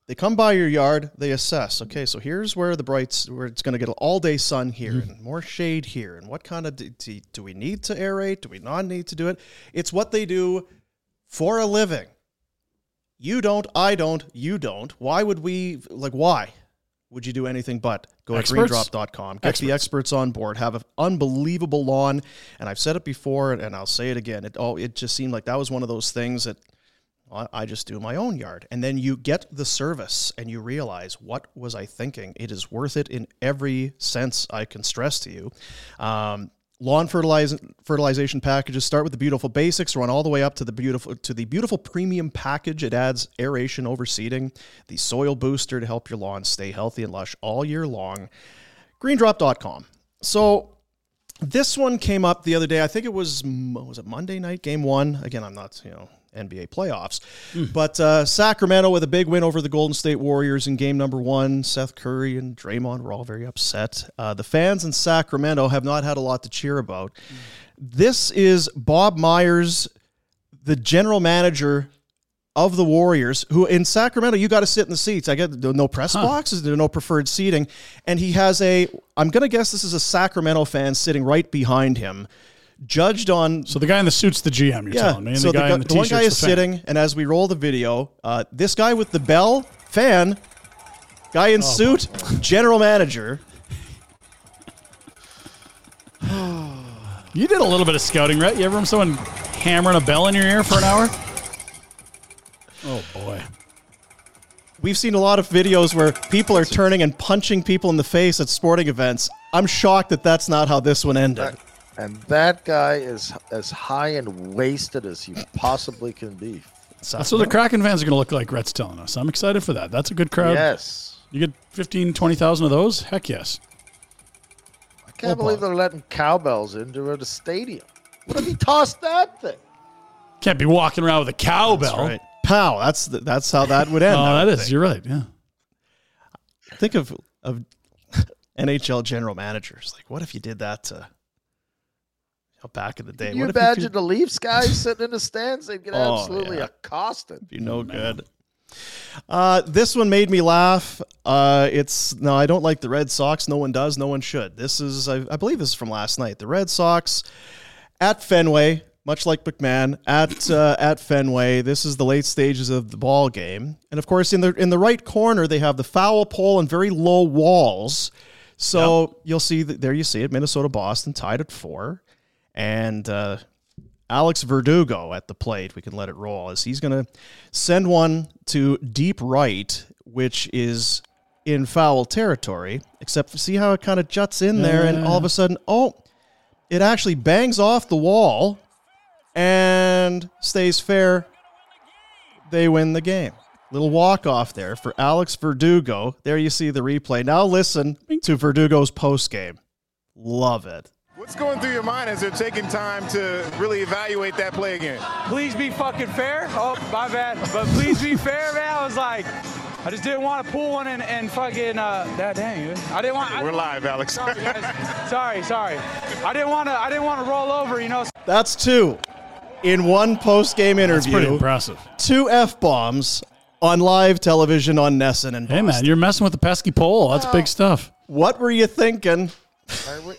Speaker 1: they come by your yard, they assess. Okay, so here's where the brights, where it's going to get all day sun here and more shade here, and what kind of do, do we need to aerate? Do we not need to do it? It's what they do for a living. You don't, I don't, you don't. Why would we, like, why would you do anything but go
Speaker 2: Experts?
Speaker 1: to greendrop.com, get the experts on board, have an unbelievable lawn. And I've said it before and I'll say it again. It, oh, it just seemed like that was one of those things that I I just do my own yard. And then you get the service and you realize, what was I thinking? It is worth it in every sense I can stress to you. Um, lawn fertilization, fertilization packages start with the beautiful basics, run all the way up to the beautiful to the beautiful premium package. It adds aeration over seeding, the soil booster to help your lawn stay healthy and lush all year long. Greendrop.com. So this one came up the other day. I think it was m- was it Monday night game one. Again, I'm not you know NBA playoffs, but uh, Sacramento with a big win over the Golden State Warriors in game number one. Seth Curry and Draymond were all very upset. Uh, the fans in Sacramento have not had a lot to cheer about. This is Bob Myers, the general manager of the Warriors, who in Sacramento, you got to sit in the seats. I get there are no press boxes, there are no preferred seating. And he has a, I'm going to guess this is a Sacramento fan sitting right behind him, judged on.
Speaker 2: So the guy in the suit's the GM. You're telling me. And
Speaker 1: so
Speaker 2: the guy
Speaker 1: gu-
Speaker 2: in the,
Speaker 1: one
Speaker 2: t-shirt's
Speaker 1: guy is
Speaker 2: the fan.
Speaker 1: sitting, and as we roll the video, uh, this guy with the bell, fan, guy
Speaker 2: Oh,
Speaker 1: in suit, general manager.
Speaker 2: You did a little bit of scouting, right? You ever heard someone hammering a bell in your ear for an hour? oh boy.
Speaker 1: We've seen a lot of videos where people are turning and punching people in the face at sporting events. I'm shocked that that's not how this one
Speaker 2: Uh,
Speaker 1: ended.
Speaker 3: And that guy is as high and wasted as he possibly can be.
Speaker 2: That's what the Kraken fans are going to look like. Rhett's telling us. I'm excited for that. That's a good crowd.
Speaker 3: Yes.
Speaker 2: You get 15, 20,000 of those? Heck yes.
Speaker 3: I can't believe they're letting cowbells into the stadium. What if he tossed that thing?
Speaker 2: Can't be walking around with a cowbell.
Speaker 1: Right. Pow. That's the, that's how that would end.
Speaker 2: Oh,
Speaker 1: I
Speaker 2: that
Speaker 1: would
Speaker 2: is. You're right. Yeah.
Speaker 1: think. Think of of NHL general managers. Like, what if you did that to? you know, back in the day,
Speaker 3: Can you
Speaker 1: what if
Speaker 3: imagine
Speaker 1: could-
Speaker 3: the Leafs guys sitting in the stands? They'd get
Speaker 1: Oh,
Speaker 3: absolutely
Speaker 1: yeah.
Speaker 3: accosted.
Speaker 1: be no good. Uh, this one made me laugh. Uh, it's no, I don't like the Red Sox. No one does. No one should. This is, I, I believe, this is from last night. The Red Sox at Fenway, much like McMahon at uh, at Fenway. This is the late stages of the ball game, and of course, in the in the right corner, they have the foul pole and very low walls. So you'll see that there. You see it. Minnesota Boston tied at four, and. Uh, Alex Verdugo at the plate. We can let it roll as he's going to send one to deep right, which is in foul territory. Except for, see how it kind of juts in there, and all of a sudden, oh, it actually bangs off the wall and stays fair. They win the game. Little walk off there for Alex Verdugo. There you see the replay. Now listen to Verdugo's post game. Love it.
Speaker 7: What's going through your mind as they're taking time to really evaluate that play again?
Speaker 8: please be fucking fair. Oh, my bad. But please be fair, man. I was like, I just didn't want to pull one and, and fucking uh that dang it. I didn't want I-
Speaker 7: We're live, Alex.
Speaker 8: Sorry, guys. sorry, sorry. I didn't want to I didn't want to roll over, you know.
Speaker 1: That's two in one post game
Speaker 2: That's pretty
Speaker 1: interview.
Speaker 2: impressive.
Speaker 1: Two f bombs on live television on Nesson and
Speaker 2: Hey, man, you're messing with the pesky pole. That's big stuff.
Speaker 1: what were you thinking?
Speaker 3: Are we-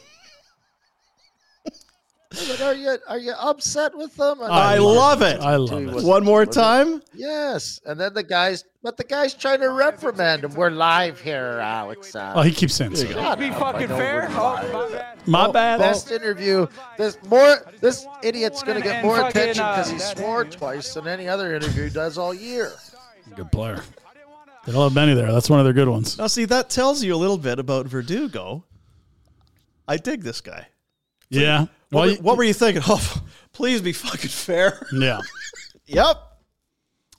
Speaker 3: But are you are you upset with them? I
Speaker 1: I
Speaker 3: mean,
Speaker 1: love it.
Speaker 2: I love
Speaker 3: Dude,
Speaker 2: it.
Speaker 3: what-
Speaker 1: One more
Speaker 3: was it-
Speaker 1: time.
Speaker 3: Yes, and then the guys, but the guys trying to reprimand him. We're live here, Alex. Uh,
Speaker 2: Oh, he keeps saying so.
Speaker 3: God,
Speaker 8: Be
Speaker 3: I
Speaker 8: fucking
Speaker 3: know
Speaker 8: fair.
Speaker 3: we're
Speaker 8: Oh, my bad.
Speaker 2: My bad.
Speaker 3: Best interview. This more. This
Speaker 8: didn't wanna
Speaker 3: idiot's
Speaker 8: pull
Speaker 3: gonna
Speaker 8: one
Speaker 3: get
Speaker 8: and
Speaker 3: more
Speaker 8: fucking,
Speaker 3: attention
Speaker 8: uh,
Speaker 3: because he
Speaker 8: that
Speaker 3: swore
Speaker 8: interview.
Speaker 3: twice than any other interview does all year.
Speaker 2: Good player. They don't have many there. That's one of their good ones.
Speaker 1: Now, see, that tells you a little bit about Verdugo. I dig this guy.
Speaker 2: Yeah. Well,
Speaker 1: what,
Speaker 2: you-
Speaker 1: were, what were you thinking? Oh, please be fucking fair.
Speaker 2: yeah.
Speaker 1: yep.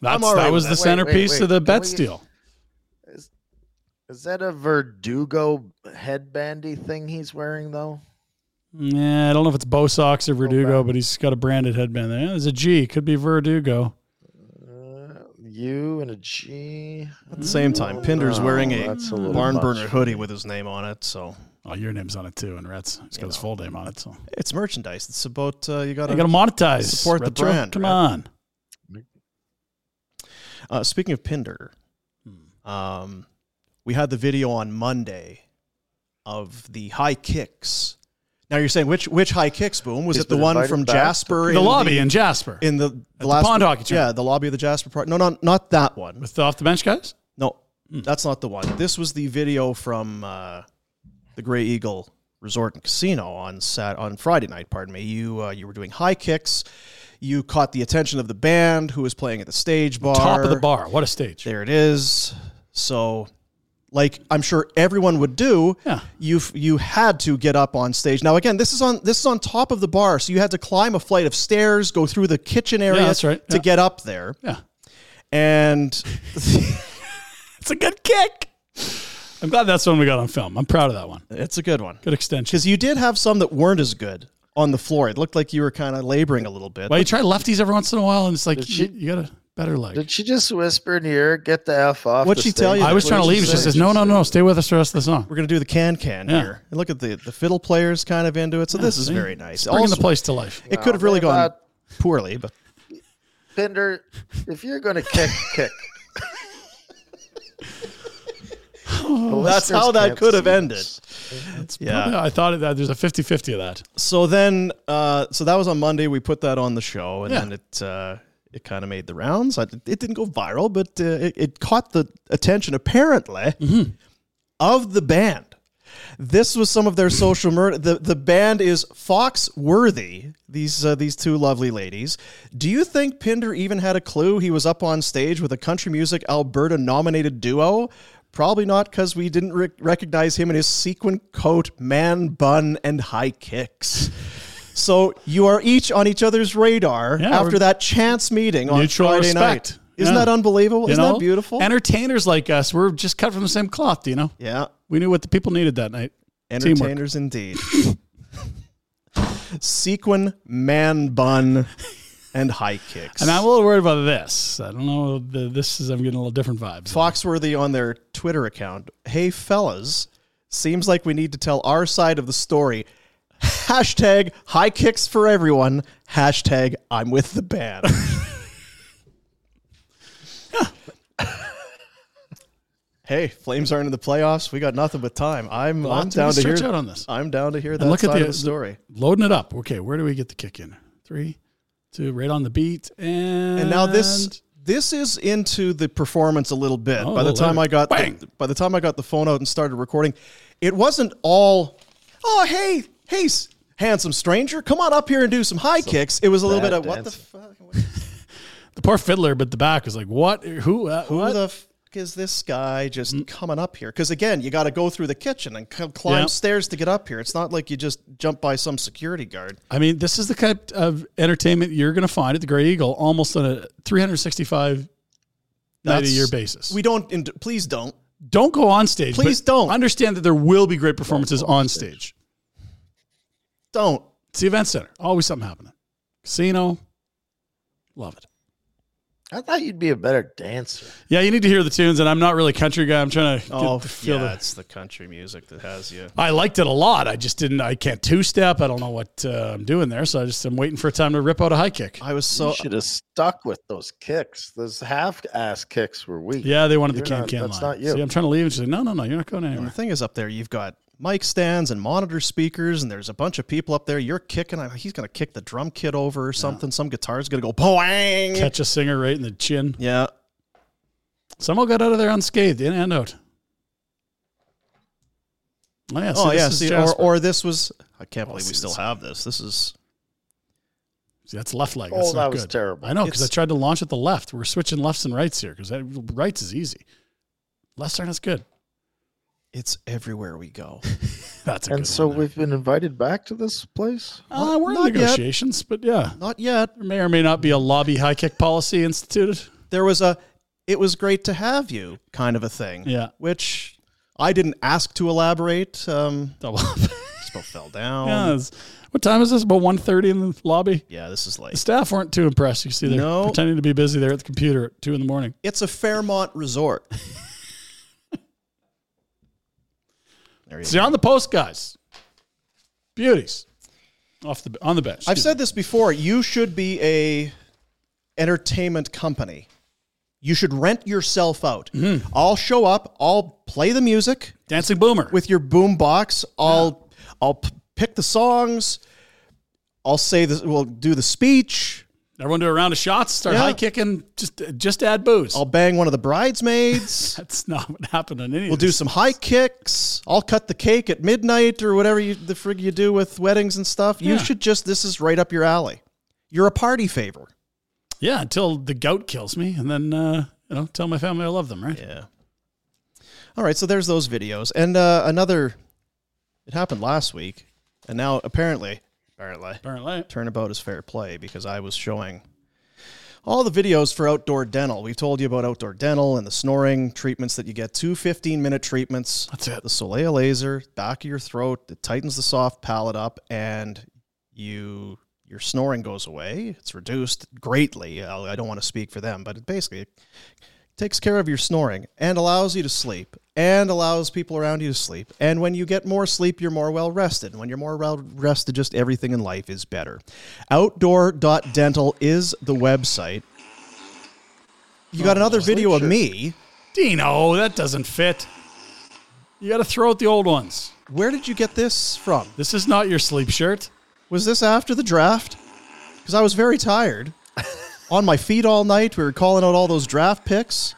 Speaker 2: That's,
Speaker 1: all right
Speaker 2: that
Speaker 1: with
Speaker 2: was
Speaker 1: that.
Speaker 2: the
Speaker 3: Wait, wait,
Speaker 2: centerpiece
Speaker 3: wait.
Speaker 2: of the
Speaker 3: Can
Speaker 2: bet
Speaker 3: we-
Speaker 2: steal.
Speaker 3: Is that a Verdugo headbandy thing he's wearing though?
Speaker 2: Yeah, I don't know if it's Bo Sox or Verdugo, but he's got a branded headband there. Yeah, there's a G. Could be Verdugo.
Speaker 3: U and a G.
Speaker 1: At the same time, Pinder's wearing a,
Speaker 3: that's a little
Speaker 1: barn
Speaker 3: much.
Speaker 1: burner hoodie with his name on it, so
Speaker 2: Oh, your name's on it too, and Rhett's. He's got his full name on it. So
Speaker 1: it's merchandise. It's about uh, you got
Speaker 2: you got to monetize.
Speaker 1: Support the
Speaker 2: Retro.
Speaker 1: brand,
Speaker 2: Come
Speaker 1: Rhett.
Speaker 2: on.
Speaker 1: Uh, speaking of Pinder, um, we had the video on Monday of the high kicks. Now you're saying which which high kicks? Boom. Was
Speaker 3: He's
Speaker 1: it the
Speaker 3: been
Speaker 1: one
Speaker 3: invited
Speaker 1: from
Speaker 3: back to-
Speaker 1: Jasper?
Speaker 2: The lobby in Jasper.
Speaker 1: in the,
Speaker 2: the pond hockey
Speaker 1: Yeah,
Speaker 2: tournament.
Speaker 1: the lobby of the Jasper Park. No, no, not that one.
Speaker 2: with Hmm. the off the bench guys?
Speaker 1: No, that's not the one. This was the video from uh, the Grey Eagle Resort and Casino on Sat on Friday night. Pardon me. You uh, you were doing high kicks. You caught the attention of the band who was playing at the stage bar.
Speaker 2: Top of the bar. What a stage.
Speaker 1: There it is. So, like I'm sure everyone would do,
Speaker 2: Yeah.
Speaker 1: you you had to get up on stage. Now again, this is on this is on top of the bar, so you had to climb a flight of stairs, go through the kitchen area
Speaker 2: that's right.
Speaker 1: to
Speaker 2: Yeah.
Speaker 1: get up there.
Speaker 2: Yeah.
Speaker 1: And
Speaker 2: It's a good kick. I'm glad that's the one we got on film. I'm proud of that one.
Speaker 1: it's a good one
Speaker 2: Good extension.
Speaker 1: because you did have some that weren't as good on the floor. It looked like you were kind of laboring a little bit.
Speaker 2: Well, you try lefties every once in a while, and it's like
Speaker 3: she-
Speaker 2: you, you got a better leg.
Speaker 3: Did she just whisper in your ear, get the F off?
Speaker 1: What'd
Speaker 3: the
Speaker 1: she tell
Speaker 3: stage?"
Speaker 1: you?
Speaker 2: I was
Speaker 1: What
Speaker 2: trying to
Speaker 1: did she
Speaker 2: leave. She
Speaker 1: say?
Speaker 2: says, "No, no, no, stay with us for the rest of the song."
Speaker 1: we're gonna do the can can
Speaker 2: Yeah.
Speaker 1: here. And look at the the fiddle players kind of into it, so this is
Speaker 2: see?
Speaker 1: very nice.
Speaker 2: Bringing
Speaker 1: Also,
Speaker 2: the place to life.
Speaker 1: it could have really
Speaker 3: they're
Speaker 1: gone
Speaker 3: not-
Speaker 1: poorly, but
Speaker 3: Pinder, if you're going to kick, kick. The
Speaker 2: Oh,
Speaker 1: That's
Speaker 3: listeners
Speaker 1: how that
Speaker 3: can't
Speaker 1: could have
Speaker 3: see
Speaker 1: ended.
Speaker 3: this.
Speaker 1: yeah.
Speaker 2: I thought of that there's a 50-50 of that.
Speaker 1: so then uh, so that was on Monday. We put that on the show, and
Speaker 2: Yeah.
Speaker 1: then it uh, it kind of made the rounds. I, it didn't go viral, but uh, it, it caught the attention apparently of the band. This was some of their social murder. The the band is Fox Worthy. These uh, these two lovely ladies. Do you think Pinder even had a clue he was up on stage with a country music Alberta nominated duo? Probably not, because we didn't rec- recognize him in his sequin coat, man bun, and high kicks. So you are each on each other's radar
Speaker 2: Yeah,
Speaker 1: after
Speaker 2: we're-
Speaker 1: that chance meeting on
Speaker 2: Mutual
Speaker 1: Friday
Speaker 2: respect.
Speaker 1: night. Isn't
Speaker 2: Yeah.
Speaker 1: that unbelievable?
Speaker 2: You
Speaker 1: Isn't
Speaker 2: know?
Speaker 1: that beautiful?
Speaker 2: Entertainers like us, we're just cut from the same cloth, you know?
Speaker 1: yeah.
Speaker 2: We knew what the people needed that night. Teamwork.
Speaker 1: Entertainers indeed. Sequin, man bun, and high kicks.
Speaker 2: And I'm a little worried about this. I don't know. The, this is, I'm getting a little different vibes.
Speaker 1: Foxworthy on their Twitter account. Hey fellas, seems like we need to tell our side of the story. Hashtag high kicks for everyone. Hashtag I'm with the band. hey, Flames aren't in the playoffs. We got nothing but time. I'm,
Speaker 2: lot
Speaker 1: I'm
Speaker 2: to
Speaker 1: down to hear
Speaker 2: stretch out on this.
Speaker 1: I'm down to hear that
Speaker 2: And look at
Speaker 1: side
Speaker 2: the,
Speaker 1: of the story.
Speaker 2: Loading it up. Okay, where do we get the kick in? Three, two, right on the beat. And,
Speaker 1: and now this this is into the performance a little bit.
Speaker 2: Oh,
Speaker 1: by the
Speaker 2: little
Speaker 1: time I
Speaker 2: later.
Speaker 1: got
Speaker 2: Bang!
Speaker 1: the, by the time I got the phone out and started recording, it wasn't all. Oh hey hey s- handsome stranger, come on up here and do some high kicks. It was a little bit
Speaker 3: bad
Speaker 1: of what the fuck, what-
Speaker 2: The poor fiddler, but the back was like, what? Who? Uh,
Speaker 1: who
Speaker 2: what? Mm.
Speaker 1: the fuck is this guy just coming up here? Because again, you got to go through the kitchen and c- climb
Speaker 2: Yeah.
Speaker 1: stairs to get up here. It's not like you just jump by some security guard.
Speaker 2: I mean, this is the kind of entertainment you're going to find at the Grey Eagle almost on a 365 night a
Speaker 1: That's-
Speaker 2: year basis.
Speaker 1: We don't. ind please don't.
Speaker 2: don't go on stage.
Speaker 1: Please
Speaker 2: but
Speaker 1: don't.
Speaker 2: Understand that there will be great performances on stage.
Speaker 1: Don't.
Speaker 2: It's the event center. Always something happening. Casino. Love it.
Speaker 3: I thought you'd be a better dancer.
Speaker 2: Yeah, you need to hear the tunes, and I'm not really a country guy. I'm trying to get
Speaker 1: Oh,
Speaker 2: the feel.
Speaker 1: yeah,
Speaker 2: the,
Speaker 1: it's the country music that has you.
Speaker 2: I liked it a lot. I just didn't. I can't two step. I don't know what uh, I'm doing there. So I just am waiting for a time to rip out a high kick.
Speaker 1: I was
Speaker 3: So,
Speaker 1: so
Speaker 3: you should have stuck with those kicks. Those half-ass kicks were weak.
Speaker 2: Yeah, they wanted
Speaker 3: You're
Speaker 2: the can
Speaker 3: not-
Speaker 2: can
Speaker 3: that's
Speaker 2: line.
Speaker 3: not you.
Speaker 2: See, I'm trying to leave, and she's like, "No, no, no, you're not going
Speaker 1: And
Speaker 2: anywhere."
Speaker 1: the thing is, up there, you've got mic stands and monitor speakers, and there's a bunch of people up there. You're kicking. I- He's going to kick the drum kit over or something. Some guitar's going to go poang.
Speaker 2: Catch a singer right in the chin.
Speaker 1: Yeah.
Speaker 2: Someone got out of there unscathed, in and out. Oh yeah,
Speaker 1: oh, yeah. See, or,
Speaker 2: or
Speaker 1: or this was. I can't believe
Speaker 2: Oh, see,
Speaker 1: we still
Speaker 2: this-
Speaker 1: have this. This is.
Speaker 2: see, that's left leg.
Speaker 3: Oh,
Speaker 2: That's not
Speaker 3: that was
Speaker 2: good.
Speaker 3: terrible.
Speaker 2: I know because I
Speaker 1: It's-
Speaker 2: tried to launch at the left. We're switching lefts and rights here because that rights is easy. Lefts aren't as good.
Speaker 1: It's everywhere we go.
Speaker 2: That's a good
Speaker 3: And so
Speaker 2: one there.
Speaker 3: we've been invited back to this place.
Speaker 2: uh, we're
Speaker 1: Not
Speaker 2: in
Speaker 1: yet.
Speaker 2: negotiations, but yeah,
Speaker 1: Not yet.
Speaker 2: there may or may not be a lobby high kick policy instituted.
Speaker 1: There was a. It was great to have you kind of a thing.
Speaker 2: Yeah.
Speaker 1: Which I didn't ask to elaborate. Um,
Speaker 2: Double.
Speaker 1: just about fell down.
Speaker 2: Yeah,
Speaker 1: Yeah.
Speaker 2: it's- what time is this? About 1.30 in the lobby.
Speaker 1: this is late.
Speaker 2: The staff weren't too impressed. You see, they're
Speaker 1: No.
Speaker 2: pretending to be busy there at the computer at two in the morning.
Speaker 1: It's a Fairmont resort. there you
Speaker 2: See on the post, guys. Beauties, off the on the bench.
Speaker 1: I've said this before. You should be a entertainment company. You should rent yourself out. I'll show up. I'll play the music
Speaker 2: dancing boomer.
Speaker 1: with your boom box. I'll I'll p- pick the songs. I'll say this. We'll do the speech.
Speaker 2: Everyone do a round of shots, start
Speaker 1: Yeah.
Speaker 2: high kicking, just just add booze.
Speaker 1: I'll bang one of the bridesmaids.
Speaker 2: That's not what happened on any.
Speaker 1: we'll
Speaker 2: of this.
Speaker 1: do some high kicks. I'll cut the cake at midnight or whatever you, the frig you do with weddings and stuff. You
Speaker 2: Yeah.
Speaker 1: should just. This is right up your alley. You're a party favor.
Speaker 2: Yeah, until the gout kills me, and then uh, you know, tell my family I love them. Right?
Speaker 1: Yeah. All right, so there's those videos, and uh, another. It happened last week, and now apparently, apparently,
Speaker 2: Apparently,
Speaker 1: turnabout is fair play because I was showing all the videos for outdoor dental. We've told you about outdoor dental and the snoring treatments that you get. Two 15 minute treatments.
Speaker 2: that's it.
Speaker 1: The Soleil laser, back of your throat, it tightens the soft palate up, and you your snoring goes away. It's reduced greatly. I I don't want to speak for them, but it basically takes care of your snoring and allows you to sleep and allows people around you to sleep. And when you get more sleep, you're more well rested. And when you're more well rested, just everything in life is better. Outdoor.dental is the website. You got another video of me.
Speaker 2: Dino, that doesn't fit. You got to throw out the old ones.
Speaker 1: Where did you get this from?
Speaker 2: This is not your sleep shirt.
Speaker 1: Was this after the draft? Because I was very tired. On my feet all night. We were calling out all those draft picks.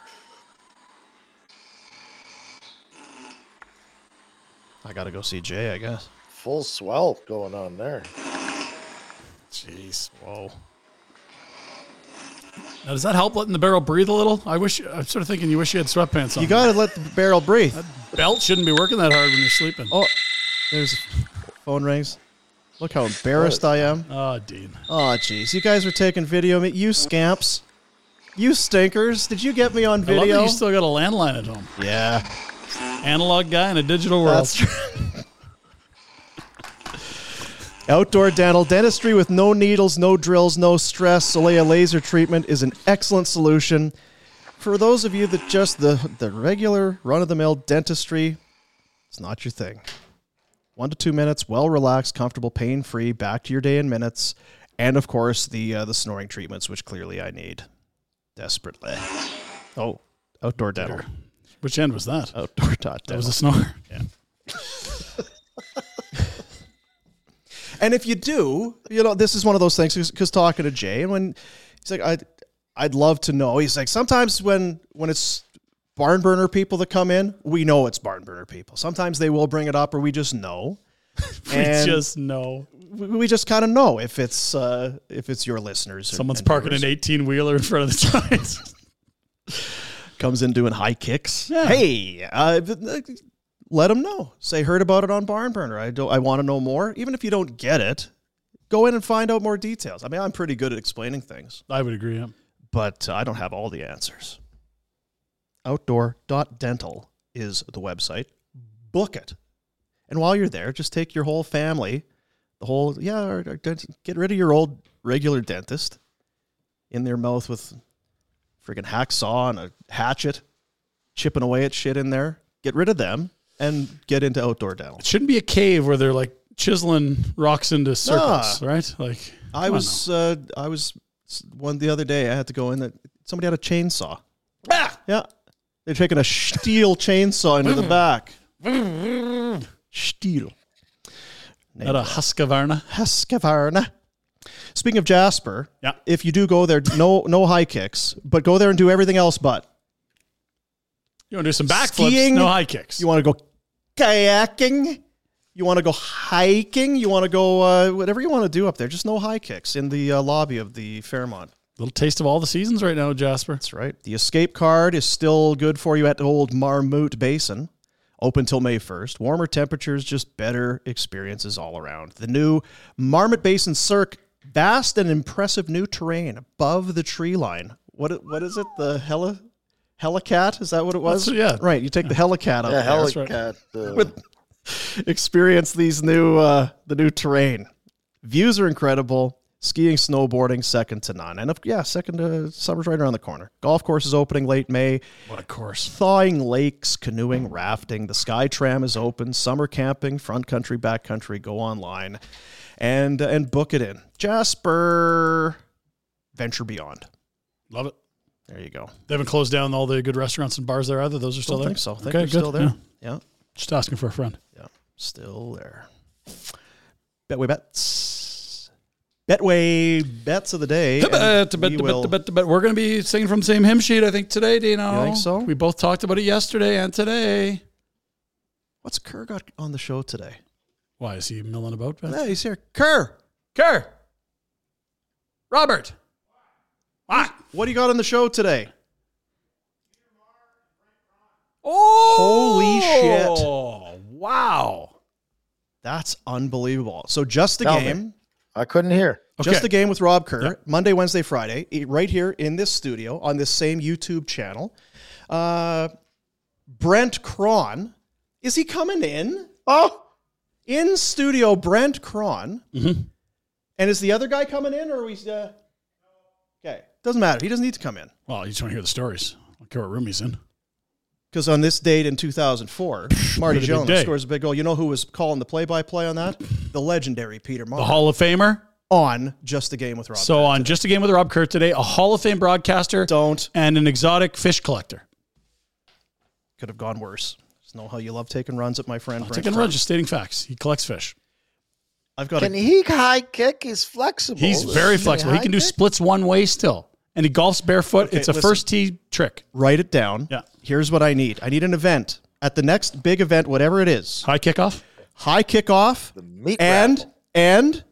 Speaker 1: I got to go see Jay, I guess.
Speaker 3: Full swell going on there.
Speaker 2: Jeez, whoa. Now, does that help letting the barrel breathe a little? I wish. I'm sort of thinking you wish you had sweatpants on.
Speaker 1: You got to let the barrel breathe.
Speaker 2: belt shouldn't be working that hard when you're sleeping.
Speaker 1: Oh, there's phone rings. Look how embarrassed I am.
Speaker 2: oh Dean.
Speaker 1: Oh, jeez. You guys were taking video. of me. You scamps. You stinkers. Did you get me on
Speaker 2: I love that
Speaker 1: video?
Speaker 2: you still got a landline at home.
Speaker 1: yeah.
Speaker 2: Analog guy in a digital world.
Speaker 1: That's Outdoor dental dentistry with no needles, no drills, no stress. Solea laser treatment is an excellent solution for those of you that just the the regular run of the mill dentistry. It's not your thing. One to two minutes, well relaxed, comfortable, pain free. Back to your day in minutes, and of course the uh, the snoring treatments, which clearly I need desperately. Oh, outdoor dental,
Speaker 2: Which end was that?
Speaker 1: outdoor dot
Speaker 2: that
Speaker 1: dental.
Speaker 2: was a snore.
Speaker 1: And if you do, you know, this is one of those things because talking to Jay, and when he's like, I'd, I'd love to know. He's like, sometimes when when it's barn burner people that come in, we know it's barn burner people. Sometimes they will bring it up, or we just know.
Speaker 2: We
Speaker 1: And
Speaker 2: just know
Speaker 1: we we just kind of know if it's uh, if it's your listeners. and-
Speaker 2: someone's
Speaker 1: and
Speaker 2: parking
Speaker 1: viewers.
Speaker 2: an 18 wheeler in front of the signs.
Speaker 1: comes in doing high kicks.
Speaker 2: Yeah.
Speaker 1: Hey, uh, th- th- let them know. Say heard about it on Barn Burner. I don't. I want to know more. Even if you don't get it, go in and find out more details. I mean, I'm pretty good at explaining things,
Speaker 2: I would agree. Yeah.
Speaker 1: but uh, I don't have all the answers. Outdoor.dental is the website. Book it, and while you're there, just take your whole family, the whole yeah, our, our dent- get rid of your old regular dentist in their mouth with friggin' hacksaw and a hatchet chipping away at shit in there. Get rid of them and get into outdoor dental.
Speaker 2: It shouldn't be a cave where they're like chiseling rocks into circles, right? Like
Speaker 1: I
Speaker 2: come on
Speaker 1: was uh, I was s- one the other day. I had to go in that somebody had a chainsaw. Yeah, they're taking a steel chainsaw into the back. steel.
Speaker 2: now. at a Husqvarna.
Speaker 1: Husqvarna. Speaking of Jasper,
Speaker 2: Yeah.
Speaker 1: if you do go there, no no high kicks, but go there and do everything else. But
Speaker 2: You want to do some backflips?
Speaker 1: Skiing.
Speaker 2: no high kicks.
Speaker 1: you want to go kayaking, you want to go hiking, you want to go uh, whatever you want to do up there. Just no high kicks in the uh, lobby of the Fairmont.
Speaker 2: Little taste of all the seasons right now, Jasper.
Speaker 1: That's right. The escape card is still good for you at Old Marmot Basin. Open till May 1st. Warmer temperatures, just better experiences all around. The new Marmot Basin Cirque, vast and impressive new terrain above the tree line. What what is it? The heli helicat? Is that what it was?
Speaker 2: That's- yeah.
Speaker 1: Right. You take the helicat up
Speaker 3: Yeah,
Speaker 1: there.
Speaker 3: Helicat. Uh,
Speaker 1: Experience these new uh, the new terrain. Views are incredible. Skiing, snowboarding, second to none. And if, yeah, second to summer's right around the corner. Golf course is opening late May
Speaker 2: What a course.
Speaker 1: thawing lakes, canoeing, rafting. The Sky Tram is open. Summer camping, front country, back country. Go online, and uh, and book it in. Jasper, Venture Beyond.
Speaker 2: Love it.
Speaker 1: There you go.
Speaker 2: They haven't closed down all the good restaurants and bars there either. Those are still
Speaker 1: Don't
Speaker 2: there.
Speaker 1: think so. I think
Speaker 2: Okay,
Speaker 1: they're still
Speaker 2: good.
Speaker 1: there.
Speaker 2: Yeah.
Speaker 1: Yeah.
Speaker 2: Just asking for a friend.
Speaker 1: yeah, still there. Betway bets. Betway bets of the day.
Speaker 2: But,
Speaker 1: and
Speaker 2: uh, but,
Speaker 1: we
Speaker 2: but,
Speaker 1: will-
Speaker 2: but, but we're going to be singing from the same hymn sheet, I think, today, Dino.
Speaker 1: You think so?
Speaker 2: We both talked about it yesterday and today.
Speaker 1: What's Kerr got on the show today?
Speaker 2: Why is he milling about? Ben?
Speaker 1: Yeah, he's here. Kerr,
Speaker 2: Kerr. Robert. What?
Speaker 1: what do you got on the show today?
Speaker 2: Oh.
Speaker 1: shit.
Speaker 2: Wow.
Speaker 1: That's unbelievable. So just the
Speaker 3: Tell me.
Speaker 1: game.
Speaker 3: I couldn't hear.
Speaker 2: Okay.
Speaker 1: Just the game with Rob Kerr,
Speaker 2: Yeah.
Speaker 1: Monday, Wednesday, Friday, i- right here in this studio on this same YouTube channel. Uh, Brent Cron, is he coming in?
Speaker 3: Oh,
Speaker 1: In studio, Brent Cron.
Speaker 2: Mhm.
Speaker 1: And is the other guy coming in, or are we? Uh... Okay, doesn't matter. He doesn't need to come in
Speaker 2: Well, you just want to hear the stories. I don't care what room he's in.
Speaker 1: because on this date in 2004, Marty
Speaker 2: big
Speaker 1: Jones
Speaker 2: day.
Speaker 1: scores a big goal. You know who was calling the play-by-play on that? The legendary Peter
Speaker 2: The
Speaker 1: Marr
Speaker 2: Hall of Famer.
Speaker 1: on just the game with Rob.
Speaker 2: So
Speaker 1: Kerr.
Speaker 2: on just a game with Rob Kerr today, a Hall of Fame broadcaster
Speaker 1: don't
Speaker 2: and an exotic fish collector.
Speaker 1: could have gone worse. Just know how you love taking runs at my friend. Brent
Speaker 2: Taking a
Speaker 1: Cron.
Speaker 2: run, just stating facts. He collects fish.
Speaker 1: I've got
Speaker 3: can
Speaker 1: a,
Speaker 3: he high kick? He's flexible.
Speaker 2: He's
Speaker 3: Can
Speaker 2: very flexible. He
Speaker 3: high
Speaker 2: can do
Speaker 3: kick?
Speaker 2: splits one way still, and he golfs barefoot.
Speaker 1: Okay,
Speaker 2: it's a
Speaker 1: listen.
Speaker 2: first tee trick.
Speaker 1: write it down.
Speaker 2: Yeah.
Speaker 1: Here's what I need. I need an event at the next big event, whatever it is.
Speaker 2: High kickoff.
Speaker 1: High kickoff
Speaker 3: meat
Speaker 1: and
Speaker 3: raffle.
Speaker 1: and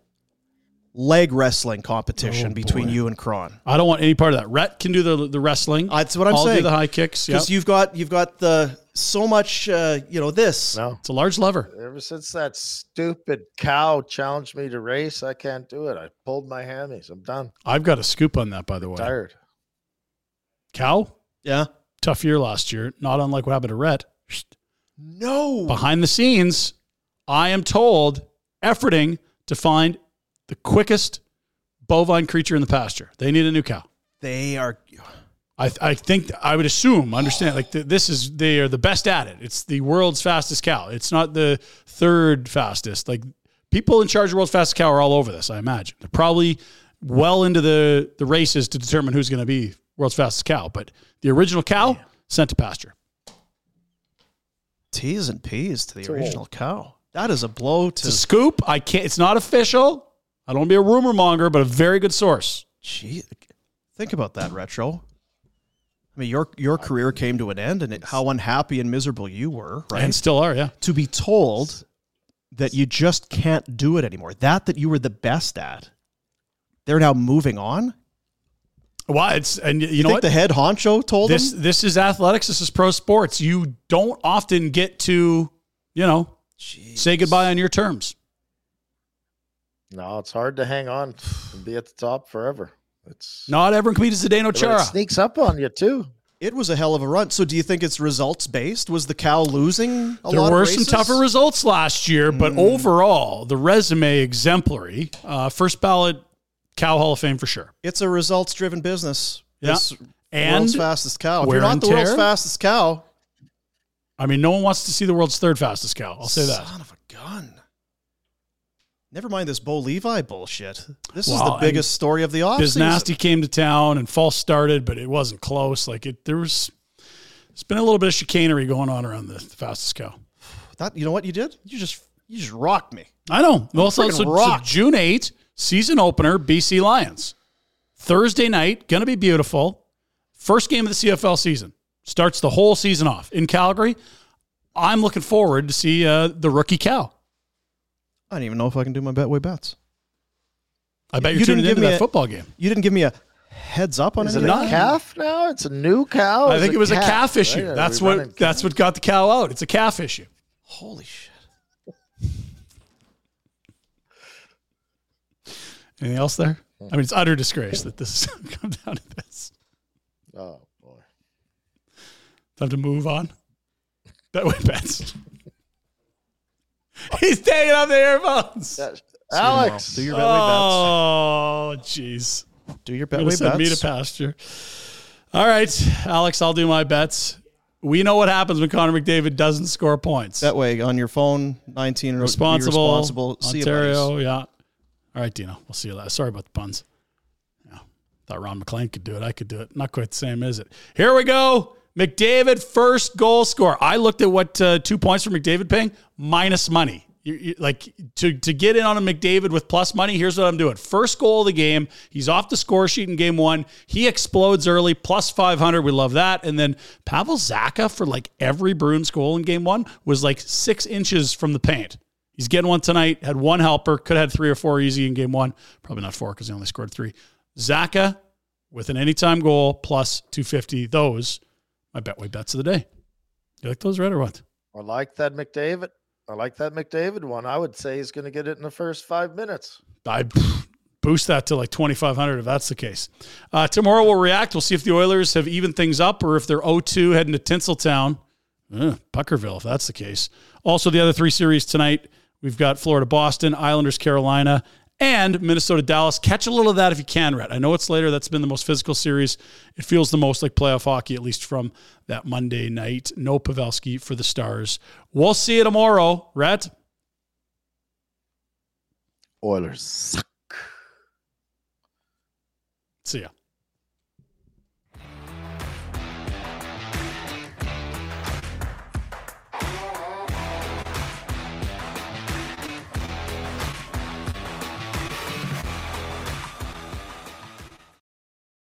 Speaker 1: leg wrestling
Speaker 2: Oh,
Speaker 1: competition between you and Kron.
Speaker 2: I don't want any part of that. Rhett can do the the wrestling.
Speaker 1: That's what I'm
Speaker 2: I'll
Speaker 1: saying.
Speaker 2: do the high kicks. Yeah,
Speaker 1: Because you've got you've got the so much uh, you know this.
Speaker 3: No.
Speaker 2: it's a large lever.
Speaker 3: Ever since that stupid cow challenged me to race, I can't do it. I pulled my hammies. I'm done.
Speaker 2: I've got a scoop on that, by the way.
Speaker 3: Tired.
Speaker 2: Cow,
Speaker 1: Yeah.
Speaker 2: tough year last year. Not unlike what happened to Rhett.
Speaker 1: No.
Speaker 2: Behind the scenes, I am told efforting to find the quickest bovine creature in the pasture. They need a new cow.
Speaker 1: They are
Speaker 2: I, I think I would assume understand like th- this is they are the best at it. It's the world's fastest cow. It's not the third fastest. Like people in charge of world's fastest cow are all over this. I imagine they're probably well into the the races to determine who's going to be world's fastest cow. But the original cow sent to pasture.
Speaker 1: T's and P's to the original cow. That is a blow
Speaker 2: It's a
Speaker 1: to
Speaker 2: scoop. I can't. It's not official. I don't want to be a rumor monger, but a very good source.
Speaker 1: Gee, think about that retro. I mean, your your career came to an end, and it, how unhappy and miserable you were, right?
Speaker 2: And still are. Yeah.
Speaker 1: to be told that you just can't do it anymore. That that you were the best at, they're now moving on.
Speaker 2: Well, it's and y- you
Speaker 1: You
Speaker 2: know
Speaker 1: think
Speaker 2: what
Speaker 1: the head honcho told
Speaker 2: this
Speaker 1: them?
Speaker 2: this is athletics. This is pro sports. You don't often get to you know say goodbye on your terms.
Speaker 3: No, it's hard to hang on and be at the top forever. It's
Speaker 2: Not everyone can be Zdeno
Speaker 3: but it
Speaker 2: Chara.
Speaker 3: sneaks up on you too.
Speaker 1: It was a hell of a run. So, do you think it's results based? Was the cow losing? A
Speaker 2: There
Speaker 1: lot of
Speaker 2: were some
Speaker 1: races? Hmm.
Speaker 2: tougher results last year, but overall the resume exemplary. Uh, first ballot cow Hall of Fame for sure.
Speaker 1: It's a results driven business.
Speaker 2: Yeah.
Speaker 1: This
Speaker 2: And
Speaker 1: world's fastest cow. If
Speaker 2: wear
Speaker 1: you're not
Speaker 2: and
Speaker 1: the world's
Speaker 2: tear.
Speaker 1: fastest cow,
Speaker 2: I mean, no one wants to see the world's third fastest cow. I'll say that.
Speaker 1: Son of a gun. Never mind this Bo Levi bullshit. This is
Speaker 2: Wow,
Speaker 1: the
Speaker 2: and
Speaker 1: biggest story of the offseason.
Speaker 2: Biznasty came to town and false started, but it wasn't close. Like it, there was. It's been a little bit of chicanery going on around the fastest cow.
Speaker 1: That, you know what you did? You just you just rocked me.
Speaker 2: I know. Well, so,
Speaker 1: freaking
Speaker 2: so- so
Speaker 1: rocked.
Speaker 2: June 8th, season opener, BC Lions. Thursday night, going to be beautiful. First game of the CFL season. Starts the whole season off in Calgary. I'm looking forward to see uh, the rookie cow.
Speaker 1: I don't even know if I can do my Betway bets.
Speaker 2: I bet
Speaker 1: You
Speaker 2: you're
Speaker 1: didn't
Speaker 2: tuning
Speaker 1: give
Speaker 2: into
Speaker 1: me
Speaker 2: that
Speaker 1: a-
Speaker 2: football game.
Speaker 1: You didn't give me a heads up on
Speaker 3: Is it
Speaker 1: anything.
Speaker 3: a calf now? It's a new
Speaker 1: Oh,
Speaker 3: cow.
Speaker 2: I think it was a calf issue.
Speaker 3: right? Are
Speaker 2: That's
Speaker 3: we
Speaker 2: what
Speaker 3: running
Speaker 2: that's what got the cow out. It's a calf issue.
Speaker 1: Holy shit.
Speaker 2: Anything else there? I mean, it's utter disgrace that this has come down to this.
Speaker 3: cow? Oh boy.
Speaker 2: Time to move on. That way, bets. He's taking off the earphones.
Speaker 3: That- Alex,
Speaker 1: Do your Betway
Speaker 2: Oh, jeez.
Speaker 1: bets. Do your
Speaker 2: Gonna
Speaker 1: Betway bets.
Speaker 2: send me to pasture. All right, Alex, I'll do my bets. We know what happens when Connor McDavid doesn't score points.
Speaker 1: that way on your phone, 19 and
Speaker 2: responsible,
Speaker 1: Be responsible. See you, buddies.
Speaker 2: Ontario, yeah. All right, Dino, we'll see you later. Sorry about the puns. Yeah, thought Ron McLean could do it. I could do it. Not quite the same, is it? Here we go. McDavid first goal score. I looked at what uh, two points for McDavid paying minus money. You, you, like to to get in on a McDavid with plus money. Here's what I'm doing: first goal of the game, he's off the score sheet in game one. He explodes early, plus 500. We love that. And then Pavel Zaka for like every Bruins goal in game one was like six inches from the paint. He's getting one tonight. Had one helper. Could have had three or four easy in game one. Probably not four because he only scored three. Zaka with an anytime goal plus 250. Those my betway bets of the day. You like those, right or what?
Speaker 3: I like that McDavid. I like that McDavid one. I would say he's going to get it in the first five minutes.
Speaker 2: I boost that to like 2,500 if that's the case. Uh, tomorrow we'll react. We'll see if the Oilers have evened things up or if they're 0 2 heading to Tinseltown, Ugh, Puckerville, if that's the case. Also, the other three series tonight we've got Florida Boston, Islanders Carolina, and Minnesota Dallas. Catch a little of that if you can, Rhett. I know it's later. That's been the most physical series. It feels the most like playoff hockey, at least from that Monday night. No Pavelski for the Stars. We'll see you tomorrow, Rhett.
Speaker 3: Oilers.
Speaker 2: See ya.